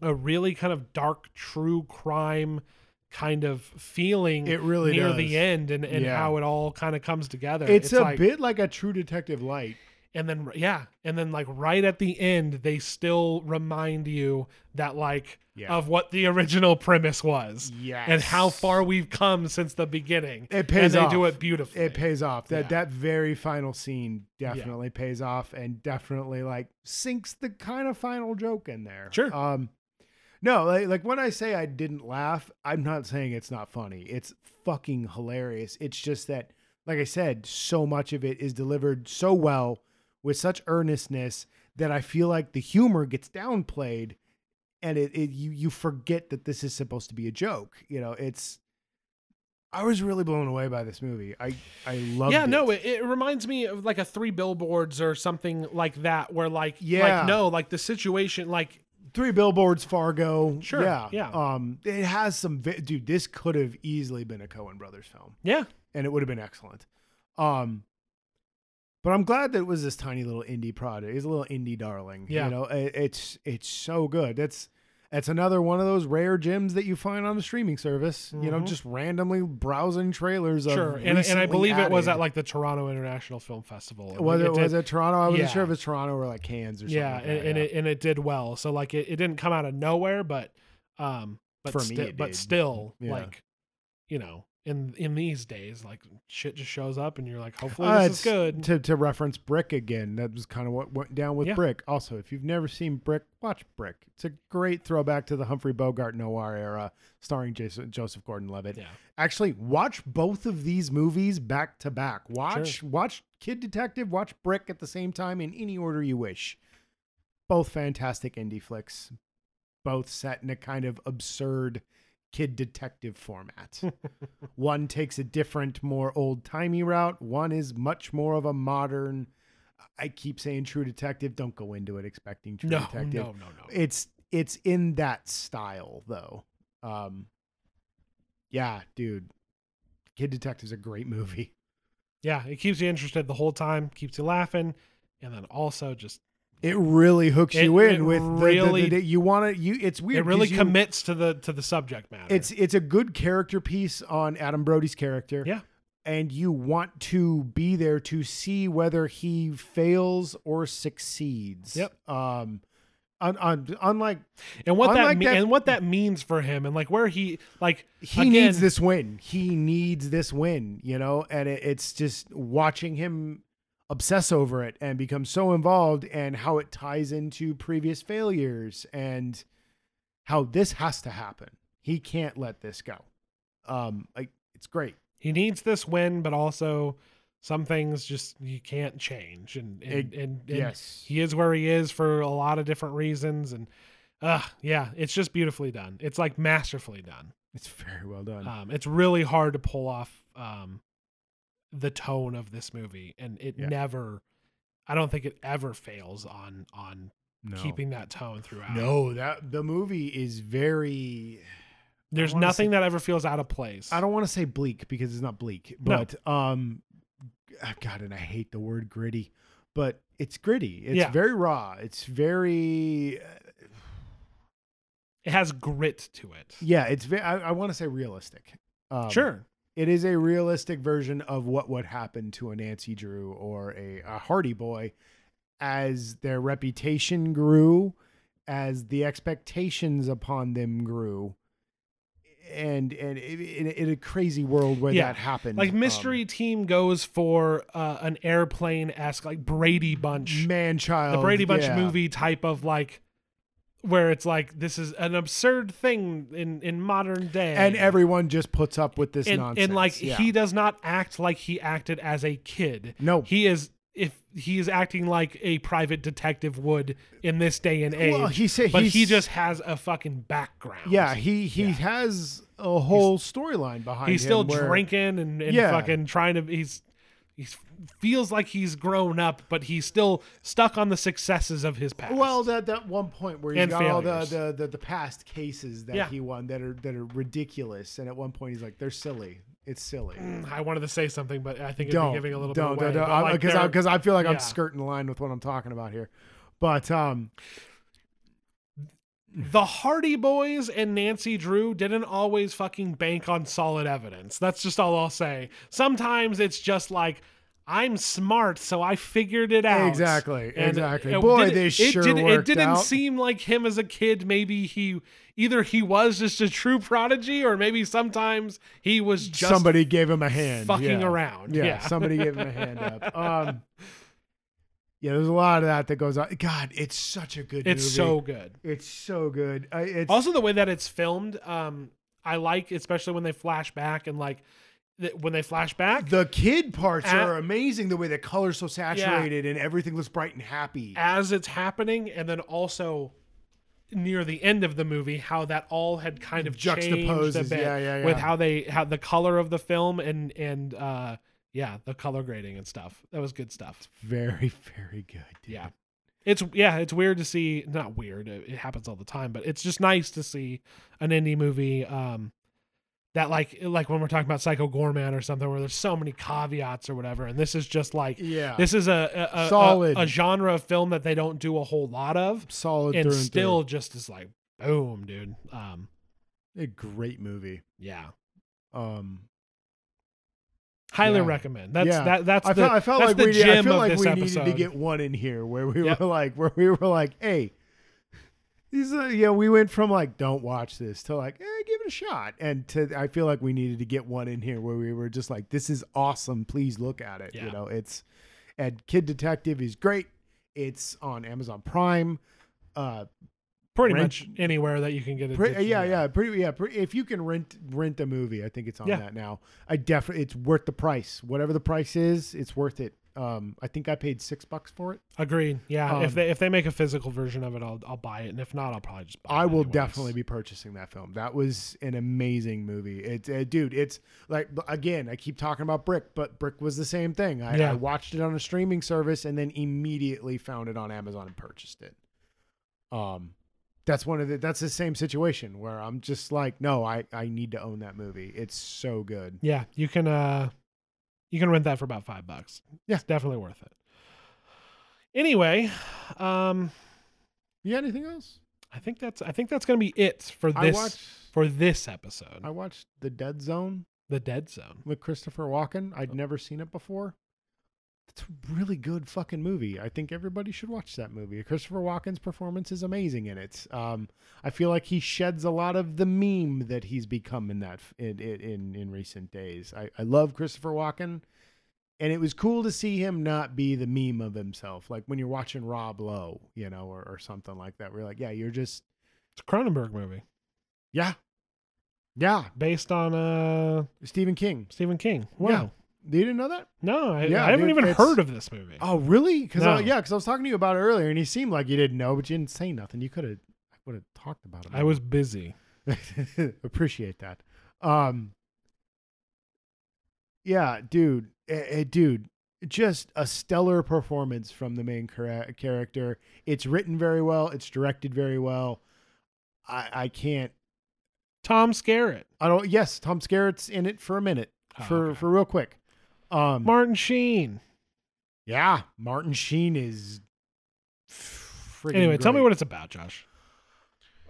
S1: a really kind of dark true crime kind of feeling
S2: It really
S1: near
S2: does.
S1: the end and, and
S2: Yeah.
S1: how it all kind of comes together.
S2: It's, a
S1: like,
S2: bit like a True Detective light.
S1: and then yeah, and then like right at the end they still remind you that like
S2: Yeah.
S1: of what the original premise was.
S2: Yes.
S1: And how far we've come since the beginning.
S2: It
S1: and
S2: pays
S1: they
S2: off.
S1: do it beautifully.
S2: it pays off. That
S1: Yeah.
S2: that very final scene definitely pays off and definitely like sinks the kind of final joke in there.
S1: Sure.
S2: Um no, like, like when I say I didn't laugh, I'm not saying it's not funny. It's fucking hilarious. It's just that like I said, so much of it is delivered so well with such earnestness that I feel like the humor gets downplayed and it, it you you forget that this is supposed to be a joke. You know, it's I was really blown away by this movie. I I loved
S1: yeah,
S2: it.
S1: no, it, it reminds me of like a three billboards or something like that, where like,
S2: Yeah.
S1: like no, like the situation, like
S2: Three Billboards, Fargo.
S1: Sure,
S2: Yeah.
S1: yeah.
S2: Um, it has some. Vi- Dude, this could have easily been a Cohen Brothers film,
S1: yeah,
S2: and it would have been excellent. Um, but I'm glad that it was this tiny little indie project. It's a little indie darling.
S1: Yeah.
S2: You know, it, it's it's so good. That's that's another one of those rare gems that you find on the streaming service. You know,
S1: Mhm.
S2: just randomly browsing trailers. Of
S1: sure. And, and I
S2: recently
S1: believe it was
S2: added-
S1: at like the Toronto International Film Festival. and
S2: was it, was
S1: did-
S2: it Toronto? I wasn't
S1: Yeah.
S2: sure if it's Toronto or like Cannes or something.
S1: Yeah,
S2: like
S1: and,
S2: that,
S1: and
S2: yeah.
S1: it and it did well. So like it, it didn't come out of nowhere, but um, but
S2: For me,
S1: sti-
S2: it
S1: but
S2: did.
S1: still,
S2: Yeah.
S1: like, you know, in in these days, like shit just shows up, and you're like, hopefully
S2: Uh,
S1: this is
S2: it's-
S1: good.
S2: To, to reference Brick again, that was kind of what went down with
S1: Yeah.
S2: Brick. Also, if you've never seen Brick, watch Brick. It's a great throwback to the Humphrey Bogart noir era, starring Jason, Joseph Gordon-Levitt.
S1: Yeah.
S2: Actually, watch both of these movies back to back. Watch watch Kid Detective, watch Brick at the same time in any order you wish. Both fantastic indie flicks, both set in a kind of absurd Kid
S1: <laughs>
S2: Detective format. One takes a different, more old timey route. One is much more of a modern. I keep saying True Detective. Don't go into it expecting True
S1: no,
S2: Detective.
S1: no, no, no.
S2: It's it's in that style though. Um, yeah, dude, Kid Detective's a great movie.
S1: yeah, it keeps you interested the whole time, keeps you laughing, and then also just
S2: It really hooks
S1: It-
S2: you in
S1: it
S2: with the- the,
S1: really-
S2: the, you want to you. It's weird.
S1: it really
S2: 'cause you-
S1: commits to the to the subject matter.
S2: It's it's a good character piece on Adam Brody's character.
S1: Yeah.
S2: And you want to be there to see whether he fails or succeeds.
S1: Yep.
S2: Um un, un, unlike
S1: and what that,
S2: unlike
S1: me-
S2: that-
S1: and what that means for him, and like where he like
S2: he
S1: again,
S2: needs this win. He needs this win, you know, and it, it's just watching him obsess over it and become so involved and how it ties into previous failures and how this has to happen. He can't let this go. Um like it's great.
S1: He needs this win, but also some things just you can't change, and and,
S2: Eg-
S1: and, and
S2: yes.
S1: he is where he is for a lot of different reasons, and uh yeah, it's just beautifully done. It's like masterfully done.
S2: It's very well done.
S1: Um, it's really hard to pull off um, the tone of this movie, and it
S2: Yeah.
S1: never. I don't think it ever fails on on
S2: no.
S1: keeping that tone throughout.
S2: No, that the movie is very
S1: there's
S2: I wanna
S1: nothing
S2: say-
S1: that ever feels out of place.
S2: I don't want to say bleak because it's not bleak,
S1: No.
S2: but um god and I hate the word gritty, but it's gritty. It's
S1: Yeah.
S2: very raw. It's very uh,
S1: It has grit to it.
S2: yeah, it's very I, I want to say realistic. Um,
S1: sure.
S2: It is a realistic version of what would happen to a Nancy Drew or a, a Hardy Boy as their reputation grew, as the expectations upon them grew. And and in, in, in a crazy world where
S1: Yeah.
S2: that happened,
S1: Like
S2: um,
S1: mystery team goes for uh, an airplane esque like Brady Bunch,
S2: man
S1: the
S2: child,
S1: Brady Bunch
S2: yeah.
S1: movie type of like. Where it's like this is an absurd thing in in modern day,
S2: and everyone just puts up with this
S1: and,
S2: nonsense.
S1: and like
S2: yeah.
S1: he does not act like he acted as a kid.
S2: no,
S1: He is if he is acting like a private detective would in this day and age.
S2: well, he said
S1: but
S2: he's-
S1: he just has a fucking background.
S2: yeah, he he
S1: Yeah.
S2: has a whole storyline behind.
S1: he's
S2: him
S1: still
S2: where-
S1: drinking and, and
S2: Yeah.
S1: fucking trying to he's he feels like he's grown up, but he's still stuck on the successes of his past.
S2: Well, that that one point where he's
S1: And
S2: got all
S1: failures.
S2: the, the, the the past cases that
S1: Yeah.
S2: he won that are that are ridiculous, and at one point he's like, they're silly. It's silly.
S1: I wanted to say something, but I think it'd
S2: don't
S1: be Mm. giving a little
S2: don't,
S1: bit away.
S2: don't,
S1: but, like,
S2: because
S1: they're-
S2: because I, feel like
S1: yeah.
S2: I'm skirting the line with what I'm talking about here. But um,
S1: the Hardy Boys and Nancy Drew didn't always fucking bank on solid evidence. That's just all I'll say. Sometimes it's just like I'm smart, so I figured it out.
S2: exactly,
S1: And
S2: exactly.
S1: it
S2: Boy,
S1: didn't-
S2: they sure
S1: it didn't,
S2: worked
S1: It didn't
S2: out.
S1: seem like him as a kid. Maybe he either he was just a true prodigy, or maybe sometimes he was just
S2: somebody gave him a hand.
S1: fucking
S2: yeah.
S1: around.
S2: Yeah,
S1: Yeah,
S2: somebody gave him a
S1: <laughs>
S2: hand up. Um, yeah, there's a lot of that that goes on. God, it's such a good.
S1: it's
S2: movie.
S1: so good.
S2: It's so good. I, it's
S1: also the way that it's filmed um i like especially when they flash back and like th- when they flash back
S2: the kid parts
S1: At-
S2: are amazing. The way the color's so saturated and everything looks bright and happy.
S1: as it's happening and then also near the end of the movie how that all had kind of juxtaposed a
S2: Juxtaposes,
S1: bit
S2: yeah, yeah,
S1: with
S2: yeah.
S1: how they how the color of the film and and uh yeah the color grading and stuff that was good stuff
S2: very, very good. dude.
S1: yeah it's yeah it's weird to see not weird it it happens all the time but it's just nice to see an indie movie um that like like when we're talking about psycho gorman or something where there's so many caveats or whatever and this is just like
S2: yeah.
S1: this is a a, a-
S2: Solid.
S1: a, a genre of film that they don't do a whole lot of
S2: solid
S1: and
S2: through and
S1: still just is like boom dude um
S2: through. a great movie.
S1: yeah
S2: Um,
S1: highly
S2: Yeah.
S1: recommend that's
S2: Yeah.
S1: that that's
S2: I
S1: the
S2: felt, I felt
S1: that's
S2: like
S1: the
S2: we, need- I
S1: gem
S2: feel
S1: of
S2: like
S1: this
S2: we
S1: episode
S2: needed to get one in here where we
S1: Yep.
S2: were like, where we were like, hey, these, are, yeah, we went from like, don't watch this to like, eh, give it a shot, and to I feel like we needed to get one in here where we were just like, this is awesome, please look at it.
S1: Yeah.
S2: You know, it's and Kid Detective is great. It's on Amazon Prime. Uh,
S1: pretty
S2: wrench-
S1: much anywhere that you can get it
S2: Pre- yeah, yeah, pretty, yeah. Pre- if you can rent rent a movie, I think it's on
S1: Yeah.
S2: that now. I definitely, it's worth the price. Whatever the price is, it's worth it. Um, I think I paid six bucks for it.
S1: Agreed. Yeah. if
S2: Um,
S1: they if they make a physical version of it, I'll I'll buy it, and if not, I'll probably just. buy it
S2: I will
S1: anyways.
S2: definitely be purchasing that film. That was an amazing movie. It's uh, dude, it's like b- again, I keep talking about Brick, but Brick was the same thing. I,
S1: Yeah.
S2: I watched it on a streaming service and then immediately found it on Amazon and purchased it. Um, that's one of the that's the same situation where I'm just like, no, I I need to own that movie. It's so good.
S1: Yeah, you can. uh You can rent that for about five bucks.
S2: Yeah.
S1: it's definitely worth it. Anyway, um,
S2: You got anything else?
S1: I think that's I think that's gonna be it for
S2: I
S1: this
S2: watched
S1: for this episode,
S2: I watched The Dead Zone
S1: the Dead Zone.
S2: with Christopher Walken. I'd never seen it before. It's a really good fucking movie. I think everybody should watch that movie. Christopher Walken's performance is amazing in it. Um, I feel like he sheds a lot of the meme that he's become in that in in in, in recent days. I, I love Christopher Walken, and it was cool to see him not be the meme of himself. Like when you're watching Rob Lowe, you know, or, or something like that. We're like, yeah, you're just
S1: It's a Cronenberg movie
S2: yeah, yeah.
S1: based on uh
S2: Stephen King.
S1: Stephen King. Wow.
S2: Yeah. You didn't know that?
S1: No, I,
S2: Yeah,
S1: I haven't
S2: dude,
S1: even
S2: it's-
S1: heard of this movie.
S2: Oh, really? Because
S1: No.
S2: yeah, because I was talking to you about it earlier, and you seemed like you didn't know, but you didn't say nothing. You could have, I would have talked about it.
S1: I was busy.
S2: <laughs> appreciate that. Um, yeah, dude, eh, eh, dude, just a stellar performance from the main chara- character. It's written very well. It's directed very well. I, I can't.
S1: Tom Skerritt,
S2: I don't. Yes, Tom Skerritt's in it for a minute,
S1: Oh,
S2: for
S1: okay.
S2: for real quick. Um,
S1: Martin Sheen.
S2: Yeah, Martin Sheen is. Friggin
S1: Anyway, tell me
S2: great.
S1: what it's about, Josh.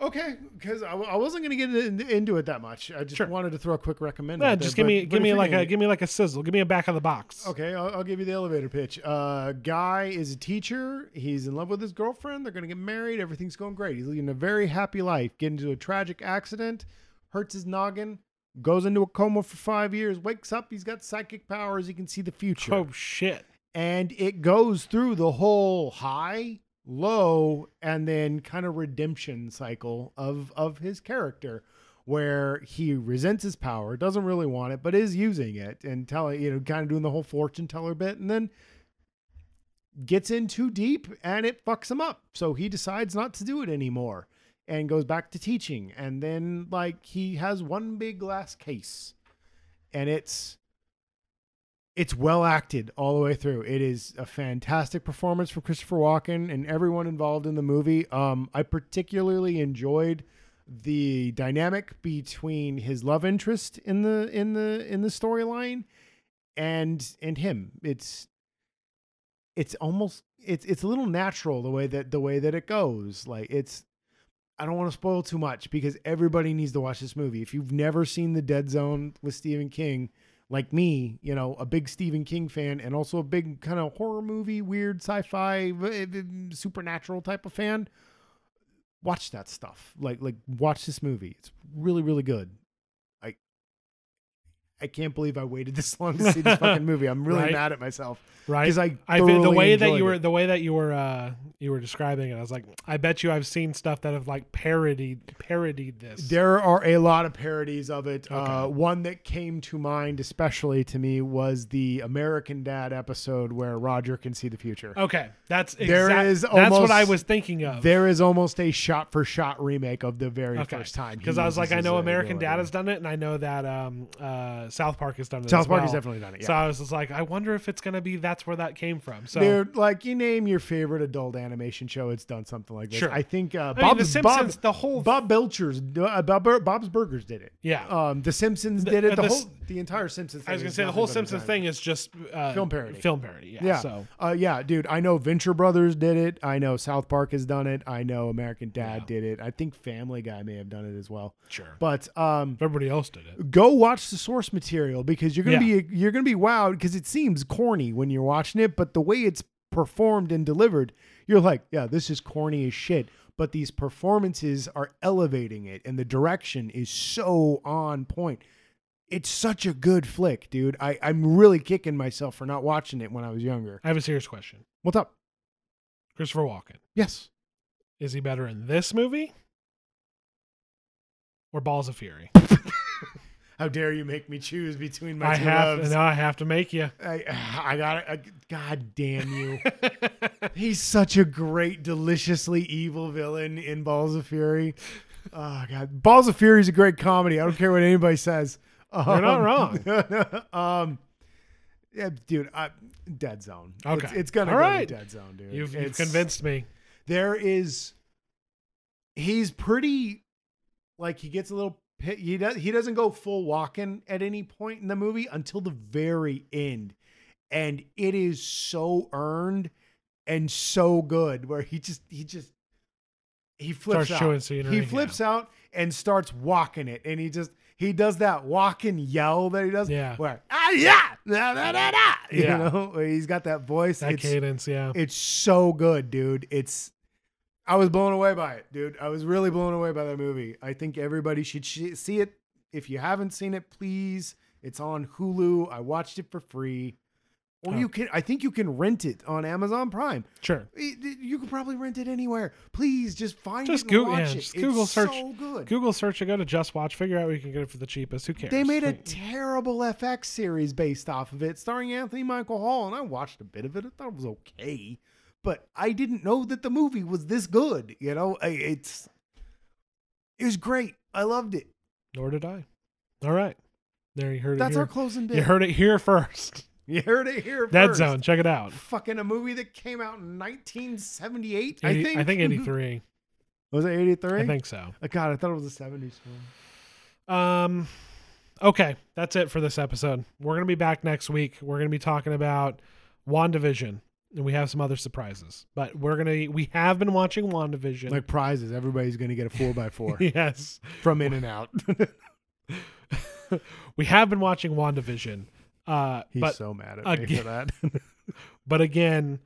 S2: Okay, because I, I wasn't going to get in, into it that much. I just
S1: Sure.
S2: wanted to throw a quick recommend.
S1: Yeah,
S2: out there,
S1: just give
S2: but-
S1: me
S2: but
S1: give
S2: if
S1: me
S2: you're
S1: like
S2: gonna-
S1: a give me like a sizzle. Give me a back of the box.
S2: Okay, I'll, I'll give you the elevator pitch. Uh, guy is a teacher. He's in love with his girlfriend. They're going to get married. Everything's going great. He's leading a very happy life. Get into a tragic accident, hurts his noggin, goes into a coma for five years. Wakes up. He's got psychic powers. He can see the future.
S1: Oh shit.
S2: and it goes through the whole high low and then kind of redemption cycle of of his character where he resents his power doesn't really want it but is using it and telling you know kind of doing the whole fortune teller bit and then gets in too deep and it fucks him up so he decides not to do it anymore and goes back to teaching and then like he has one big glass case and it's it's well acted all the way through. It is a fantastic performance from Christopher Walken and everyone involved in the movie. Um, I particularly enjoyed the dynamic between his love interest in the in the in the storyline and and him. It's it's almost it's it's a little natural the way that the way that it goes. Like it's I don't want to spoil too much because everybody needs to watch this movie. If you've never seen The Dead Zone with Stephen King, like me, you know, a big Stephen King fan and also a big kind of horror movie, weird sci-fi, v- v- supernatural type of fan, watch that stuff. Like like watch this movie. It's really really good. I I can't believe I waited <laughs> this long to see this fucking movie. I'm really
S1: Right.
S2: mad at myself
S1: right?
S2: because I
S1: I feel the
S2: thoroughly
S1: way that
S2: enjoyed
S1: you were
S2: it.
S1: the way that you were uh you were describing it, I was like, I bet you I've seen stuff that have like parodied parodied this.
S2: There are a lot of parodies of it. Uh,
S1: Okay.
S2: one that came to mind, especially to me, was the American Dad episode where Roger can see the future.
S1: okay, that's exactly
S2: There is
S1: that's what I
S2: almost-
S1: was thinking of.
S2: There is almost a shot for shot remake of the very
S1: Okay.
S2: first time. he
S1: because I was like, I
S2: uses
S1: know
S2: a
S1: American Dad
S2: ability.
S1: has done it, and I know that um, uh, South Park has done it.
S2: South
S1: as
S2: Park has
S1: well.
S2: definitely done it. Yeah.
S1: So I was just like, I wonder if it's gonna be that's where that came from. So
S2: Dude, like you name your favorite adult animation show, it's done something like this.
S1: Sure.
S2: I think uh,
S1: I mean,
S2: Bob's
S1: The Simpsons,
S2: Bob,
S1: the whole
S2: Bob Belcher's uh, Bob, Bob's Burgers did it.
S1: yeah.
S2: Um, the Simpsons
S1: The-
S2: did it.
S1: uh,
S2: The,
S1: the s-
S2: whole the entire Simpsons.
S1: I was
S2: thing
S1: gonna
S2: is
S1: say the
S2: nothing
S1: whole
S2: but a
S1: Simpsons
S2: design.
S1: thing is just uh,
S2: Film parody.
S1: Film parody, yeah.
S2: Yeah.
S1: So
S2: Uh, yeah, dude. I know Venture Brothers did it. I know South Park has done it. I know American Dad
S1: Yeah.
S2: did it. I think Family Guy may have done it as well.
S1: sure, but
S2: But um,
S1: everybody else did it.
S2: go watch the source material because you're gonna
S1: Yeah.
S2: be you're gonna be wowed because it seems corny when you're watching it, but the way it's performed and delivered, you're like, yeah, this is corny as shit. But these performances are elevating it, and the direction is so on point. It's such a good flick, dude. I, I'm really kicking myself for not watching it when I was younger.
S1: I have a serious question.
S2: What's up?
S1: Christopher Walken.
S2: Yes.
S1: Is he better in this movie or Balls of Fury?
S2: How dare you make me choose between my
S1: I
S2: two
S1: have
S2: loves?
S1: now. I have to make you.
S2: I, I got it. God damn you! He's such a great, deliciously evil villain in Balls of Fury. Oh God, Balls of Fury is a great comedy. I don't care what anybody says. Um,
S1: You're not
S2: wrong. <laughs> um, yeah, dude, I, Dead Zone.
S1: Okay.
S2: it's, it's gonna
S1: All
S2: go
S1: right.
S2: to Dead Zone,
S1: <laughs>
S2: dude.
S1: You've, you've
S2: It's-
S1: convinced me.
S2: there is he's pretty like he gets a little pi- he does he doesn't go full walking at any point in the movie until the very end and it is so earned and so good where he just he just he flips
S1: Starts
S2: out.
S1: chewing scenery,
S2: he
S1: yeah.
S2: flips out and starts walking it and he just he does that walking yell that he does
S1: Yeah.
S2: where ah yeah da, da, da, da," you
S1: Yeah.
S2: know where he's got that voice
S1: That
S2: it's,
S1: cadence, yeah.
S2: it's so good, dude. It's I was blown away by it, dude. I was really blown away by that movie. I think everybody should sh- see it. If you haven't seen it, please. It's on Hulu. I watched it for free. Or
S1: Oh.
S2: you can I think you can rent it on Amazon Prime.
S1: sure.
S2: It- it- You could probably rent it anywhere. Please just find
S1: Just
S2: it and
S1: Google-
S2: watch
S1: yeah,
S2: it.
S1: just Google
S2: it's
S1: search-
S2: so good.
S1: Google search or go to Just Watch. Figure out where you can get it for the cheapest. Who cares?
S2: They made a
S1: Like,
S2: terrible FX series based off of it, starring Anthony Michael Hall, and I watched a bit of it. I thought it was okay, but I didn't know that the movie was this good. You know, I- it's it was great. I loved it.
S1: Nor did I. All right. There you heard it.
S2: That's
S1: here.
S2: our closing bit.
S1: You heard it here
S2: <laughs>
S1: first.
S2: You heard it here.
S1: Dead
S2: first.
S1: Zone. Check it out.
S2: Fucking a movie that came out in 1978. I
S1: 80
S2: think.
S1: I think
S2: <laughs>
S1: 83.
S2: was it 83?
S1: I think so.
S2: God, I thought it was a 70s film.
S1: Um okay, that's it for this episode. We're going to be back next week. We're going to be talking about WandaVision and we have some other surprises. But we're going to we have been watching WandaVision.
S2: Like prizes, everybody's gonna get a four by four
S1: <laughs> yes. <laughs>
S2: from In and Out.
S1: we have been watching WandaVision. Uh
S2: He's
S1: but
S2: so mad at me
S1: again- <laughs>
S2: for that.
S1: but again,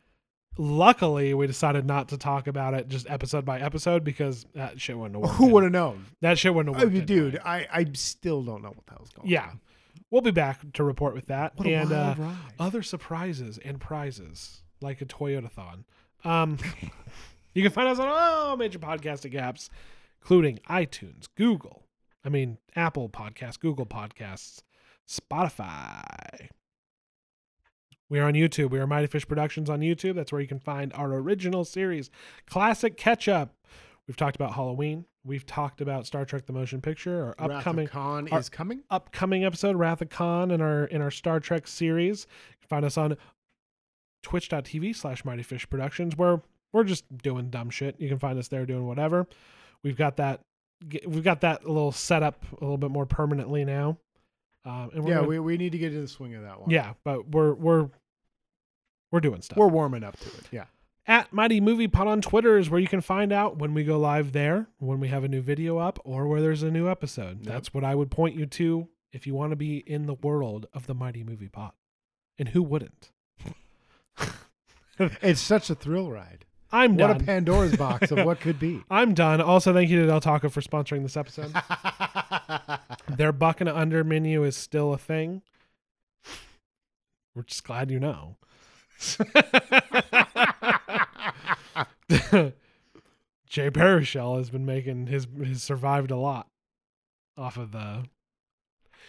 S1: luckily we decided not to talk about it just episode by episode because that shit wouldn't have worked.
S2: Who
S1: any-
S2: would have known?
S1: That shit wouldn't have
S2: I
S1: worked.
S2: mean,
S1: anyway.
S2: Oh, dude, I, I still don't know what the hell's going
S1: Yeah.
S2: on.
S1: We'll be back to report with that.
S2: What a
S1: and
S2: wild
S1: uh,
S2: ride.
S1: other surprises and prizes like a Toyota thon. Um, <laughs> you can find us on all major podcasting apps, including iTunes, Google, I mean, Apple Podcasts, Google Podcasts, Spotify. We are on YouTube. We are Mighty Fish Productions on YouTube. That's where you can find our original series, Classic Catch Up. We've talked about Halloween. We've talked about Star Trek The Motion Picture, our
S2: Wrath of
S1: upcoming
S2: Khan
S1: our-
S2: is coming.
S1: upcoming episode Wrath of Khan in our in our Star Trek series. You can find us on twitch.tv slash mighty fish productions where we're just doing dumb shit. You can find us there doing whatever. We've got that get, we've got that little set up a little bit more permanently now. Um, and we're
S2: yeah,
S1: gonna-
S2: we, we need to get into the swing of that one.
S1: yeah, but we're we're we're doing stuff.
S2: We're warming up to it.
S1: <laughs>
S2: Yeah.
S1: at Mighty Movie Pod on Twitter is where you can find out when we go live there, when we have a new video up, or where there's a new episode.
S2: Yep.
S1: That's what I would point you to if you want to be in the world of the Mighty Movie Pod. And who wouldn't?
S2: It's such a thrill ride.
S1: I'm
S2: What a
S1: done.
S2: Pandora's box of what could
S1: <laughs>
S2: be.
S1: I'm done. Also, thank you to Del Taco for sponsoring this <laughs>
S2: <laughs>
S1: episode. Their buck and under menu is still a thing. We're just glad you
S2: <laughs>
S1: know. <laughs> Jay Baruchel has been making his has survived a lot off of the.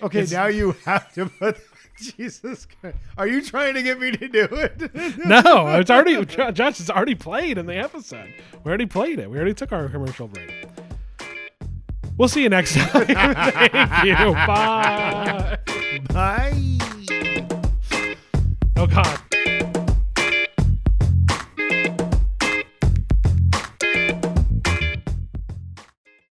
S2: okay,
S1: It's-
S2: now you have to put <laughs> Jesus Christ. Are you trying to get me to do it?
S1: <laughs> No, it's already Jo- Josh. It's already played in the episode. We already played it. We already took our commercial break. We'll see you next time. <laughs> Thank you. Bye.
S2: <laughs> Bye.
S1: Oh God.